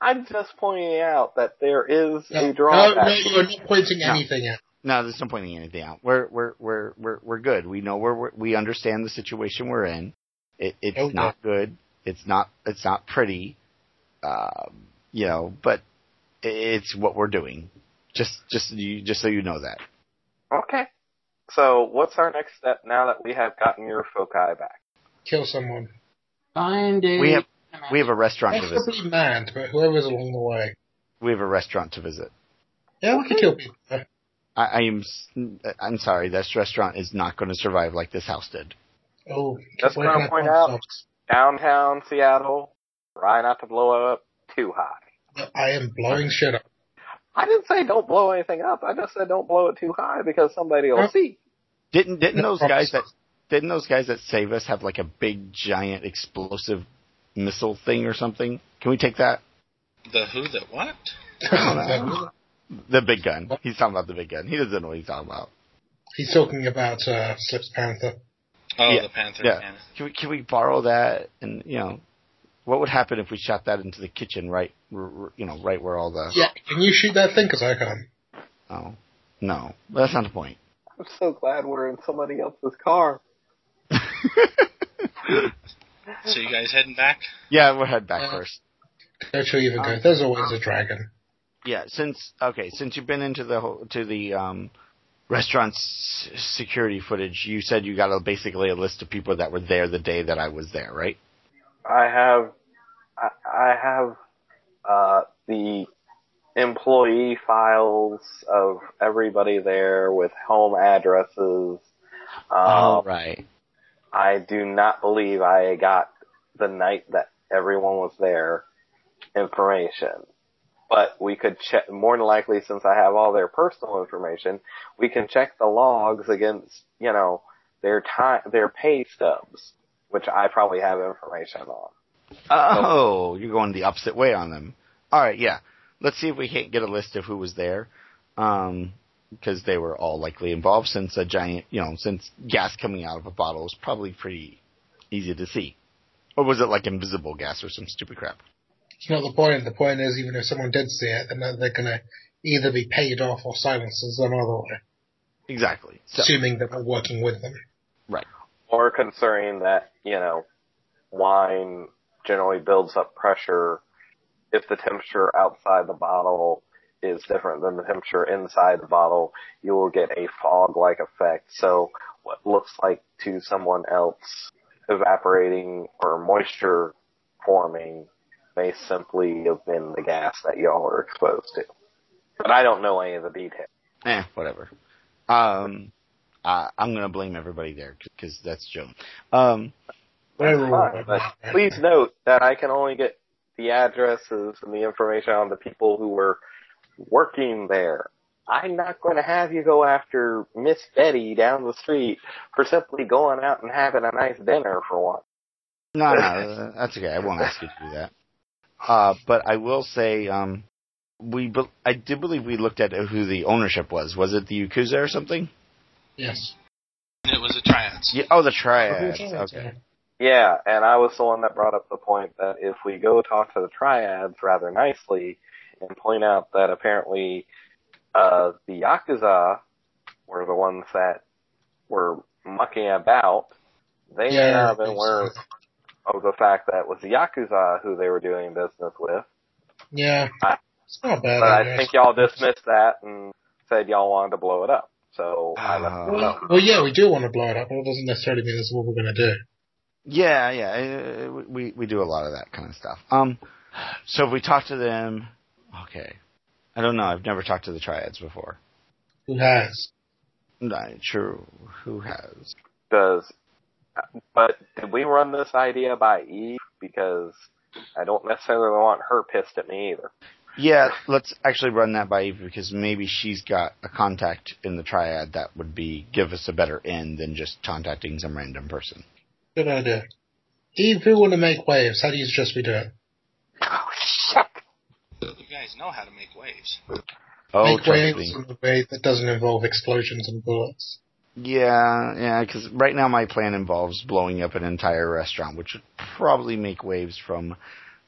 S6: I'm just pointing out that there is
S2: No,
S6: a
S2: no,
S6: drawback.
S2: no, you're not pointing
S5: No.
S2: anything out.
S5: no, there's no pointing anything out. We're, we're, we're, we're, we're good. We know where we're, we understand the situation we're in. It, it's
S2: Okay.
S5: not good. It's not, it's not pretty. Um, you know, but i- it's what we're doing. Just, just, you, just so you know that.
S6: Okay. So what's our next step now that we have gotten your foci back?
S2: Kill someone.
S4: Find a
S5: We have- We have a restaurant to visit.
S2: Possibly manned, but whoever's along the way.
S5: We have a restaurant to visit.
S2: Yeah, we can kill people.
S5: I, I am, s- I'm sorry. This restaurant is not going to survive like this house did.
S2: Oh,
S6: That's
S2: where
S6: what
S2: can
S6: I'll
S2: I
S6: point
S2: find
S6: out.
S2: Fox?
S6: Downtown Seattle, try not to blow up too high.
S2: Look, I am blowing shit up.
S6: I didn't say don't blow anything up. I just said don't blow it too high because somebody will
S2: Huh?
S6: see.
S5: Didn't didn't
S2: No
S5: those
S2: problem.
S5: guys that didn't those guys that save us have like a big giant explosive missile thing or something? Can we take that?
S3: The who, the what?
S5: The big gun. He's talking about the big gun. He doesn't know what he's talking about.
S2: He's talking about uh, Slips Panther.
S3: Oh,
S5: Yeah.
S3: the Panther
S5: Yeah.
S3: cannon.
S5: Can we can we borrow that? And you know, what would happen if we shot that into the kitchen right? r- r- You know, right where all the
S2: Yeah, can you shoot that thing? Because I can't.
S5: oh no, that's not the point.
S6: I'm so glad we're in somebody else's car.
S3: So you guys heading back?
S5: yeah, we'll head back
S2: Uh,
S5: first.
S2: Go to even go. There's always a dragon.
S5: Yeah, since okay, since you've been into the whole, to the um, restaurant's s- security footage, you said you got a, basically a list of people that were there the day that I was there, right?
S6: I have, I, I have, uh, the employee files of everybody there with home addresses. Um,
S5: Oh, right.
S6: I do not believe I got the night that everyone was there information. But we could check, more than likely, since I have all their personal information, we can check the logs against, you know, their time, their pay stubs, which I probably have information on.
S5: Oh, you're going the opposite way on them. All right, yeah. Let's see if we can't get a list of who was there, um, because they were all likely involved. Since a giant, you know, since gas coming out of a bottle is probably pretty easy to see, or was it like invisible gas or some stupid crap?
S2: It's not the point. The point is, even if someone did see it, then they're going to either be paid off or silenced in some other way,
S5: Exactly. So,
S2: assuming that we're working with them.
S6: Or concerning that, you know, wine generally builds up pressure if the temperature outside the bottle is different than the temperature inside the bottle, you will get a fog-like effect. So what looks like to someone else evaporating or moisture forming may simply have been the gas that y'all are exposed to. But I don't know any of the details.
S5: eh, whatever. Um, uh, I'm gonna blame everybody there because that's Joan. Um,
S2: We're all
S6: Fine, but please note that I can only get the addresses and the information on the people who were working there. I'm not going to have you go after Miss Betty down the street for simply going out and having a nice dinner for once.
S5: no, no, that's okay. I won't ask you to do that. Uh, but I will say, um, we be- I do believe we looked at who the ownership was. Was it the Yakuza or something?
S2: Yes.
S3: And it was a triad.
S5: Yeah, oh, the Triads. Okay.
S6: Yeah, and I was the one that brought up the point that if we go talk to the triads rather nicely and point out that apparently uh, the Yakuza were the ones that were mucking about, they may
S2: Yeah,
S6: not have been
S2: it's-
S6: aware of the fact that it was the Yakuza who they were doing business with,
S2: Yeah. It's not bad.
S6: But I
S2: guess.
S6: think y'all dismissed that and said y'all wanted to blow it up. So I
S2: Uh,
S6: left it
S2: well,
S6: alone.
S2: well, yeah, we do want to blow it up, but it doesn't necessarily mean that's what we're going to do.
S5: Yeah, yeah. uh, We we do a lot of that kind of stuff. Um, so if we talk to them, okay. I don't know. I've never talked to the triads before.
S2: Who has?
S5: Not true. Who has?
S6: Does, but did we run this idea by Eve? Because I don't necessarily want her pissed at me either.
S5: Yeah, let's actually run that by Eve because maybe she's got a contact in the triad that would be give us a better end than just contacting some random person.
S2: Good idea. Eve, we want to make waves. How do you suggest we do it?
S6: Oh, shit.
S3: You guys know how to make waves.
S5: Oh,
S2: make
S5: trust
S2: waves
S5: me.
S2: in a way that doesn't involve explosions and bullets.
S5: Yeah, yeah. Because right now my plan involves blowing up an entire restaurant, which would probably make waves from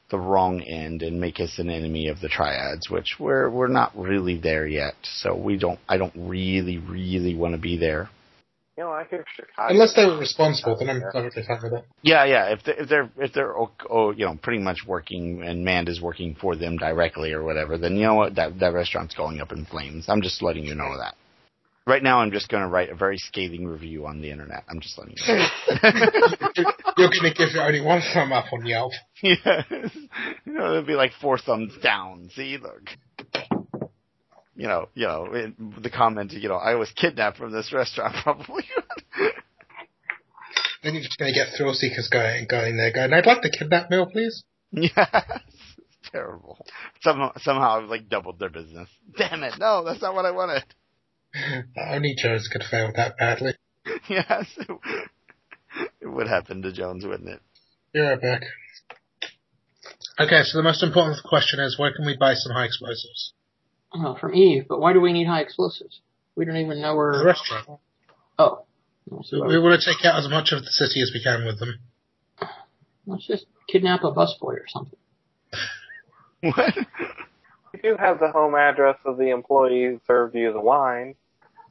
S5: the wrong end and make us an enemy of the triads, which we're we're not really there yet. So we don't. I don't really, really want to be there.
S6: You know, I hear Chicago.
S2: Unless they were responsible, then I'm perfectly fine with it.
S5: Yeah, yeah. If they're, if they're if they're oh, oh, you know pretty much working and Mand is working for them directly or whatever, then you know what that that restaurant's going up in flames. I'm just letting you know that. Right now, I'm just going to write a very scathing review on the internet. I'm just letting you know.
S2: You're going to give it only one thumb up on Yelp.
S5: Yes. You know, it'd be like four thumbs down. See, look. You know, you know, in the comment, you know, I was kidnapped from this restaurant, probably.
S2: Then you're just going to get thrill seekers going, going there, going, I'd like the kidnap meal, please.
S5: yes. It's terrible. Somehow, somehow I've like doubled their business. Damn it. No, that's not what I wanted.
S2: Only Joe's could fail that badly.
S5: Yes. It would happen to Jones, wouldn't it?
S2: You're right back. Okay, so the most important question is where can we buy some high explosives?
S4: Oh, from Eve, but why do we need high explosives? We don't even know
S2: The
S4: where.
S2: restaurant.
S4: Oh,
S2: We want to take out as much of the city as we can with them.
S4: let's just kidnap a busboy or something.
S5: What?
S6: You do have the home address of the employee who served you the wine.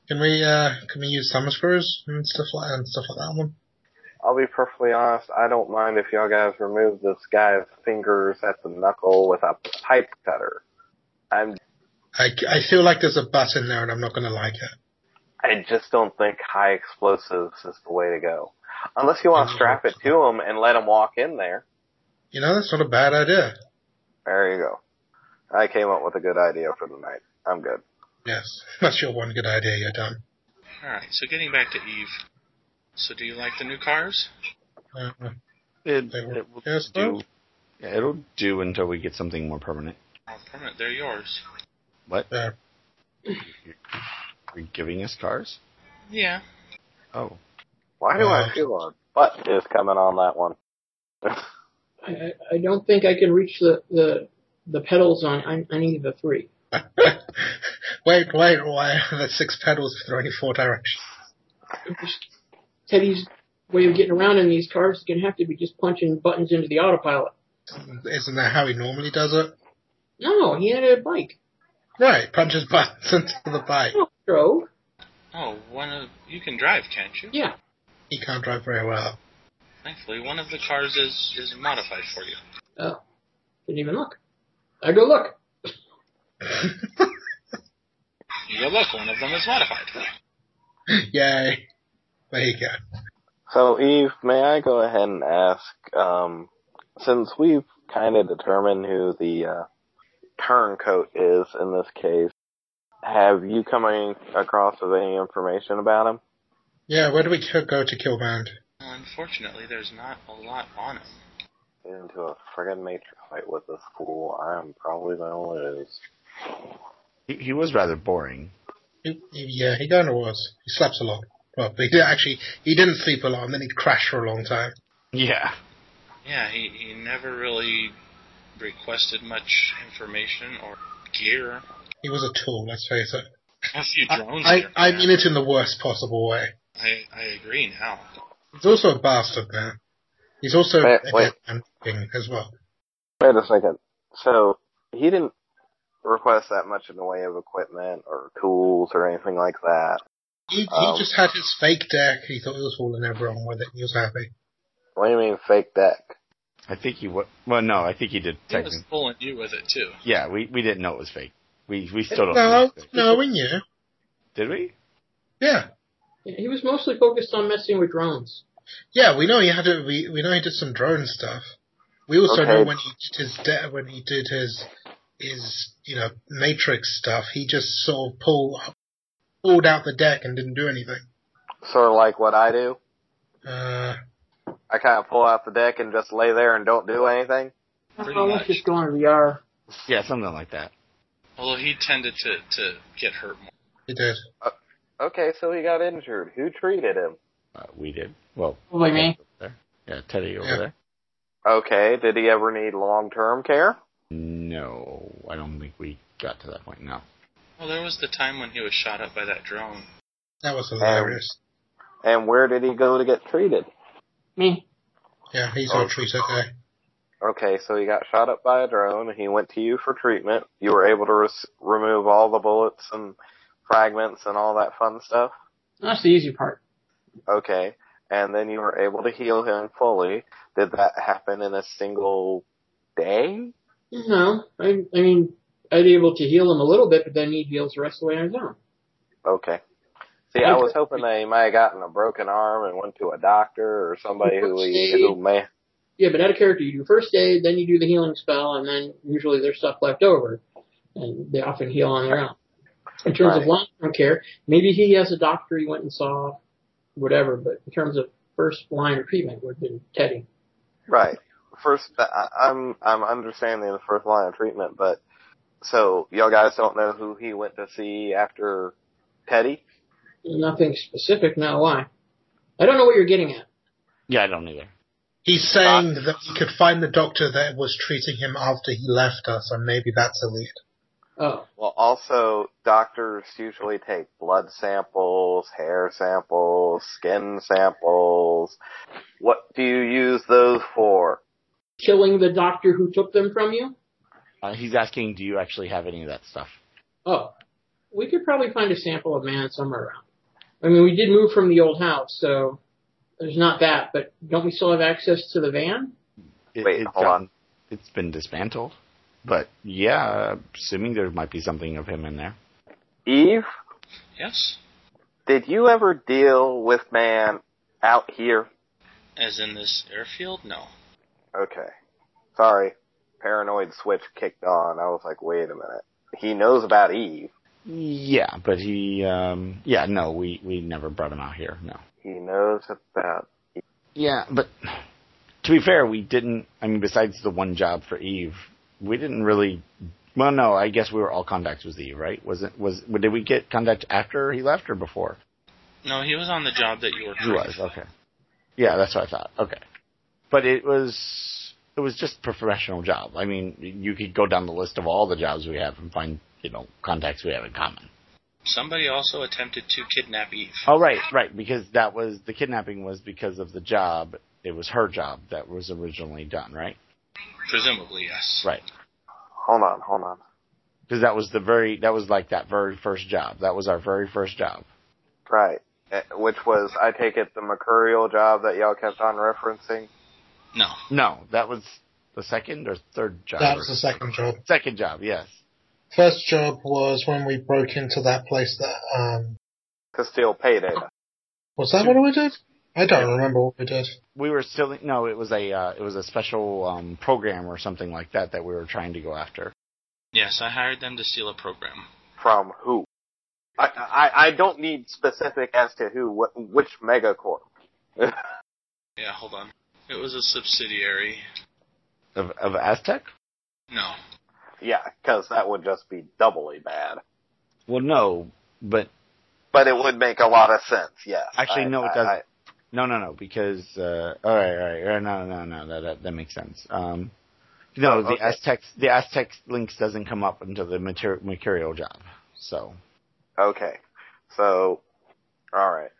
S2: Can we uh can we use thumb screws and stuff like and stuff like that on them?
S6: I'll be perfectly honest, I don't mind if y'all guys remove this guy's fingers at the knuckle with a pipe cutter. I'm,
S2: I, I feel like there's a button there and I'm not going to like it.
S6: I just don't think high explosives is the way to go. Unless you want to strap it to him and let him walk in there.
S2: You know, that's not a bad idea.
S6: There you go. I came up with a good idea for the night. I'm good.
S2: Yes, that's your one good idea. You're done.
S3: All right. So getting back to Eve. So do you like the new cars?
S2: Uh,
S5: It,
S2: They were-
S5: it will
S2: Yes,
S5: do. yeah, it'll do until we get something more permanent.
S3: Oh, permanent. They're yours.
S5: What?
S2: Yeah.
S5: Are you giving us cars?
S3: Yeah.
S5: Oh.
S6: Why do I feel a butt is coming on that one?
S4: I, I, I don't think I can reach the the the pedals on on any of the three.
S2: wait, wait, wait. There's six pedals if there are only four directions.
S4: Teddy's way of getting around in these cars is going to have to be just punching buttons into the autopilot.
S2: Isn't that how he normally does it?
S4: No, he had a bike.
S2: Right, punches buttons into the bike.
S4: No, drove.
S3: Oh, one of you can drive, can't you?
S4: Yeah.
S2: He can't drive very well.
S3: Thankfully, one of the cars is is modified for you.
S4: Oh, didn't even look. I go look.
S3: Yeah, look, one of them is modified.
S2: Yay. There you go.
S6: So Eve, may I go ahead and ask, um, since we've kind of determined who the uh, turncoat is in this case, have you come in- across with any information about him?
S2: Yeah, where do we ki- go to kill Mand?
S3: Unfortunately, there's not a lot on him.
S6: Get Into a friggin' nature fight with this fool, I'm probably gonna lose.
S5: He, he was rather boring.
S2: He- he- Yeah, he kind of was. He slept a lot. Well, but he did actually, he didn't sleep a lot and then he'd crash for a long time.
S5: Yeah.
S3: Yeah, he he never really requested much information or gear.
S2: He was a tool, let's face it.
S3: A few drones.
S2: I,
S3: here and
S2: I
S3: there.
S2: mean it in the worst possible way.
S3: I I agree now.
S2: He's also a bastard now. He's also
S6: Wait,
S2: a
S6: wait.
S2: man king as well.
S6: Wait a second. So he didn't request that much in the way of equipment or tools or anything like that.
S2: He, he
S6: Um,
S2: just had his fake deck. He thought he was fooling everyone with it. He was happy.
S6: What do you mean fake deck?
S5: I think he wa Well, no, I think he did.
S3: He was
S5: Technically.
S3: fooling you with it too.
S5: Yeah, we, we didn't know it was fake. We we still don't. know
S2: No,
S5: it's fake.
S2: no, we knew.
S5: Did we?
S2: Yeah,
S4: He was mostly focused on messing with drones.
S2: yeah, we know he had a, we we know he did some drone stuff. We also
S6: Okay.
S2: know when he did his de- when he did his his you know Matrix stuff, he just sort of pulled pulled out the deck and didn't do anything.
S6: Sort of like what I do.
S2: Uh,
S6: I kind of pull out the deck and just lay there and don't do anything.
S3: Pretty
S4: Oh,
S3: much.
S4: let's just go on VR.
S5: Yeah, something like that.
S3: Although he tended to, to get hurt more.
S2: he did.
S6: Okay, so he got injured. Who treated him?
S5: Uh, we did. Well,
S4: Probably Oh, me.
S5: There. Yeah, Teddy over
S2: Yeah.
S5: there.
S6: Okay, did he ever need long-term care?
S5: No, I don't think we got to that point. No.
S3: Well, there was the time when he was shot up by that drone.
S2: That
S6: Um,
S2: was hilarious.
S6: And where did he go to get treated?
S4: Me.
S2: yeah, he's our
S6: Oh.
S2: treat okay.
S6: Okay, so he got shot up by a drone. and He went to you for treatment. You were able to res- remove all the bullets and fragments and all that fun stuff.
S4: That's the easy part.
S6: Okay, and then you were able to heal him fully. Did that happen in a single day?
S4: No, I, I mean, I'd be able to heal him a little bit, but then he heals the rest of the way on his own.
S6: Okay. See, I was hoping that he might have gotten a broken arm and went to a doctor or somebody who he who may.
S4: Yeah, but out of character, you do first aid, then you do the healing spell, and then usually there's stuff left over, and they often heal on their own. In terms of
S6: Right.
S4: long-term care, maybe he has a doctor he went and saw, whatever. But in terms of first line of treatment, would have been Teddy.
S6: Right. First, I, I'm I'm understanding the first line of treatment, but so y'all guys don't know who he went to see after Teddy.
S4: Nothing specific, not why. I don't know what you're getting at.
S5: Yeah, I don't either.
S6: uh,
S2: He's saying that we could find the doctor that was treating him after he left us, and maybe that's a lead.
S4: Oh,
S6: Well, also doctors usually take blood samples, hair samples, skin samples. What do you use those for?
S4: killing the doctor who took them from you.
S5: Uh, he's asking, do you actually have any of that stuff?
S4: Oh, we could probably find a sample of man somewhere around. I mean, we did move from the old house, so there's not that. But don't we still have access to the van?
S5: It,
S6: Wait,
S5: it's
S6: hold
S5: gotten- It's been dismantled, but yeah, assuming there might be something of him in there.
S6: Eve,
S3: Yes?
S6: did you ever deal with man out here?
S3: As in this airfield? No.
S6: Okay. Sorry. Paranoid switch kicked on. I was like, wait a minute. He knows about Eve.
S5: Yeah, but he, um, yeah, no, we we never brought him out here. No.
S6: He knows about.
S5: Yeah, but to be fair, we didn't. I mean, besides the one job for Eve, we didn't really. Well, no, I guess we were all contacts with Eve, right? Was it was did we get contact after he left or before?
S3: No, he was on the job that you were
S5: He was okay. Yeah, that's what I thought. Okay, but it was it was just a professional job. I mean, you could go down the list of all the jobs we have and find you know contacts we have in common.
S3: Somebody also attempted to kidnap Eve.
S5: Oh, right, right, because that was the kidnapping was because of the job. It was her job that was originally done, right?
S3: Presumably, yes.
S5: Right.
S6: Hold on, hold on.
S5: because that was the very that was like that very first job. That was our very first job.
S6: Right. Eh, Which was, I take it, the mercurial job that y'all kept on referencing.
S3: No.
S5: No, that was the second or third job.
S2: That was the second job.
S5: second job. Yes.
S2: First job was when we broke into that place that, um,
S6: To steal pay data.
S2: was that what we did? I don't remember what we did.
S5: We were still no. It was a uh, it was a special um, program or something like that that we were trying to go after.
S3: Yes, I hired them to steal a program.
S6: From who? I, I, I don't need specific as to who, wh- which megacorp.
S3: Yeah, hold on. It was a subsidiary.
S5: Of, of Aztec?
S3: No.
S6: yeah, because that would just be doubly bad.
S5: Well, no, but
S6: But it would make a lot of sense, yes.
S5: Actually,
S6: I-
S5: no, it
S6: I-
S5: doesn't.
S6: I-
S5: no, no, no, because uh, all right, all right, all right, no, no, no, that that, that makes sense. Um, no,
S6: Oh,
S5: the
S6: okay.
S5: Aztecs the Aztecs links doesn't come up until the mater- mercurial job. So
S6: Okay. So, alright.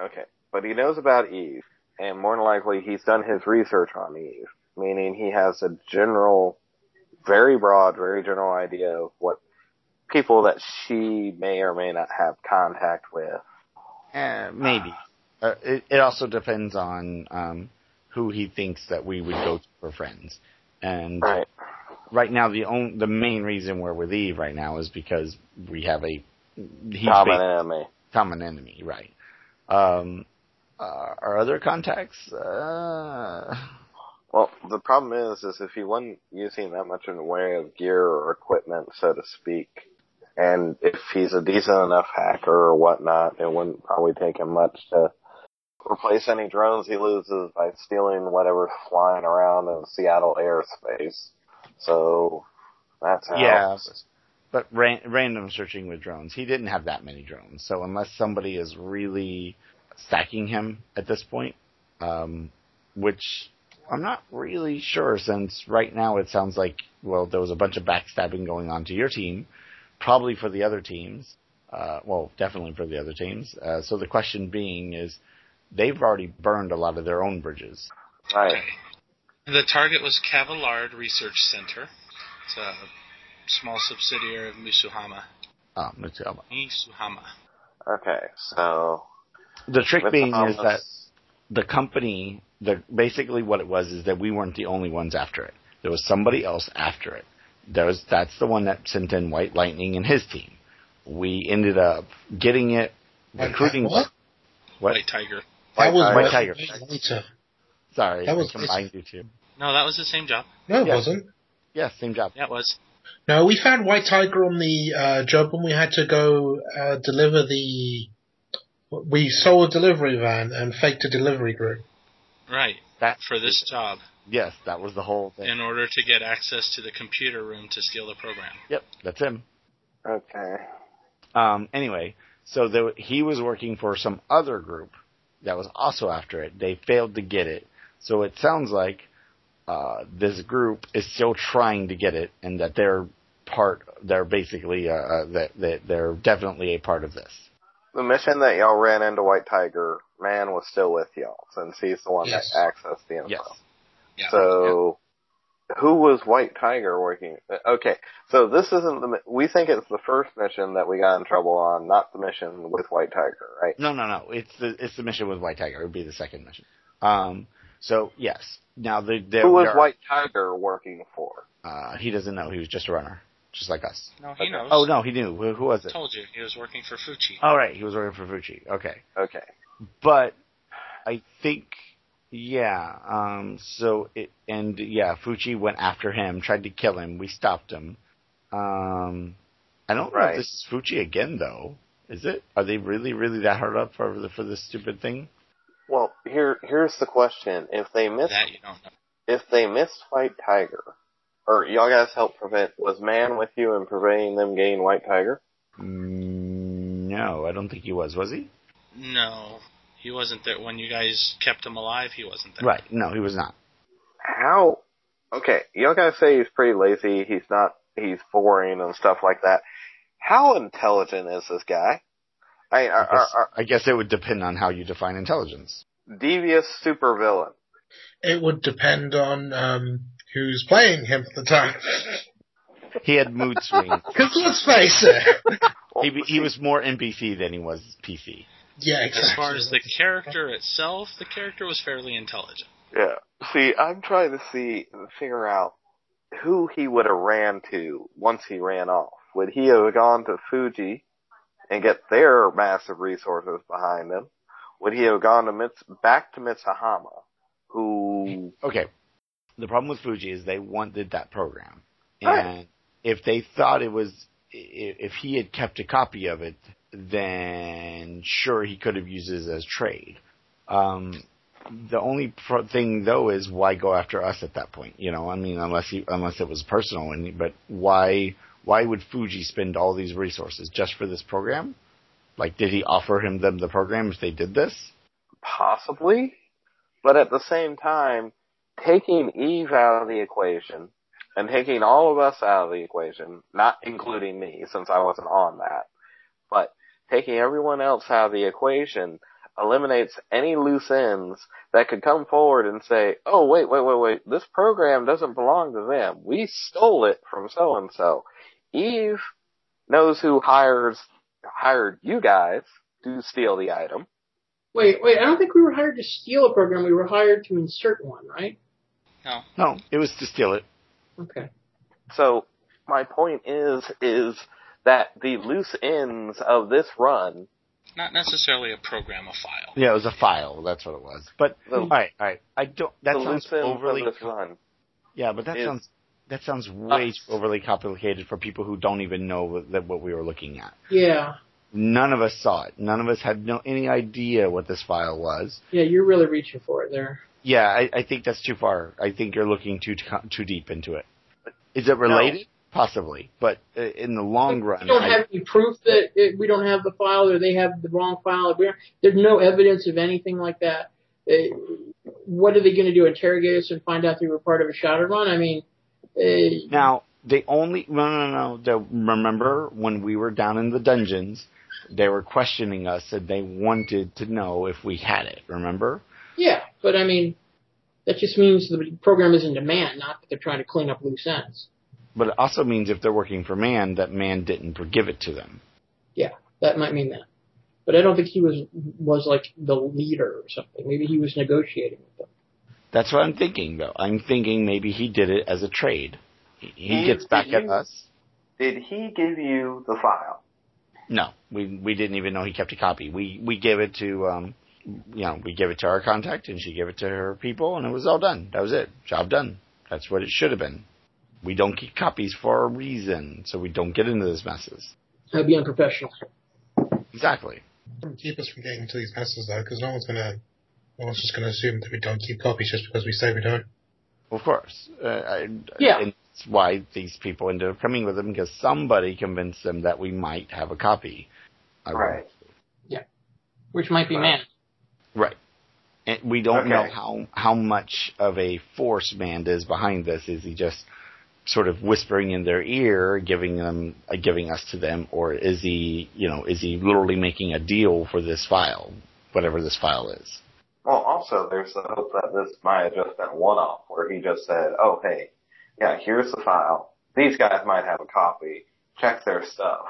S6: Okay. But he knows about Eve, and more than likely he's done his research on Eve, meaning he has a general, very broad, very general idea of what people that she may or may not have contact with.
S5: uh, Eh, maybe. Uh, it, it also depends on um, who he thinks that we would go to for friends. And
S6: Right.
S5: right now, the on, the main reason where we leave right now is because we have a he's
S6: Common
S5: ba-
S6: enemy.
S5: common enemy, right? Um, uh, our other contacts, uh,
S6: Well, the problem is, is if he wasn't using that much in the way of gear or equipment, so to speak, and if he's a decent enough hacker or whatnot, it wouldn't probably take him much to replace any drones he loses by stealing whatever's flying around in Seattle airspace. So that's how.
S5: Yeah. but ran- random searching with drones. He didn't have that many drones, so unless somebody is really stacking him at this point, um, which I'm not really sure since right now it sounds like well there was a bunch of backstabbing going on to your team, probably for the other teams. Uh, well, definitely for the other teams. Uh, so the question being is, they've already burned a lot of their own bridges.
S6: Right.
S3: Okay. The target was Cavallard Research Center. It's a small subsidiary of Misuhama.
S5: Um, let's see, um,
S3: Misuhama.
S6: Okay. So.
S5: the trick
S6: with
S5: being
S6: the
S5: is that the company, the basically what it was is that we weren't the only ones after it. There was somebody else after it. There was, that's the one that sent in White Lightning and his team. We ended up getting it,
S2: Like,
S5: recruiting.
S2: what?
S5: What?
S3: White Tiger.
S2: That was
S5: White
S2: what-
S5: Tiger.
S2: later.
S5: Sorry,
S2: That
S5: I
S2: was-
S5: combined you two.
S3: No, that was the same job.
S2: No, it
S5: Yeah.
S2: wasn't.
S5: Yeah, same job.
S3: Yeah, it was.
S2: No, we found White Tiger on the uh, job when we had to go uh, deliver the. We sold a delivery van and faked a delivery group.
S3: Right.
S5: That
S3: For this job.
S5: Yes, that was the whole thing.
S3: In order to get access to the computer room to steal the program.
S5: yep, that's him.
S6: Okay.
S5: Um, anyway, so there, he was working for some other group that was also after it. They failed to get it. So it sounds like uh, this group is still trying to get it, and that they're part. They're basically uh, uh, that, that they're definitely a part of this.
S6: The mission that y'all ran into White Tiger, man was still with y'all since he's the one
S2: Yes.
S6: that accessed the info.
S5: Yes.
S3: Yeah.
S6: So, who was White Tiger working? uh, Okay, so this isn't the. mi- We think it's the first mission that we got in trouble on, not the mission with White Tiger, right?
S5: No, no, no. It's the it's the mission with White Tiger. It would be the second mission. Um. So yes. Now the, the
S6: who was
S5: there-
S6: White Tiger working for?
S5: Uh, he doesn't know. He was just a runner, just like us.
S3: No, he
S6: Okay.
S3: knows.
S5: Oh no, he knew. Who, who was
S3: I
S5: it?
S3: told you he was working for Fuchi.
S5: All right, he was working for Fucci. Okay.
S6: Okay,
S5: but I think yeah. Um, so it and yeah, Fuchi went after him, tried to kill him. We stopped him. Um, I don't know
S6: Right.
S5: if this is Fuchi again though. Is it? Are they really, really that hard up for the, for this stupid thing?
S6: well here here's the question: If they missed
S3: That you don't know.
S6: if they missed White Tiger, or y'all guys helped prevent, was man with you in preventing them getting White Tiger?
S5: Mm, No, I don't think he was. Was he?
S3: No, he wasn't there when you guys kept him alive. He wasn't there.
S5: Right. No, he was not.
S6: how okay y'all guys say he's pretty lazy he's not he's boring and stuff like that how intelligent is this guy i
S5: I
S6: mean, are, are,
S5: guess,
S6: are
S5: I guess it would depend on how you define intelligence.
S6: devious supervillain
S2: It would depend on um, who's playing him at the time.
S5: He had mood swings.
S2: Because let's face it.
S6: Well,
S5: he, he was more NPC than he was PC.
S2: Yeah, exactly.
S3: As far as the character itself, the character was fairly intelligent.
S6: yeah see i'm trying to see figure out who he would have ran to once he ran off would he have gone to fuji and get their massive resources behind him would he have gone to Mits- back to mitsuhama who
S5: okay. The problem with Fuji is they wanted that program, and
S6: Right.
S5: if they thought it was, i- if he had kept a copy of it, then sure he could have used it as trade. Um, the only pro- thing though is why go after us at that point? You know, I mean, unless he, unless it was personal, and but why why would Fuji spend all these resources just for this program? Like, did he offer him them the program if they did this?
S6: Possibly. But at the same time, taking Eve out of the equation and taking all of us out of the equation, not including me since I wasn't on that, but taking everyone else out of the equation eliminates any loose ends that could come forward and say, oh wait, wait, wait, wait, this program doesn't belong to them. We stole it from so and so. Eve knows who hires, hired you guys to steal the item
S4: Wait, wait. I don't think we were hired to steal a program. We were hired to insert one, right?
S5: No, it was to steal it.
S4: Okay.
S6: So my point is, is that the loose ends of this run,
S3: Not necessarily a program, a file.
S5: Yeah, it was a file. That's what it was. But
S6: The-
S5: all right, all right. I don't. That
S6: the
S5: sounds
S6: loose ends
S5: overly.
S6: of this run.
S5: Yeah, but that
S6: is-
S5: sounds that sounds way too overly complicated for people who don't even know what- that what we were looking at.
S4: Yeah.
S5: None of us saw it. None of us had no any idea what this file was.
S4: Yeah, you're really reaching for it there.
S5: Yeah, I, I think that's too far. I think you're looking too t- too deep into it. Is it related? Possibly, but uh, in the long
S4: We
S5: run,
S4: don't
S5: I-
S4: have any proof that it, we don't have the file or they have the wrong file. We don't, there's no evidence of anything like that. Uh, what are they going to do? Interrogate us and find out they were part of a shadow run? I mean, uh,
S5: Now they only no no no. They, remember when we were down in the dungeons, they were questioning us and they wanted to know if we had it. Remember?
S4: yeah, but I mean, that just means the program is in demand, not that they're trying to clean up loose ends.
S5: But it also means if they're working for man, that man didn't give it to them.
S4: That might mean that. But I don't think he was was like the leader or something. Maybe he was negotiating with them.
S5: That's what I'm thinking though. I'm thinking maybe he did it as a trade. He- He
S6: Mm,
S5: gets back
S6: did
S5: at
S6: you-
S5: us.
S6: Did he give you the file?
S5: No, we we didn't even know he kept a copy. We we gave it to um, you know, we gave it to our contact, and she gave it to her people, and it was all done. That was it. Job done. That's what it should have been. We don't keep copies for a reason, so we don't get into these messes.
S4: That would be unprofessional.
S5: Exactly.
S2: Don't keep us from getting into these messes though, because no one's gonna, no one's just gonna assume that we don't keep copies just because we say we don't.
S5: Of course. Uh, I,
S4: Yeah.
S5: And that's why these people ended up coming with them because somebody convinced them that we might have a copy. I will-
S6: Right.
S4: Which might be
S6: Right.
S4: man.
S5: And we don't know
S6: Okay.
S5: how how much of a force Mand is behind this. Is he just sort of whispering in their ear, giving them uh, giving us to them, or is he you know is he literally making a deal for this file, whatever this file is?
S6: Well, also, there's the hope that this might have just been one-off, where he just said, "Oh, hey, yeah, here's the file. These guys might have a copy. Check their stuff."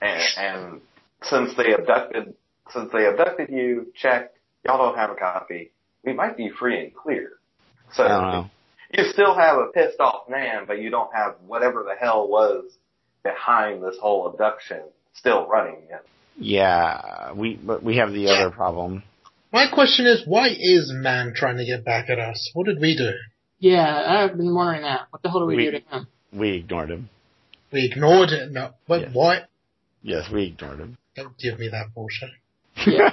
S6: And, and since they abducted, since they abducted you, check. Y'all don't have a copy. We might be free and clear. So
S5: I don't know.
S6: you still have a pissed off man, but you don't have whatever the hell was behind this whole abduction still running. Yet.
S5: Yeah, we but we have the other problem.
S2: My question is, why is man trying to get back at us? What did we do?
S4: Yeah, I've been wondering that. What the hell do we
S5: We-
S4: do to him?
S5: We ignored him.
S2: We ignored it. No, but
S5: Yeah.
S2: why?
S5: Yes, we ignored him.
S2: Don't give me that bullshit.
S4: Yeah.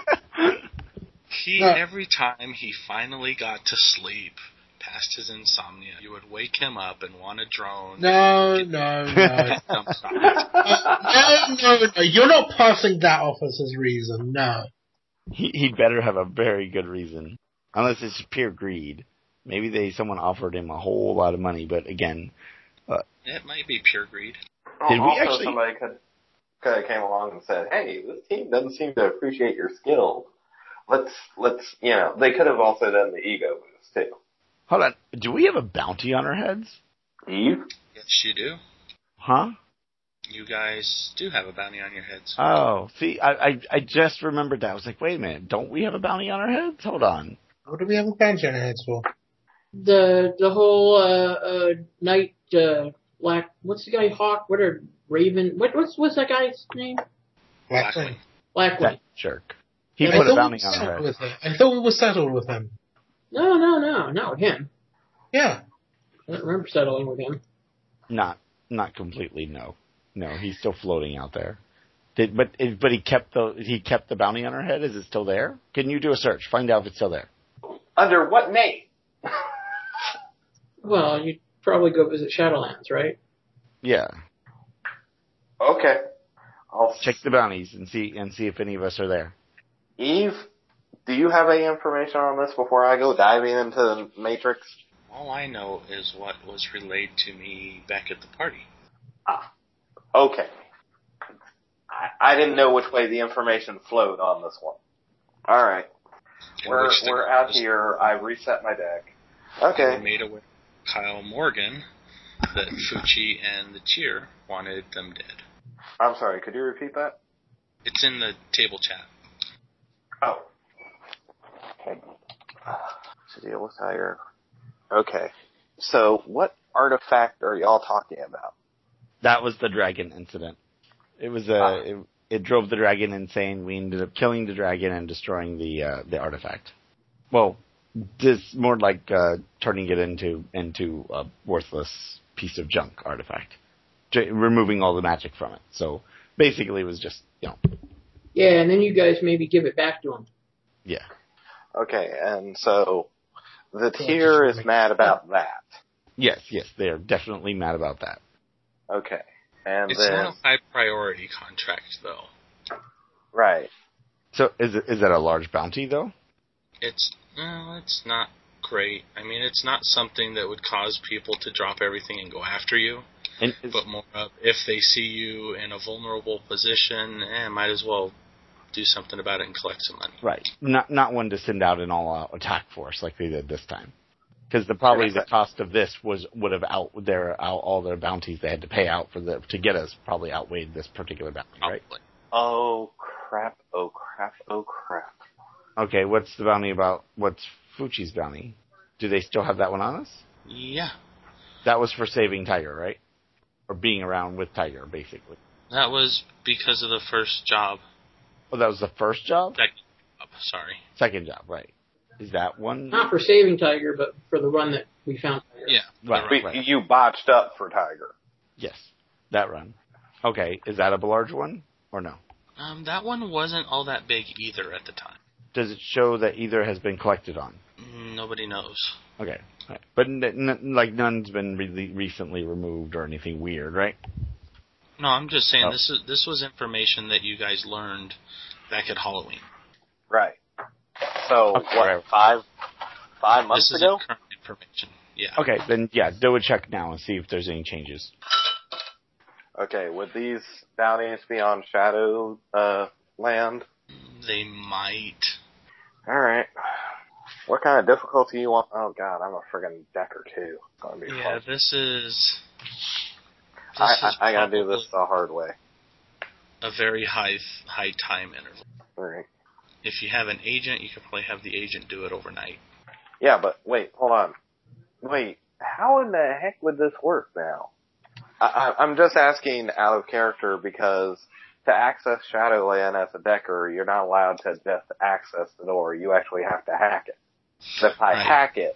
S3: He
S2: Yeah.
S3: every time he finally got to sleep, past his insomnia, you would wake him up and want to drone.
S2: No, no, no.
S3: Dump sites.
S2: Uh, no, no, no. You're not passing that off as his reason. No.
S5: he he better have a very good reason, unless it's pure greed. Maybe they someone offered him a whole lot of money, but again,
S3: it might be pure greed.
S6: Well,
S5: Did we
S6: also,
S5: actually-
S6: somebody could could have came along and said, "Hey, this team doesn't seem to appreciate your skills. Let's let's you know." They could have also done the ego boost too.
S5: Hold on. Do we have a bounty on our heads?
S6: Eve,
S3: Yes, you do.
S5: Huh?
S3: You guys do have a bounty on your heads.
S5: Oh, see, I, I I just remembered that. I was like, wait a minute, don't we have a bounty on our heads? Hold on.
S2: What do we have a bounty on our heads for?
S4: the the whole uh, uh, night uh, black. What's the guy? Hawk? What are Raven? What what's what's that guy's name?
S2: Blackley.
S4: Blackwing.
S5: That jerk. He
S2: I
S5: put a
S2: thought we
S5: bounty
S2: were
S5: on our
S2: settled
S5: heads.
S2: with it. I thought we were settled with him.
S4: No, no, no, no, him.
S2: Yeah.
S4: I don't remember settling with him.
S5: Not not completely. No, no, he's still floating out there. Did but it, but he kept the he kept the bounty on our head. Is it still there? Can you do a search? Find out if it's still there.
S6: under what name?
S4: Well, you'd probably go visit Shadowlands, right?
S5: Yeah.
S6: Okay, I'll
S5: Check the bounties and see and see if any of us are there.
S6: Eve, do you have any information on this before I go diving into the matrix?
S3: All I know is what was relayed to me back at the party.
S6: Okay, I, I didn't know which way the information flowed on this one. All right,
S3: in
S6: we're
S3: which the
S6: we're out
S3: girls
S6: here. I reset my deck.
S3: were
S6: Okay.
S3: Made aware of Kyle Morgan that Fucci and the cheer wanted them dead.
S6: I'm sorry, could you repeat that?
S3: It's in the table chat.
S6: Oh. Okay. To deal with higher. Okay. So what artifact are y'all talking about?
S5: That was the dragon incident. It was a.
S6: Ah.
S5: It, it drove the dragon insane. We ended up killing the dragon and destroying the uh, the artifact. Well, this more like uh, turning it into into a worthless piece of junk artifact, J- removing all the magic from it. So basically, it was just you know
S4: Yeah, and then you guys maybe give it back to him.
S5: yeah.
S6: Okay, and so the
S2: just
S6: tier is
S2: make-
S6: mad about that.
S5: Yes, yes, they are definitely mad about that.
S6: Okay. And
S3: It's
S6: then
S3: not a high priority contract though.
S6: right.
S5: So is it, is that a large bounty though?
S3: It's well, it's not great. I mean, it's not something that would cause people to drop everything and go after you,
S5: And is,
S3: but more of if they see you in a vulnerable position, eh, might as well do something about it and collect some money.
S5: right, not not one to send out an all out attack force like they did this time, because the probably the cost of this was would have out their out all their bounties they had to pay out for the to get us probably outweighed this particular bounty, right?
S3: Probably.
S6: Oh crap, oh crap, oh crap.
S5: Okay, what's the bounty about? What's Fuchi's bounty? Do they still have that one on us?
S3: Yeah,
S5: That was for saving Tiger, right? Or being around with Tiger, basically.
S3: that was because of the first job.
S5: Oh, that was the first job.
S3: Second job, sorry.
S5: Second job, right? Is that one?
S4: Not for saving Tiger, but for the run that we found. Tiger.
S3: Yeah,
S5: Right,
S6: We-
S5: right.
S6: You botched up for Tiger.
S5: Yes, that run. Okay, is that a large one or no?
S3: um, that one wasn't all that big either at the time.
S5: Does it show that either has been collected on?
S3: Mm, Nobody knows.
S5: Okay, Alright. but n- n- like none's been really recently removed or anything weird, right?
S3: No, I'm just saying
S5: Oh.
S3: this is this was information that you guys learned back at Halloween.
S6: Right. So
S5: Okay,
S6: what
S5: right.
S6: five five months
S3: this is
S6: ago?
S3: current information. Yeah.
S5: Okay, then yeah, do a check now and see if there's any changes.
S6: Okay, would these bounties be on Shadow uh, Land?
S3: They might.
S6: All right. What kind of difficulty you want? Oh God, I'm a friggin' decker too. It's gonna be
S3: Yeah,
S6: fun.
S3: this is. This
S6: I,
S3: is
S6: I, I gotta do
S3: probably
S6: this the hard way.
S3: A very high high time interval.
S6: All right.
S3: If you have an agent, you could probably have the agent do it overnight.
S6: Yeah, but wait, hold on. Wait, how in the heck would this work now? I, I, I'm just asking out of character because to access Shadowland as a decker, you're not allowed to just access the door. You actually have to hack it. If I
S3: Right.
S6: hack it,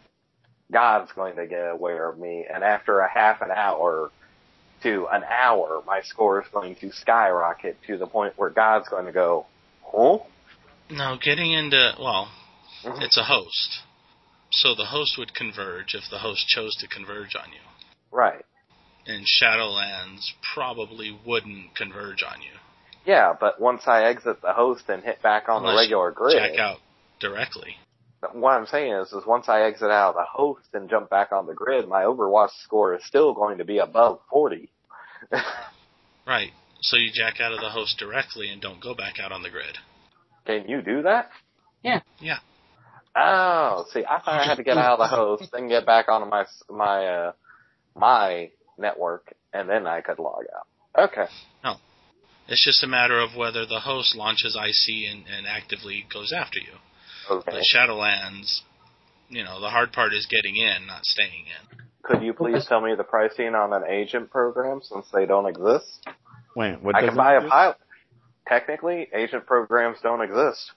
S6: God's going to get aware of me, and after a half an hour to an hour, my score is going to skyrocket to the point where God's going to go, huh?
S3: Now, getting into well, it's a host, so the host would converge if the host chose to converge on you.
S6: Right.
S3: And Shadowlands probably wouldn't converge on you.
S6: Yeah, but once I exit the host and hit back on the
S3: Unless you
S6: regular grid,
S3: Check out directly.
S6: what I'm saying is, is once I exit out of the host and jump back on the grid, my Overwatch score is still going to be above 40.
S3: Right. So you jack out of the host directly and don't go back out on the grid.
S6: Can you do that?
S4: Yeah.
S3: Yeah.
S6: Oh, see, I thought I had to get out of the host, then get back onto my s- my uh, my network, and then I could log out. Okay.
S3: It's just a matter of whether the host launches IC and, and actively goes after you.
S6: Okay.
S3: But Shadowlands, you know, the hard part is getting in, not staying in.
S6: Could you please tell me the pricing on an agent program since they don't exist?
S5: Wait, what?
S6: I can
S5: doesn't
S6: buy a
S5: do?
S6: pilot. Technically, agent programs don't exist.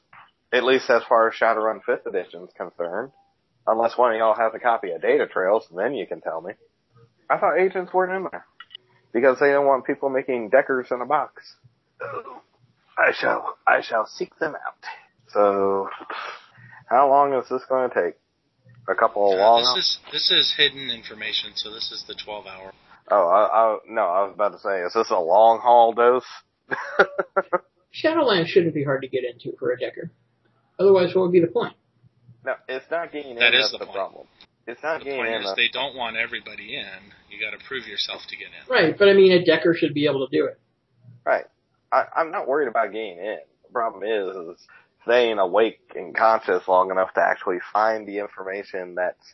S6: At least as far as Shadowrun 5th edition is concerned. Unless one of y'all has a copy of Data Trails, then you can tell me. I thought agents weren't in there. Because they don't want people making deckers in a box. I shall, I shall seek them out. So, how long is this going to take? A couple of long
S3: this is this is hidden information, so this is the 12 hour.
S6: Oh, I, I, no, I was about to say, is this a long haul dose?
S4: Shadowlands shouldn't be hard to get into for a decker. Otherwise, what would be the point?
S6: No, it's not getting
S3: That
S6: in.
S3: is
S6: that's
S3: the
S6: the,
S3: point.
S6: problem. It's not
S3: The
S6: getting
S3: point
S6: in.
S3: is
S6: that's-
S3: they don't want everybody in. You got to prove yourself to get in.
S4: Right, but I mean, a decker should be able to do it.
S6: right. I, I'm not worried about getting in. The problem is, is they ain't awake and conscious long enough to actually find the information that's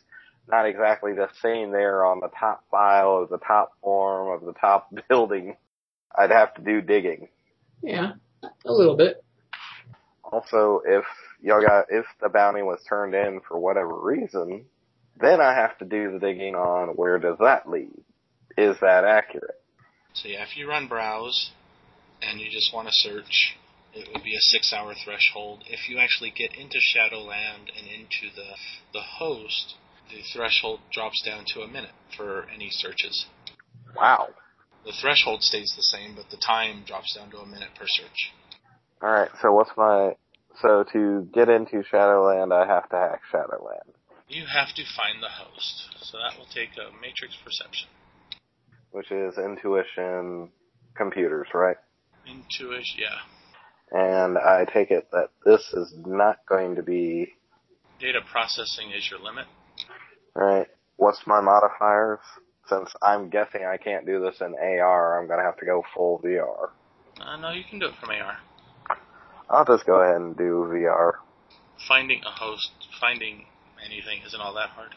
S6: not exactly just sitting there on the top file of the top form of the top building. I'd have to do digging.
S4: Yeah, a little bit.
S6: Also, if Yoga, if the bounty was turned in for whatever reason, then I have to do the digging on where does that lead? Is that accurate?
S3: So yeah, if you run browse and you just want to search, it would be a six hour threshold. If you actually get into Shadowland and into the the host, the threshold drops down to a minute for any searches.
S6: Wow.
S3: The threshold stays the same, but the time drops down to a minute per search.
S6: All right. So what's my so to get into Shadowland, I have to hack Shadowland,
S3: You have to find the host. So that will take a matrix perception.
S6: which is intuition computers, right?
S3: Intuition, yeah.
S6: And I take it that this is not going to be
S3: Data processing is your limit.
S6: all right. What's my modifiers? Since I'm guessing I can't do this in AR, I'm gonna have to go full VR.
S3: Uh, no, you can do it from AR.
S6: I'll just go ahead and do VR.
S3: Finding a host, finding anything isn't all that hard.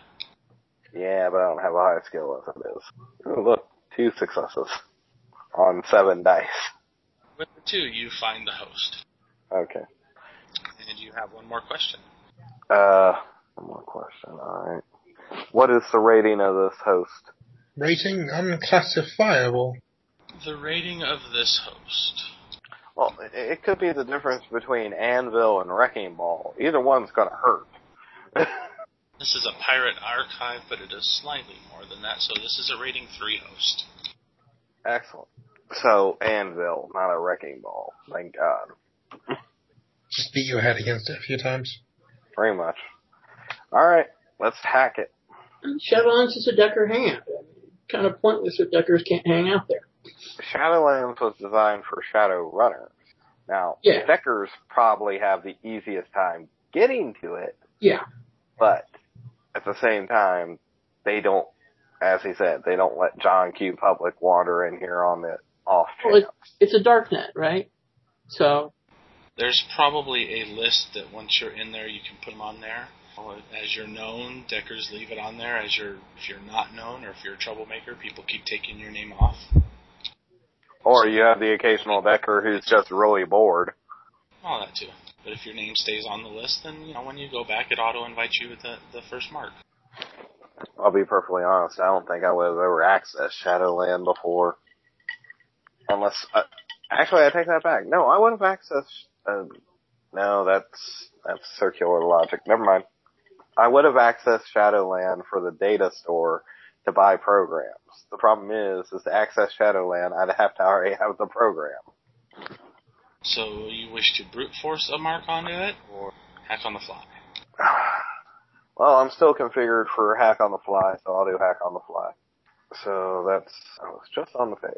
S6: Yeah, but I don't have a high skill as it is. Ooh, look, two successes on seven dice.
S3: With the two, you find the host.
S6: Okay.
S3: And you have one more question.
S6: Uh, one more question. All right. What is the rating of this host?
S2: Rating unclassifiable.
S3: The rating of this host.
S6: Well, it- it could be the difference between anvil and wrecking ball. Either one's going to hurt.
S3: This is a pirate archive, but it is slightly more than that, so this is a rating 3 host.
S6: Excellent. So anvil, not a wrecking ball. Thank God.
S2: Just beat your head against it a few times.
S6: Very much. All right, let's hack it.
S4: Shadowlands is a Decker hangout. Kind of pointless if Deckers can't hang out there.
S6: Shadowlands was designed for Shadow Runners. Now,
S4: Yeah.
S6: Deckers probably have the easiest time getting to it,
S4: Yeah.
S6: but at the same time, they don't, as he said, they don't let John Q. Public wander in here on the off
S4: Well,
S6: chance.
S4: It's a dark net, right? So,
S3: There's probably a list that once you're in there, you can put them on there. As you're known, Deckers leave it on there. As you're, if you're not known or if you're a troublemaker, people keep taking your name off.
S6: Or you have the occasional Decker who's just really bored.
S3: All that too. But if your name stays on the list, then you know when you go back, it auto invites you with the, the first mark.
S6: I'll be perfectly honest, I don't think I would have ever accessed Shadowland before. Unless, uh, actually I take that back. No, I would have accessed, uh, no, that's, that's circular logic. Never mind. I would have accessed Shadowland for the data store to buy programs. The problem is, is to access Shadowland, I'd have to already have the program.
S3: So you wish to brute force a mark onto it, or hack on the fly.
S6: Well, I'm still configured for hack on the fly, so I'll do hack on the fly. So that's I was just on the page.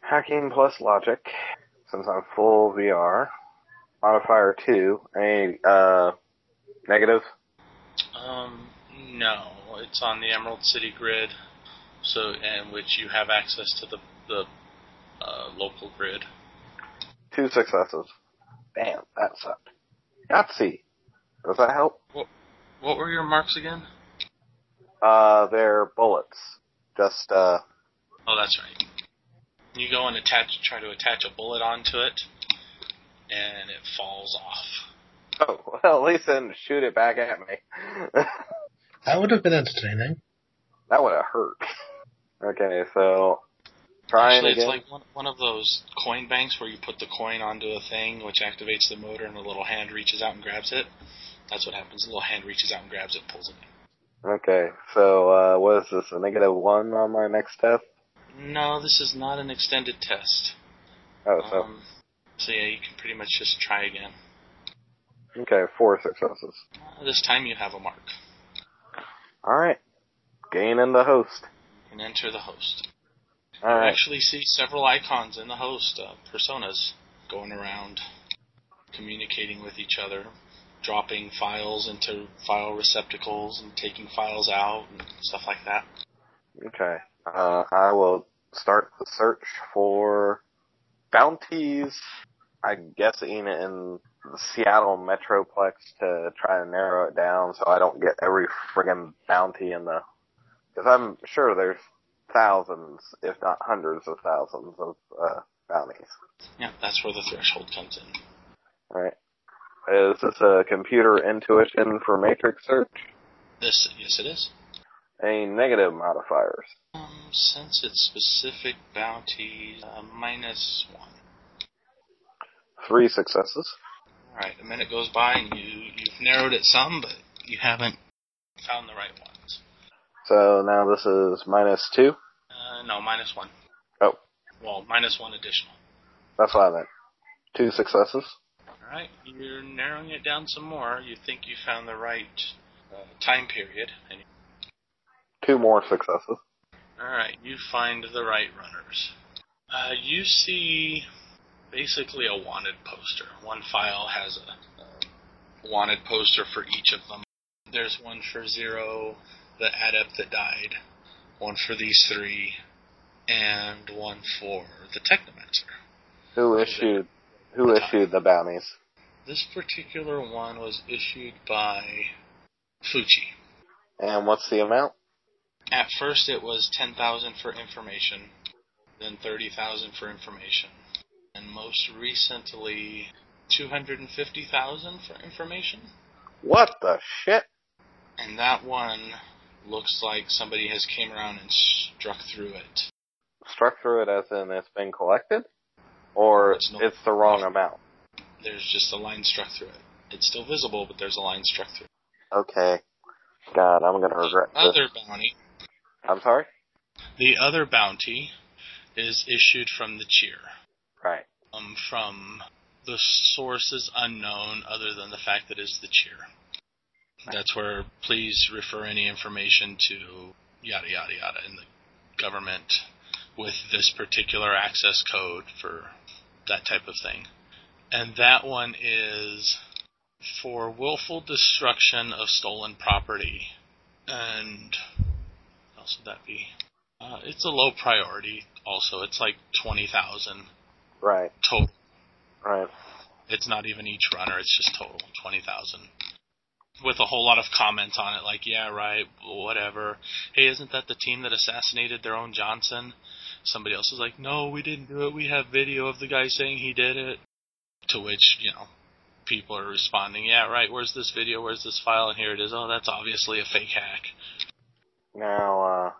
S6: Hacking plus logic, since I'm full VR. Modifier two, any uh negative?
S3: Um, no, it's on the Emerald City grid, so and which you have access to the the uh, local grid.
S6: Two successes. Bam, that sucked. Yahtzee. Does that help?
S3: What were your marks again?
S6: Uh they're bullets. Just uh
S3: Oh, that's right. You go and attach, try to attach a bullet onto it, and it falls off.
S6: oh well at least then shoot it back at me.
S2: That would have been entertaining.
S6: that would have hurt. Okay, so trying
S3: Actually,
S6: again.
S3: it's like one, one of those coin banks where you put the coin onto a thing, which activates the motor, and a little hand reaches out and grabs it. That's what happens. A little hand reaches out and grabs it, pulls it.
S6: Okay, so uh, what is this? A negative one on my next test?
S3: No, this is not an extended test.
S6: Oh, so
S3: Um, so yeah, you can pretty much just try again.
S6: okay, four successes.
S3: Uh, This time you have a mark.
S6: All right, gain in the host.
S3: You can enter the host.
S6: All
S3: You
S6: right,
S3: actually see several icons in the host, uh, personas, going around, communicating with each other, dropping files into file receptacles and taking files out and stuff like that.
S6: okay. Uh, I will start the search for bounties. I'm guessing in the Seattle metroplex to try and narrow it down so I don't get every friggin' bounty in the. Because I'm sure there's thousands, if not hundreds of thousands of uh, bounties.
S3: Yeah, that's where the threshold comes in.
S6: All right. Is this a computer intuition for matrix search?
S3: This, yes, it is.
S6: A negative modifiers.
S3: Um, since it's specific bounty, uh, minus one.
S6: Three successes.
S3: All right, a minute goes by and you you've narrowed it some, but you haven't found the right ones.
S6: So now this is minus two.
S3: Uh, no, minus one.
S6: Oh.
S3: Well, minus one additional.
S6: That's what I meant. Two successes.
S3: All right, you're narrowing it down some more. You think you found the right uh, time period, and
S6: Two more successes.
S3: All right, you find the right runners. Uh, you see basically a wanted poster. One file has a, a wanted poster for each of them. There's one for Zero, the adept that died, one for these three, and one for the Technomancer.
S6: Who
S3: Oh,
S6: issued? Who issued the bounties?
S3: This particular one was issued by Fucci.
S6: And what's the amount?
S3: At first, it was ten thousand for information, then thirty thousand for information, and most recently, two hundred and fifty thousand for information.
S6: What the shit?
S3: And that one looks like somebody has came around and struck through it.
S6: Struck through it as in it's been collected, or
S3: It's
S6: it's,
S3: not-
S6: the wrong amount.
S3: There's just a line struck through it. It's still visible, but there's a line struck through. it.
S6: Okay. God, I'm gonna regret this.
S3: Other bounty.
S6: I'm sorry.
S3: The other bounty is issued from the cheer.
S6: Right.
S3: um, from the source is unknown other than the fact that it's the cheer. That's where please refer any information to yada yada yada in the government with this particular access code for that type of thing. And that one is for willful destruction of stolen property. And what else would that be? Uh, it's a low priority also. It's like 20,000
S6: Right.
S3: total.
S6: Right.
S3: It's not even each runner, it's just total, 20,000. With a whole lot of comments on it, like, yeah, right, whatever. Hey, isn't that the team that assassinated their own Johnson? Somebody else is like, no, we didn't do it. We have video of the guy saying he did it. To which, you know, people are responding, yeah, right, where's this video? Where's this file? And here it is. Oh, that's obviously a fake hack.
S6: Now, uh,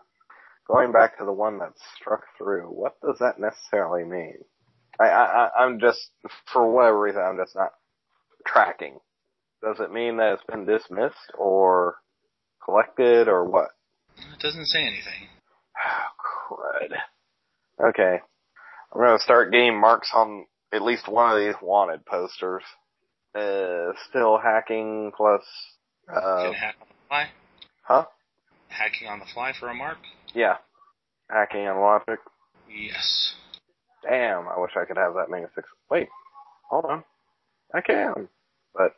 S6: going back to the one that struck through, what does that necessarily mean? I, I, I- I'm just, for whatever reason, I'm just not tracking. Does it mean that it's been dismissed or collected or what?
S3: It doesn't say anything.
S6: Oh, crud. Okay. I'm gonna start getting marks on at least one of these wanted posters. Uh, still hacking plus, uh,
S3: Can hack on the fly?
S6: huh?
S3: Hacking on the fly for a mark?
S6: Yeah. Hacking and logic.
S3: Yes.
S6: Damn, I wish I could have that many six. Wait, hold on. I can, but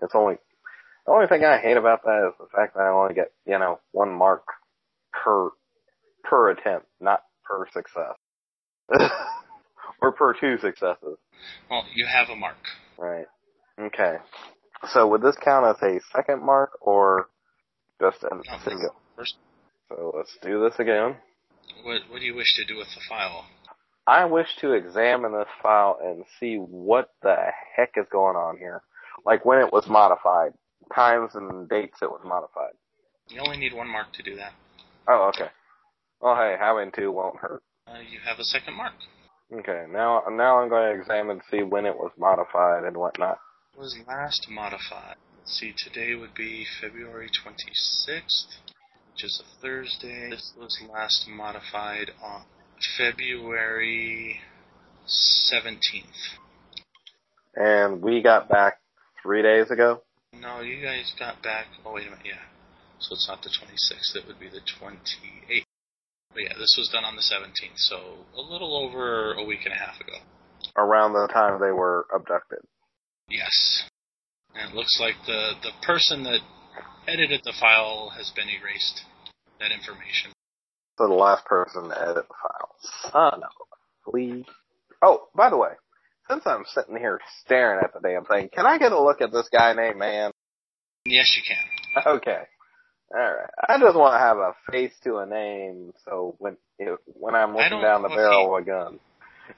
S6: it's only the only thing I hate about that is the fact that I only get you know one mark per per attempt, not per success, or per two successes.
S3: Well, you have a mark.
S6: Right. Okay. So would this count as a second mark or just a
S3: that's
S6: single?
S3: first.
S6: So let's do this again.
S3: What, what do you wish to do with the file?
S6: I wish to examine this file and see what the heck is going on here. Like when it was modified, times and dates it was modified.
S3: You only need one mark to do that.
S6: Oh, okay. Oh, hey, having two won't hurt.
S3: Uh, you have a second mark.
S6: Okay, now now I'm going to examine see when it was modified and whatnot.
S3: Was last modified. Let's see, today would be February 26th, which is a Thursday. This was last modified on February 17th.
S6: And we got back three days ago.
S3: No, you guys got back. Oh, wait a minute, yeah. So it's not the 26th, it would be the 28th. But yeah, this was done on the 17th, so a little over a week and a half ago.
S6: Around the time they were abducted.
S3: Yes. And it looks like the, the person that edited the file has been erased. That information.
S6: So the last person to edit the file. Son of a please. Oh, by the way, since I'm sitting here staring at the damn thing, can I get a look at this guy named Man?
S3: Yes, you can.
S6: Okay. Alright. I just want to have a face to a name, so when if, when I'm
S3: I don't
S6: looking down the
S3: know if
S6: barrel of a gun.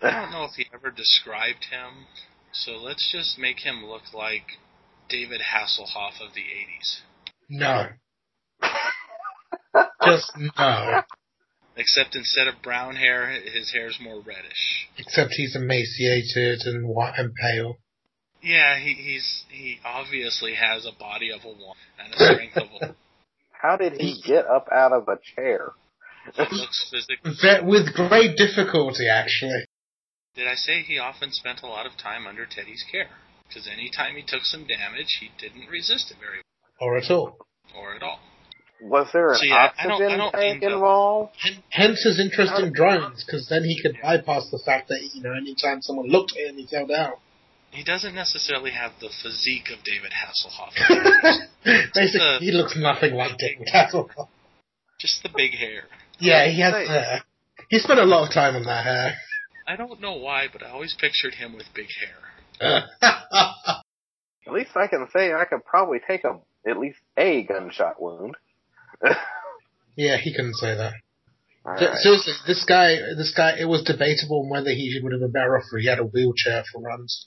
S3: I don't know if he ever described him, So let's just make him look like David Hasselhoff of the 80s.
S2: No. Just no.
S3: Except instead of brown hair, his hair's more reddish.
S2: Except he's emaciated and white and pale.
S3: Yeah, he, he's he obviously has a body of a woman and a strength of a woman.
S6: How did he get up out of a chair?
S3: He looks physically.
S2: Ve- With great difficulty, actually.
S3: Did I say he often spent a lot of time under Teddy's care? Because any time he took some damage, he didn't resist it very
S2: Or at all.
S3: well or at all.
S6: Was there an
S3: See, I- I
S6: oxygen
S3: don't- I don't
S6: tank
S3: think that-
S6: involved?
S2: Hen- Hence his interest in drones, because then he could bypass the fact that, you know, anytime someone looked at him, he fell down.
S3: He doesn't necessarily have the physique of David Hasselhoff.
S2: Basically, he looks nothing like Dick Hasselhoff.
S3: Just the big hair.
S2: Yeah, he has hair. He spent a lot of time on that hair.
S3: I don't know why, but I always pictured him with big hair.
S6: At least I can say I could probably take a at least a gunshot wound.
S2: yeah, he couldn't say that.
S6: All
S2: Th-
S6: right.
S2: Seriously, this guy, this guy, it was debatable on whether he would have been better off if he had a wheelchair for runs.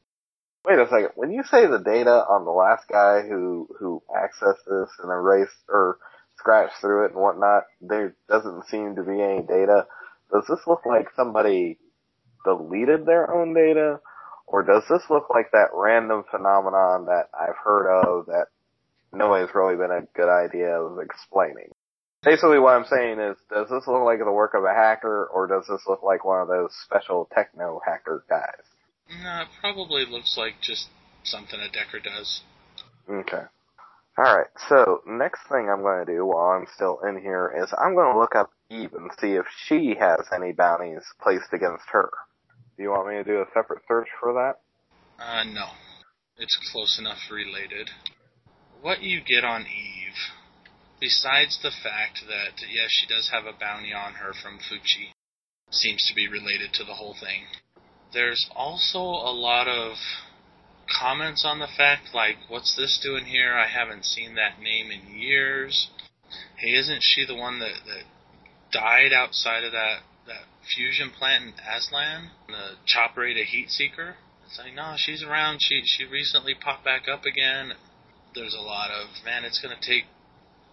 S6: Wait a second. When you say the data on the last guy who who accessed this and erased or scratched through it and whatnot, there doesn't seem to be any data. Does this look like somebody deleted their own data, or does this look like that random phenomenon that I've heard of that nobody's really been a good idea of explaining? Basically, what I'm saying is, does this look like the work of a hacker, or does this look like one of those special techno hacker guys?
S3: No, it probably looks like just something a Decker does.
S6: Okay. Alright, so next thing I'm going to do while I'm still in here is I'm going to look up Eve and see if she has any bounties placed against her. Do you want me to do a separate search for that?
S3: Uh, no. It's close enough related. What you get on Eve, besides the fact that, yes, she does have a bounty on her from Fuchi, seems to be related to the whole thing, there's also a lot of comments on the fact, like, what's this doing here? I haven't seen that name in years. Hey, isn't she the one that, that died outside of that, that fusion plant in Aslan? The Choperate Heat Seeker? It's like, no, she's around. She she recently popped back up again. There's a lot of man. It's gonna take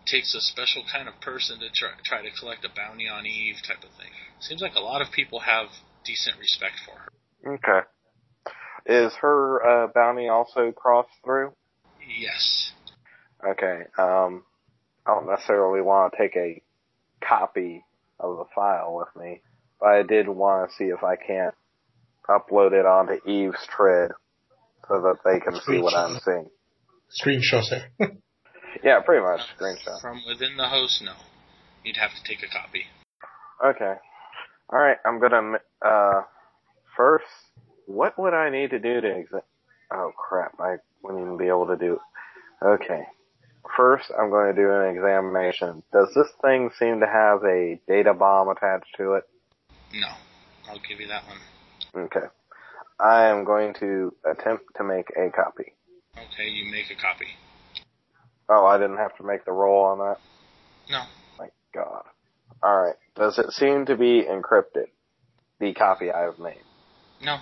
S3: takes a special kind of person to try try to collect a bounty on Eve type of thing. Seems like a lot of people have decent respect for her.
S6: Okay. Is her uh, bounty also crossed through?
S3: Yes,
S6: Okay, um, I don't necessarily want to take a copy of the file with me, but I did want to see if I can't upload it onto Eve's thread so that they can see what I'm seeing.
S2: Screenshot it.
S4: Uh,
S6: Yeah, pretty much. Screenshot.
S3: from within the host. No, you'd have to take a copy.
S6: Okay. All right. I'm gonna. Uh, first, what would I need to do to exit? Oh crap! I wouldn't even be able to do. Okay. First, I'm going to do an examination. Does this thing seem to have a data bomb attached to it?
S3: No, I'll give you that one.
S6: Okay. I am going to attempt to make a copy.
S3: Okay, you make a copy.
S6: Oh, I didn't have to make the roll on that.
S3: No,
S6: My God. All right. Does it seem to be encrypted? The copy I have made.
S3: no.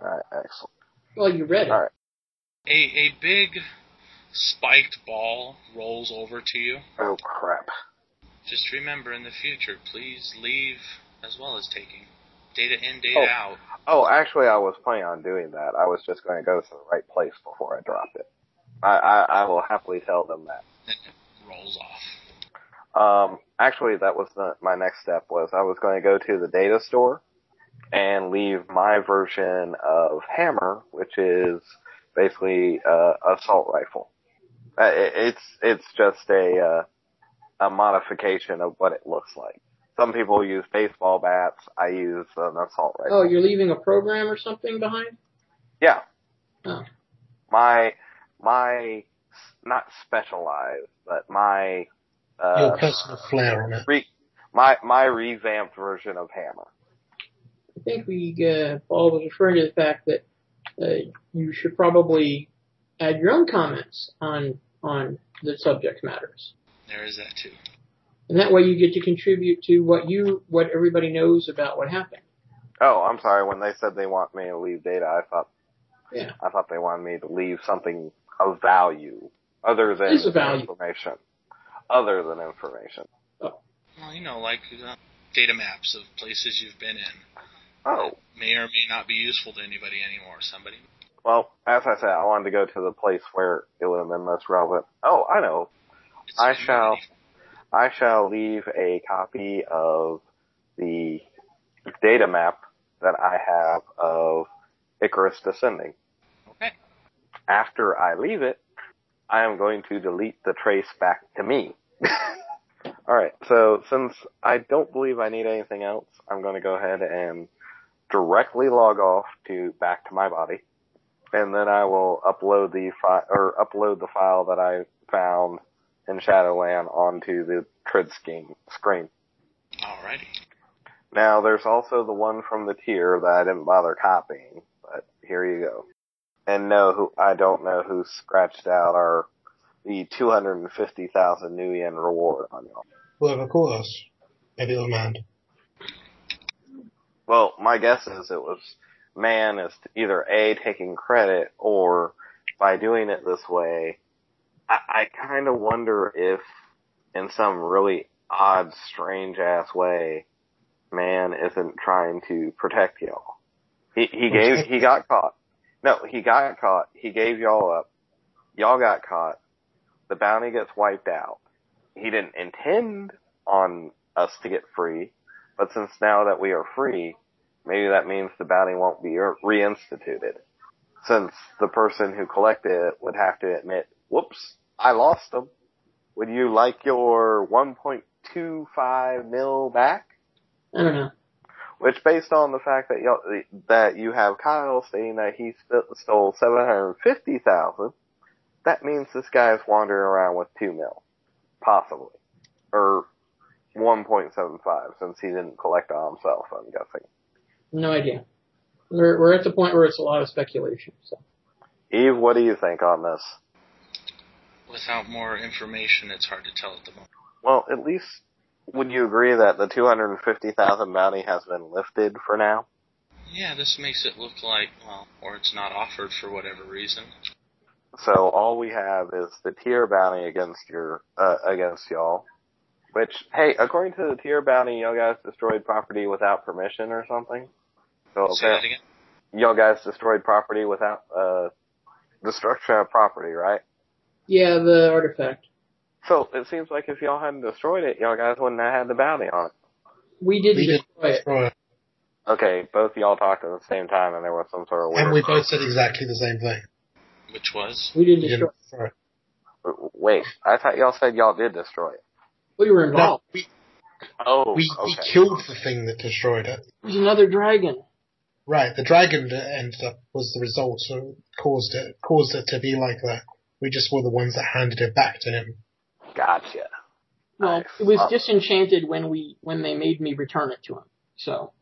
S6: All right. Excellent.
S4: Well, you read it.
S6: All right.
S3: A a big spiked ball rolls over to you.
S6: Oh crap.
S3: Just remember in the future, please leave as well as taking data in, data
S6: Oh.
S3: out.
S6: Oh, actually, I was planning on doing that. I was just going to go to the right place before I dropped it. I, I, I will happily tell them that.
S3: Then it rolls off.
S6: Um, actually, that was the, my next step was I was going to go to the data store and leave my version of Hammer, which is basically uh, assault rifle. Uh, it, it's it's just a uh, a modification of what it looks like. Some people use baseball bats. I use an assault rifle.
S4: Oh, you're leaving a program or something behind?
S6: Yeah.
S4: Oh.
S6: My my not specialized, but my uh,
S2: Your personal flair on it.
S6: re- my my revamped version of Hammer.
S4: I think we uh, Paul was referring to the fact that uh, you should probably add your own comments on on the subject matters,
S3: There is that too.
S4: and that way you get to contribute to what you what everybody knows about what happened.
S6: Oh, I'm sorry. When they said they want me to leave data, I thought
S4: Yeah.
S6: I thought they wanted me to leave something of value other than
S4: It's a value.
S6: information. Other than information.
S3: Well, you know, like uh, data maps of places you've been in
S6: Oh,
S3: may or may not be useful to anybody anymore. Somebody.
S6: well, as I said, I wanted to go to the place where it would have been most relevant. Oh, I know.
S3: It's
S6: I shall, I shall leave a copy of the data map that I have of Icarus Descending.
S3: Okay.
S6: After I leave it, I am going to delete the trace back to me. Alright, so since I don't believe I need anything else, I'm going to go ahead and directly log off to back to my body. And then I will upload the file, or upload the file that I found in Shadowland onto the Trid scheme screen.
S3: Alrighty.
S6: Now, there's also the one from the tier that I didn't bother copying, but here you go. And no, who I don't know who scratched out our the 250,000 new yen reward on y'all.
S2: Whoever caught us. Maybe it was Mand.
S6: Well, my guess is it was man is either a taking credit or by doing it this way. I, I kind of wonder if, in some really odd, strange ass way, man isn't trying to protect y'all. He he gave he got caught. No, he got caught. He gave y'all up. Y'all got caught. The bounty gets wiped out. He didn't intend on us to get free. But since now that we are free, maybe that means the bounty won't be re- reinstituted. Since the person who collected it would have to admit, whoops, I lost them. Would you like your 1.25 mil back?
S4: I don't know.
S6: Which based on the fact that y'all, that you have Kyle stating that he st- stole 750,000, that means this guy's wandering around with 2 mil. Possibly. Or 1.75 since he didn't collect on himself, I'm guessing.
S4: No idea. We're we're at the point where it's a lot of speculation. So
S6: Eve, what do you think on this?
S3: Without more information, it's hard to tell at the moment.
S6: Well, at least would you agree that the 250,000 bounty has been lifted for now?
S3: Yeah, this makes it look like well, or it's not offered for whatever reason.
S6: So all we have is the tier bounty against your uh, against y'all. Which, hey, according to the tier bounty, y'all guys destroyed property without permission or something. So
S3: Say that again.
S6: y'all guys destroyed property without uh destruction of property, right?
S4: yeah, the artifact.
S6: So it seems like if y'all hadn't destroyed it, y'all guys wouldn't have had the bounty on it.
S4: We didn't
S2: We did
S4: destroy it.
S2: Right.
S6: Okay, both y'all talked at the same time, and there was some sort of weird.
S2: And we both said exactly the same thing.
S3: Which was
S4: We didn't
S2: We
S4: destroy.
S2: didn't
S4: It.
S2: throw it.
S6: Wait, I thought y'all said y'all did destroy it.
S4: We were
S2: No,
S4: involved.
S2: we,
S6: Oh,
S2: we, we
S6: okay.
S2: killed the thing that destroyed it.
S4: It was another dragon.
S2: Right, the dragon that ended up was the result so caused it caused it to be like that. We just were the ones that handed it back to him.
S6: Gotcha.
S4: Well,
S6: Nice.
S4: it was
S6: Awesome.
S4: disenchanted when we when they made me return it to him. So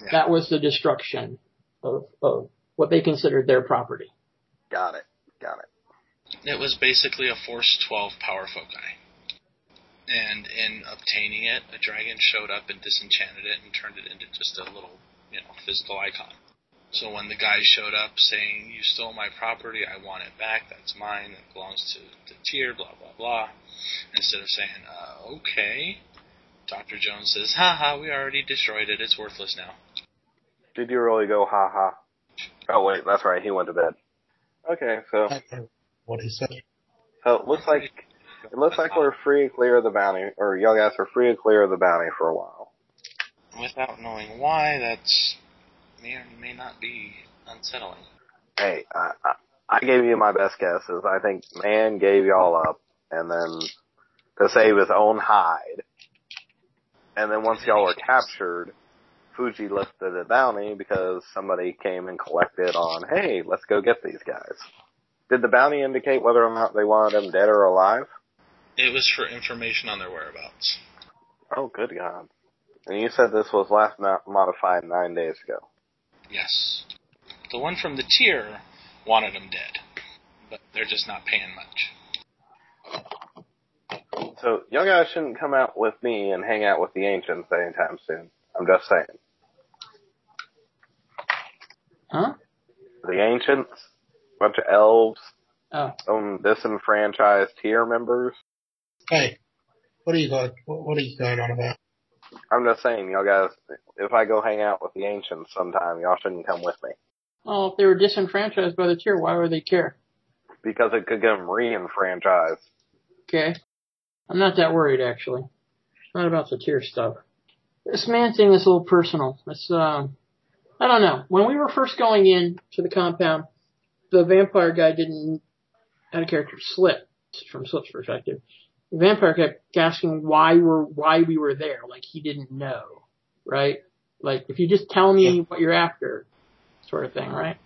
S3: Yeah.
S4: that was the destruction of of what they considered their property.
S6: Got it. Got it.
S3: it was basically a Force 12 power foci. And in obtaining it, a dragon showed up and disenchanted it and turned it into just a little, you know, physical icon. So when the guy showed up saying, "You stole my property. I want it back. That's mine. It belongs to the tier." Blah blah blah. Instead of saying, uh, "Okay," Doctor Jones says, "Ha ha. We already destroyed it. It's worthless now."
S6: Did you really go ha ha? Oh wait, that's right. He went to bed. Okay, so
S2: I don't know what he said.
S6: so it looks like it looks like we're free to clear the bounty, or y'all guys are free to clear the bounty for a while.
S3: without knowing why. That's may or may not be unsettling.
S6: Hey, I, I I gave you my best guesses. I think man gave y'all up, and then to save his own hide, and then once y'all were captured. Fuji lifted the bounty because somebody came and collected on, hey, let's go get these guys. Did the bounty indicate whether or not they wanted them dead or alive?
S3: It was for information on their whereabouts.
S6: Oh, good God. And you said this was last mo- modified nine days ago.
S3: Yes. The one from the tier wanted them dead, but they're just not paying much.
S6: So, y'all guys shouldn't come out with me and hang out with the ancients anytime soon. I'm just saying.
S4: Huh?
S6: The ancients? bunch of elves,
S4: Oh.
S6: um, disenfranchised tier members.
S2: Hey, what are you got? What, what are you going on about?
S6: I'm just saying, y'all guys, if I go hang out with the ancients sometime, y'all shouldn't come with me
S4: Well, if Oh, they were disenfranchised by the tier, why would they care?
S6: because it could get them re-enfranchised.
S4: Okay. I'm not that worried actually. It's not about the tier stuff. This man thing is a little personal. It's uh I don't know. When we were first going in to the compound, the vampire guy didn't had a character slip from Slip's perspective. The vampire kept asking why we're why we were there, like he didn't know. Right? Like if you just tell me what you're after sort of thing, right?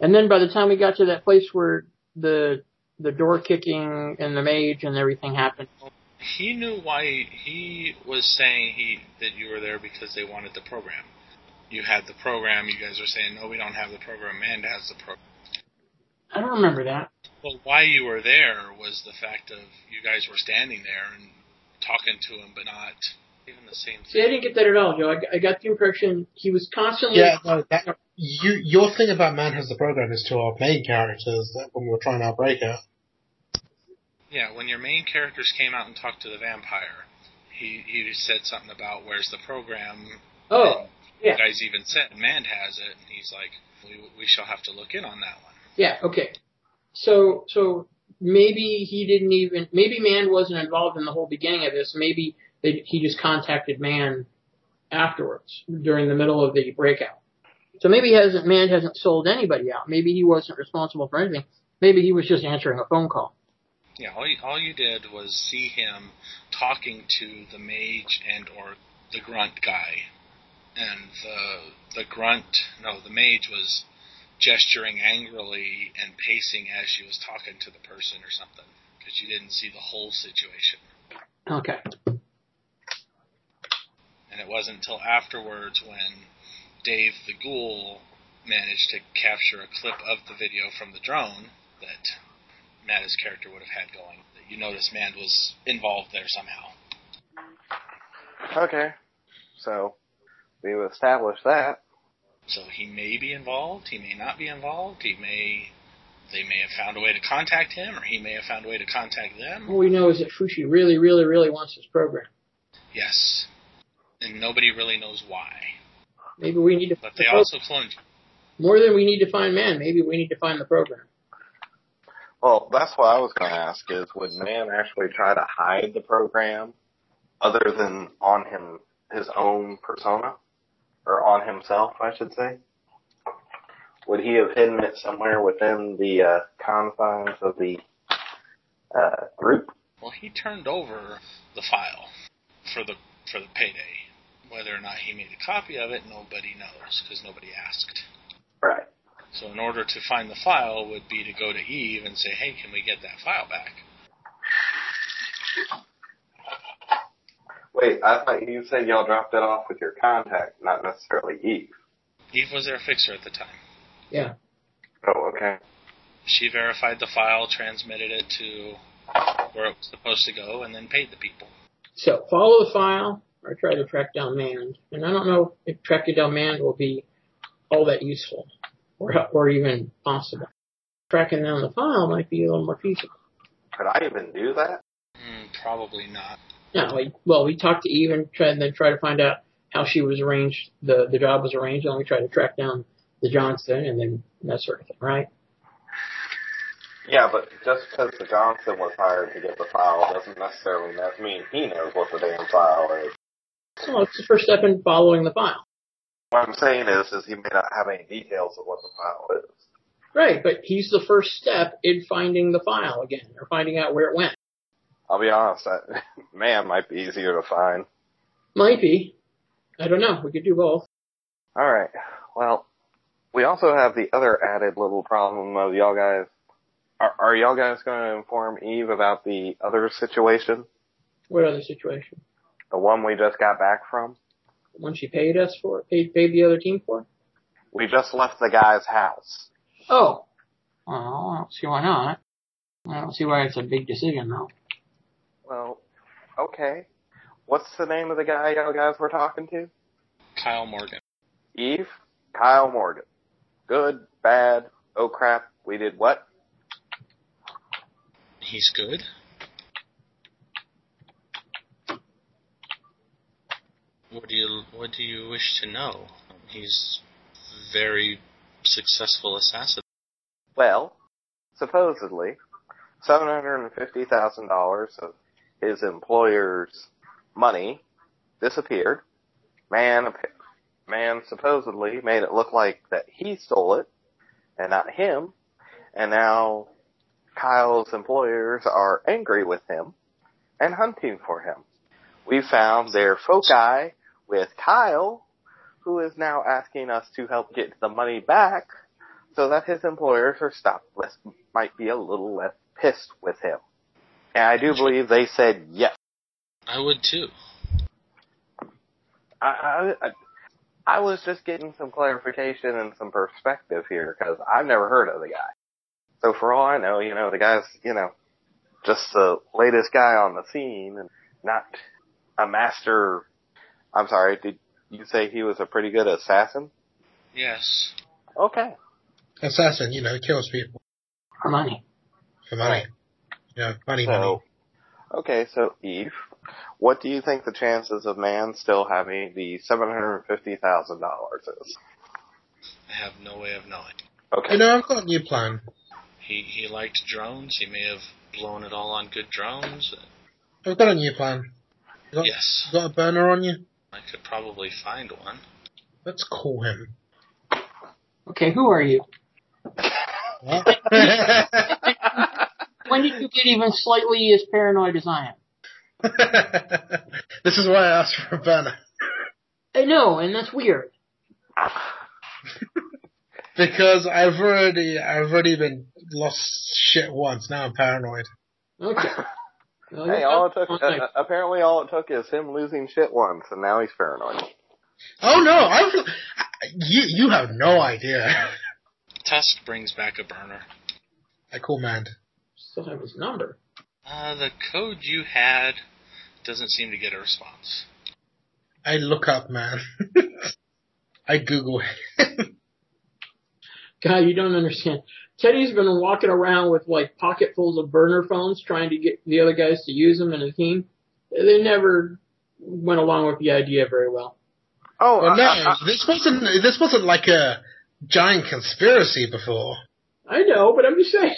S4: And then by the time we got to that place where the the door kicking and the mage and everything happened.
S3: He knew why he was saying he that you were there because they wanted the program. You had the program. You guys were saying no, we don't have the program. Amanda has the program.
S4: I don't remember that.
S3: Well, why you were there was the fact of you guys were standing there and talking to him, but not even the same
S4: See, I
S3: thing.
S4: didn't get that at all, Joe. I, I got the impression he was constantly.
S2: Yeah, no, that you your thing about man has the program is to our main characters that when we were trying our breakout.
S3: Yeah, when your main characters came out and talked to the vampire, he he said something about where's the program.
S4: Oh, yeah.
S3: You guys even said Mand has it, and he's like, we we shall have to look in on that one.
S4: yeah. Okay. So, so maybe he didn't even. Maybe Man wasn't involved in the whole beginning of this. Maybe they, he just contacted Man afterwards during the middle of the breakout. So maybe he hasn't Man hasn't sold anybody out. Maybe he wasn't responsible for anything. Maybe he was just answering a phone call.
S3: Yeah, all you, all you did was see him talking to the mage and or the grunt guy, and the the grunt no the mage was gesturing angrily and pacing as she was talking to the person or something because you didn't see the whole situation.
S4: Okay.
S3: And it wasn't until afterwards when Dave the Ghoul managed to capture a clip of the video from the drone that Matta's character would have had going that you noticed Mand was involved there somehow.
S6: Okay. So we've established that.
S3: So he may be involved, he may not be involved, he may they may have found a way to contact him or he may have found a way to contact them.
S4: All we know is that Fushi really, really, really wants this program.
S3: Yes. And nobody really knows why.
S4: Maybe we need to
S3: But they also cloned you.
S4: more than we need to find man. Maybe we need to find the program.
S6: Well, that's what I was going to ask is would man actually try to hide the program other than on him, his own persona? Or on himself, I should say? Would he have hidden it somewhere within the uh, confines of the uh, group?
S3: Well he turned over the file for the for the payday. Whether or not he made a copy of it, nobody knows because nobody asked.
S6: Right.
S3: So in order to find the file would be to go to Eve and say, "Hey, can we get that file back?"
S6: Wait, I thought you said y'all dropped it off with your contact, not necessarily Eve.
S3: Eve was their fixer at the time.
S4: Yeah.
S6: Oh, okay.
S3: She verified the file, transmitted it to where it was supposed to go, and then paid the people.
S4: So follow the file or try to track down man. And I don't know if tracking down man will be all that useful or or even possible. Tracking down the file might be a little more feasible.
S6: Could I even do that?
S3: Mm, probably not.
S4: No, like well, we talked to Eve and try and then try to find out how she was arranged. The the job was arranged, and we tried to track down the Johnston and then that sort of thing, right?
S6: Yeah, but just because the Johnson was hired to get the file doesn't necessarily ne- mean he knows what the damn file is.
S4: Well, it's the first step in following the file.
S6: What I'm saying is, is he may not have any details of what the file is.
S4: Right, but he's the first step in finding the file again, or finding out where it went.
S6: I'll be honest, that man might be easier to find.
S4: Might be. I don't know. We could do both.
S6: All right. Well, we also have the other added little problem of y'all guys. Are, are y'all guys going to inform Eve about the other situation,
S4: What other situation?
S6: the one we just got back from?
S4: The one she paid us for, paid, paid the other team for?
S6: We just left the guy's house.
S4: Oh. Well, I don't see why not. I don't see why it's a big decision, though.
S6: Well, okay. What's the name of the guy y'all guys were talking to?
S3: Kyle Morgan.
S6: Eve? Kyle Morgan. Good, bad, oh crap, We did what?
S3: He's good. What do you What do you wish to know? He's very successful assassin.
S6: Well, supposedly, seven hundred and fifty thousand dollars of his employer's money disappeared. Man, ap- man, supposedly made it look like that he stole it and not him. And now Kyle's employers are angry with him and hunting for him. We found their foci with Kyle, who is now asking us to help get the money back so that his employers are stopped less, might be a little less pissed with him. And I do believe they said yes.
S3: I would too.
S6: I, I, I was just getting some clarification and some perspective here because I've never heard of the guy. So for all I know, you know, the guy's, you know, just the latest guy on the scene and not a master. I'm sorry, did you say he was a pretty good assassin?
S3: Yes.
S6: Okay.
S2: Assassin, you know, kills people
S4: for money.
S2: for money. You know, money, money.
S6: So, okay, so Eve, what do you think the chances of man still having the seven hundred fifty thousand dollars is?
S3: I have no way of knowing.
S6: Okay,
S2: You know, I've got a new plan.
S3: He He liked drones. He may have blown it all on good drones.
S2: I've got a new plan. You got,
S3: Yes.
S2: you got a burner on you?
S3: I could probably find one.
S2: Let's call him.
S4: Okay, who are you?
S2: What?
S4: When did you get even slightly as paranoid as I am?
S2: this is why I asked for a burner.
S4: I know, and that's weird.
S2: Because I've already, I've already been lost shit once. Now I'm paranoid.
S4: Okay. Well,
S6: hey,
S4: you're
S6: all it
S4: talking
S6: took
S4: about,
S6: uh, apparently all it took is him losing shit once, and now he's paranoid.
S2: Oh no, I've, you, you have no idea.
S3: Tusk brings back a burner.
S2: I call Mand.
S4: still have his number.
S3: Uh, the code you had doesn't seem to get a response.
S2: I look up man. I Google him.
S4: God, you don't understand. Teddy's been walking around with like pocketfuls of burner phones trying to get the other guys to use them in his team. They never went along with the idea very well.
S6: Oh,
S2: Well,
S6: I- I-
S2: no,
S6: I-
S2: this wasn't, this wasn't like a giant conspiracy before.
S4: I know, but I'm just saying.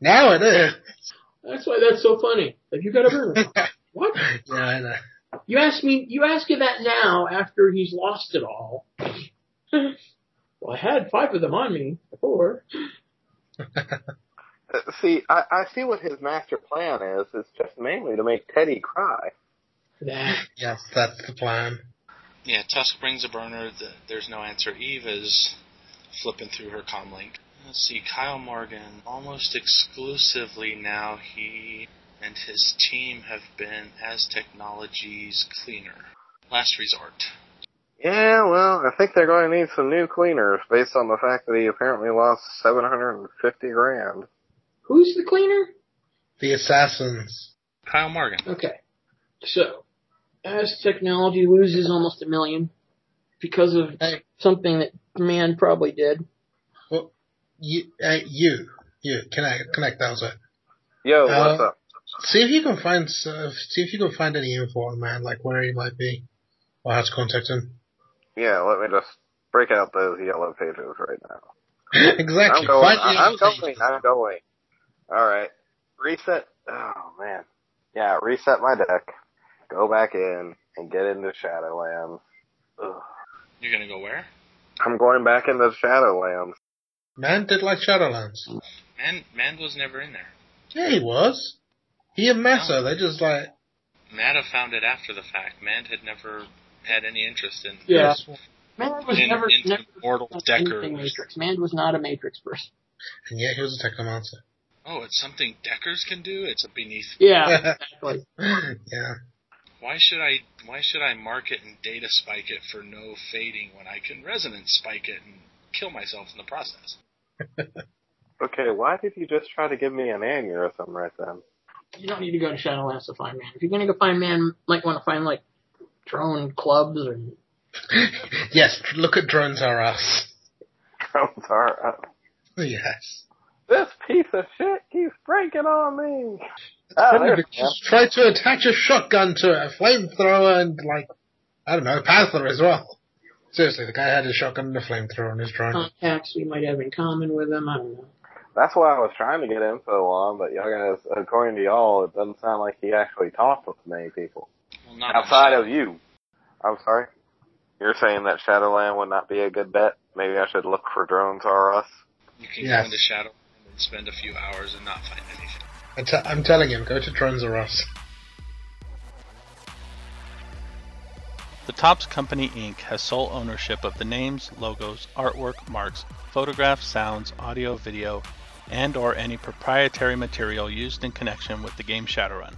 S2: Now it is.
S4: That's why that's so funny. Have you got a burner? phone? what?
S2: yeah, I know.
S4: You ask me, you ask him that now after he's lost it all. well, I had five of them on me before.
S6: uh, see, I, I see what his master plan is. It's just mainly to make Teddy cry.
S4: That
S2: Yes, that's the plan.
S3: Yeah, Tusk brings a burner. The, there's no answer. Eve is flipping through her comlink. Let's see, Kyle Morgan. Almost exclusively now, he and his team have been as technology's cleaner. Last resort.
S6: Yeah, well, I think they're going to need some new cleaners based on the fact that he apparently lost seven hundred and fifty grand.
S4: who's the cleaner?
S2: The assassins.
S3: Kyle Morgan.
S4: Okay. So, as technology loses almost a million because of
S2: Hey.
S4: something that man probably did.
S2: You, uh, you, you connect, connect. That was it.
S6: Yo,
S2: Uh,
S6: what's up?
S2: See if you can find, s- uh, see if you can find any info on man, like where he might be, or how to contact him.
S6: Yeah, let me just break out those yellow pages right now.
S2: exactly.
S6: I'm going.
S2: Find the other
S6: I- I'm going.
S2: thing.
S6: I'm going. All right. Reset. Oh man. Yeah. Reset my deck. Go back in and get into Shadowlands. Ugh.
S3: You're gonna go where?
S6: I'm going back into Shadowlands.
S2: Man did like Shadowlands.
S3: Man, Mand was never in there.
S2: Yeah, he was. He and Massa, they just like
S3: Matta found it after the fact. Mand had never had any interest in
S4: Yeah.
S2: yes.
S4: Man was
S3: in,
S4: never,
S3: in
S4: never
S3: Mortal
S4: anything
S3: Decker.
S4: Matrix. Man was not a Matrix person.
S2: and yet he was a technomancer.
S3: Oh, it's something Deckers can do. It's beneath.
S4: Yeah, exactly.
S2: yeah.
S3: Why should I? Why should I mark it and data spike it for no fading when I can resonance spike it and kill myself in the process?
S6: Okay. Why did you just try to give me an aneurysm right then?
S4: You don't need to go to Shadowlands to find man. If you're gonna go find man, you might want to find like drone clubs or
S3: Hmm.
S2: yes, look at drones are us.
S6: I'm sorry.
S2: Yes.
S6: This piece of shit keeps breaking on me. Oh,
S2: Probably
S6: there's
S2: just try to attach a shotgun to a flamethrower and like I don't know, a panther as well. Seriously, the guy had a shotgun and a flamethrower in his drawing.
S4: Contacts we might have in common with them. I don't know.
S6: That's what I was trying to get info on, but y'all guys, according to y'all, it doesn't sound like he actually talked with many people.
S3: Well, not
S6: Outside of you. I'm sorry? You're saying that Shadowland would not be a good bet? Maybe I should look for Drones R Us?
S3: You can
S2: Yes.
S3: go into Shadow and spend a few hours and not find anything.
S2: I te- I'm telling him, go to Drones R Us.
S1: The Tops Company Inc. has sole ownership of the names, logos, artwork, marks, photographs, sounds, audio, video, and or any proprietary material used in connection with the game Shadowrun.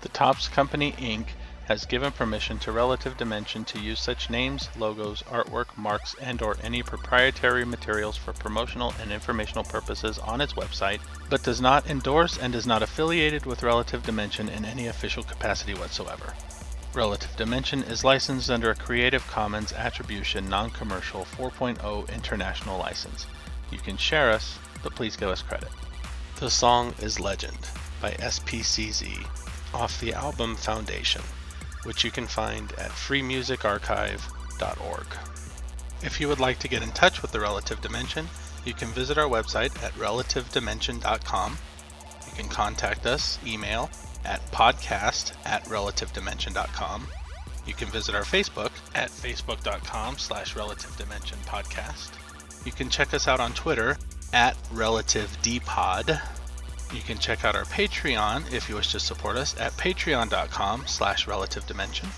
S1: The Tops Company Inc. has given permission to Relative Dimension to use such names, logos, artwork, marks, and or any proprietary materials for promotional and informational purposes on its website, but does not endorse and is not affiliated with Relative Dimension in any official capacity whatsoever. Relative Dimension is licensed under a Creative Commons Attribution Non Commercial 4.0 International License. You can share us, but please give us credit. The song is Legend by SPCZ off the album Foundation, which you can find at freemusicarchive.org. If you would like to get in touch with the Relative Dimension, you can visit our website at relativedimension.com. You can contact us, email, at podcast at relativedimension.com. You can visit our Facebook at facebook.com slash relative dimension podcast. You can check us out on Twitter at relative dpod. You can check out our Patreon if you wish to support us at patreon.com slash relative dimension.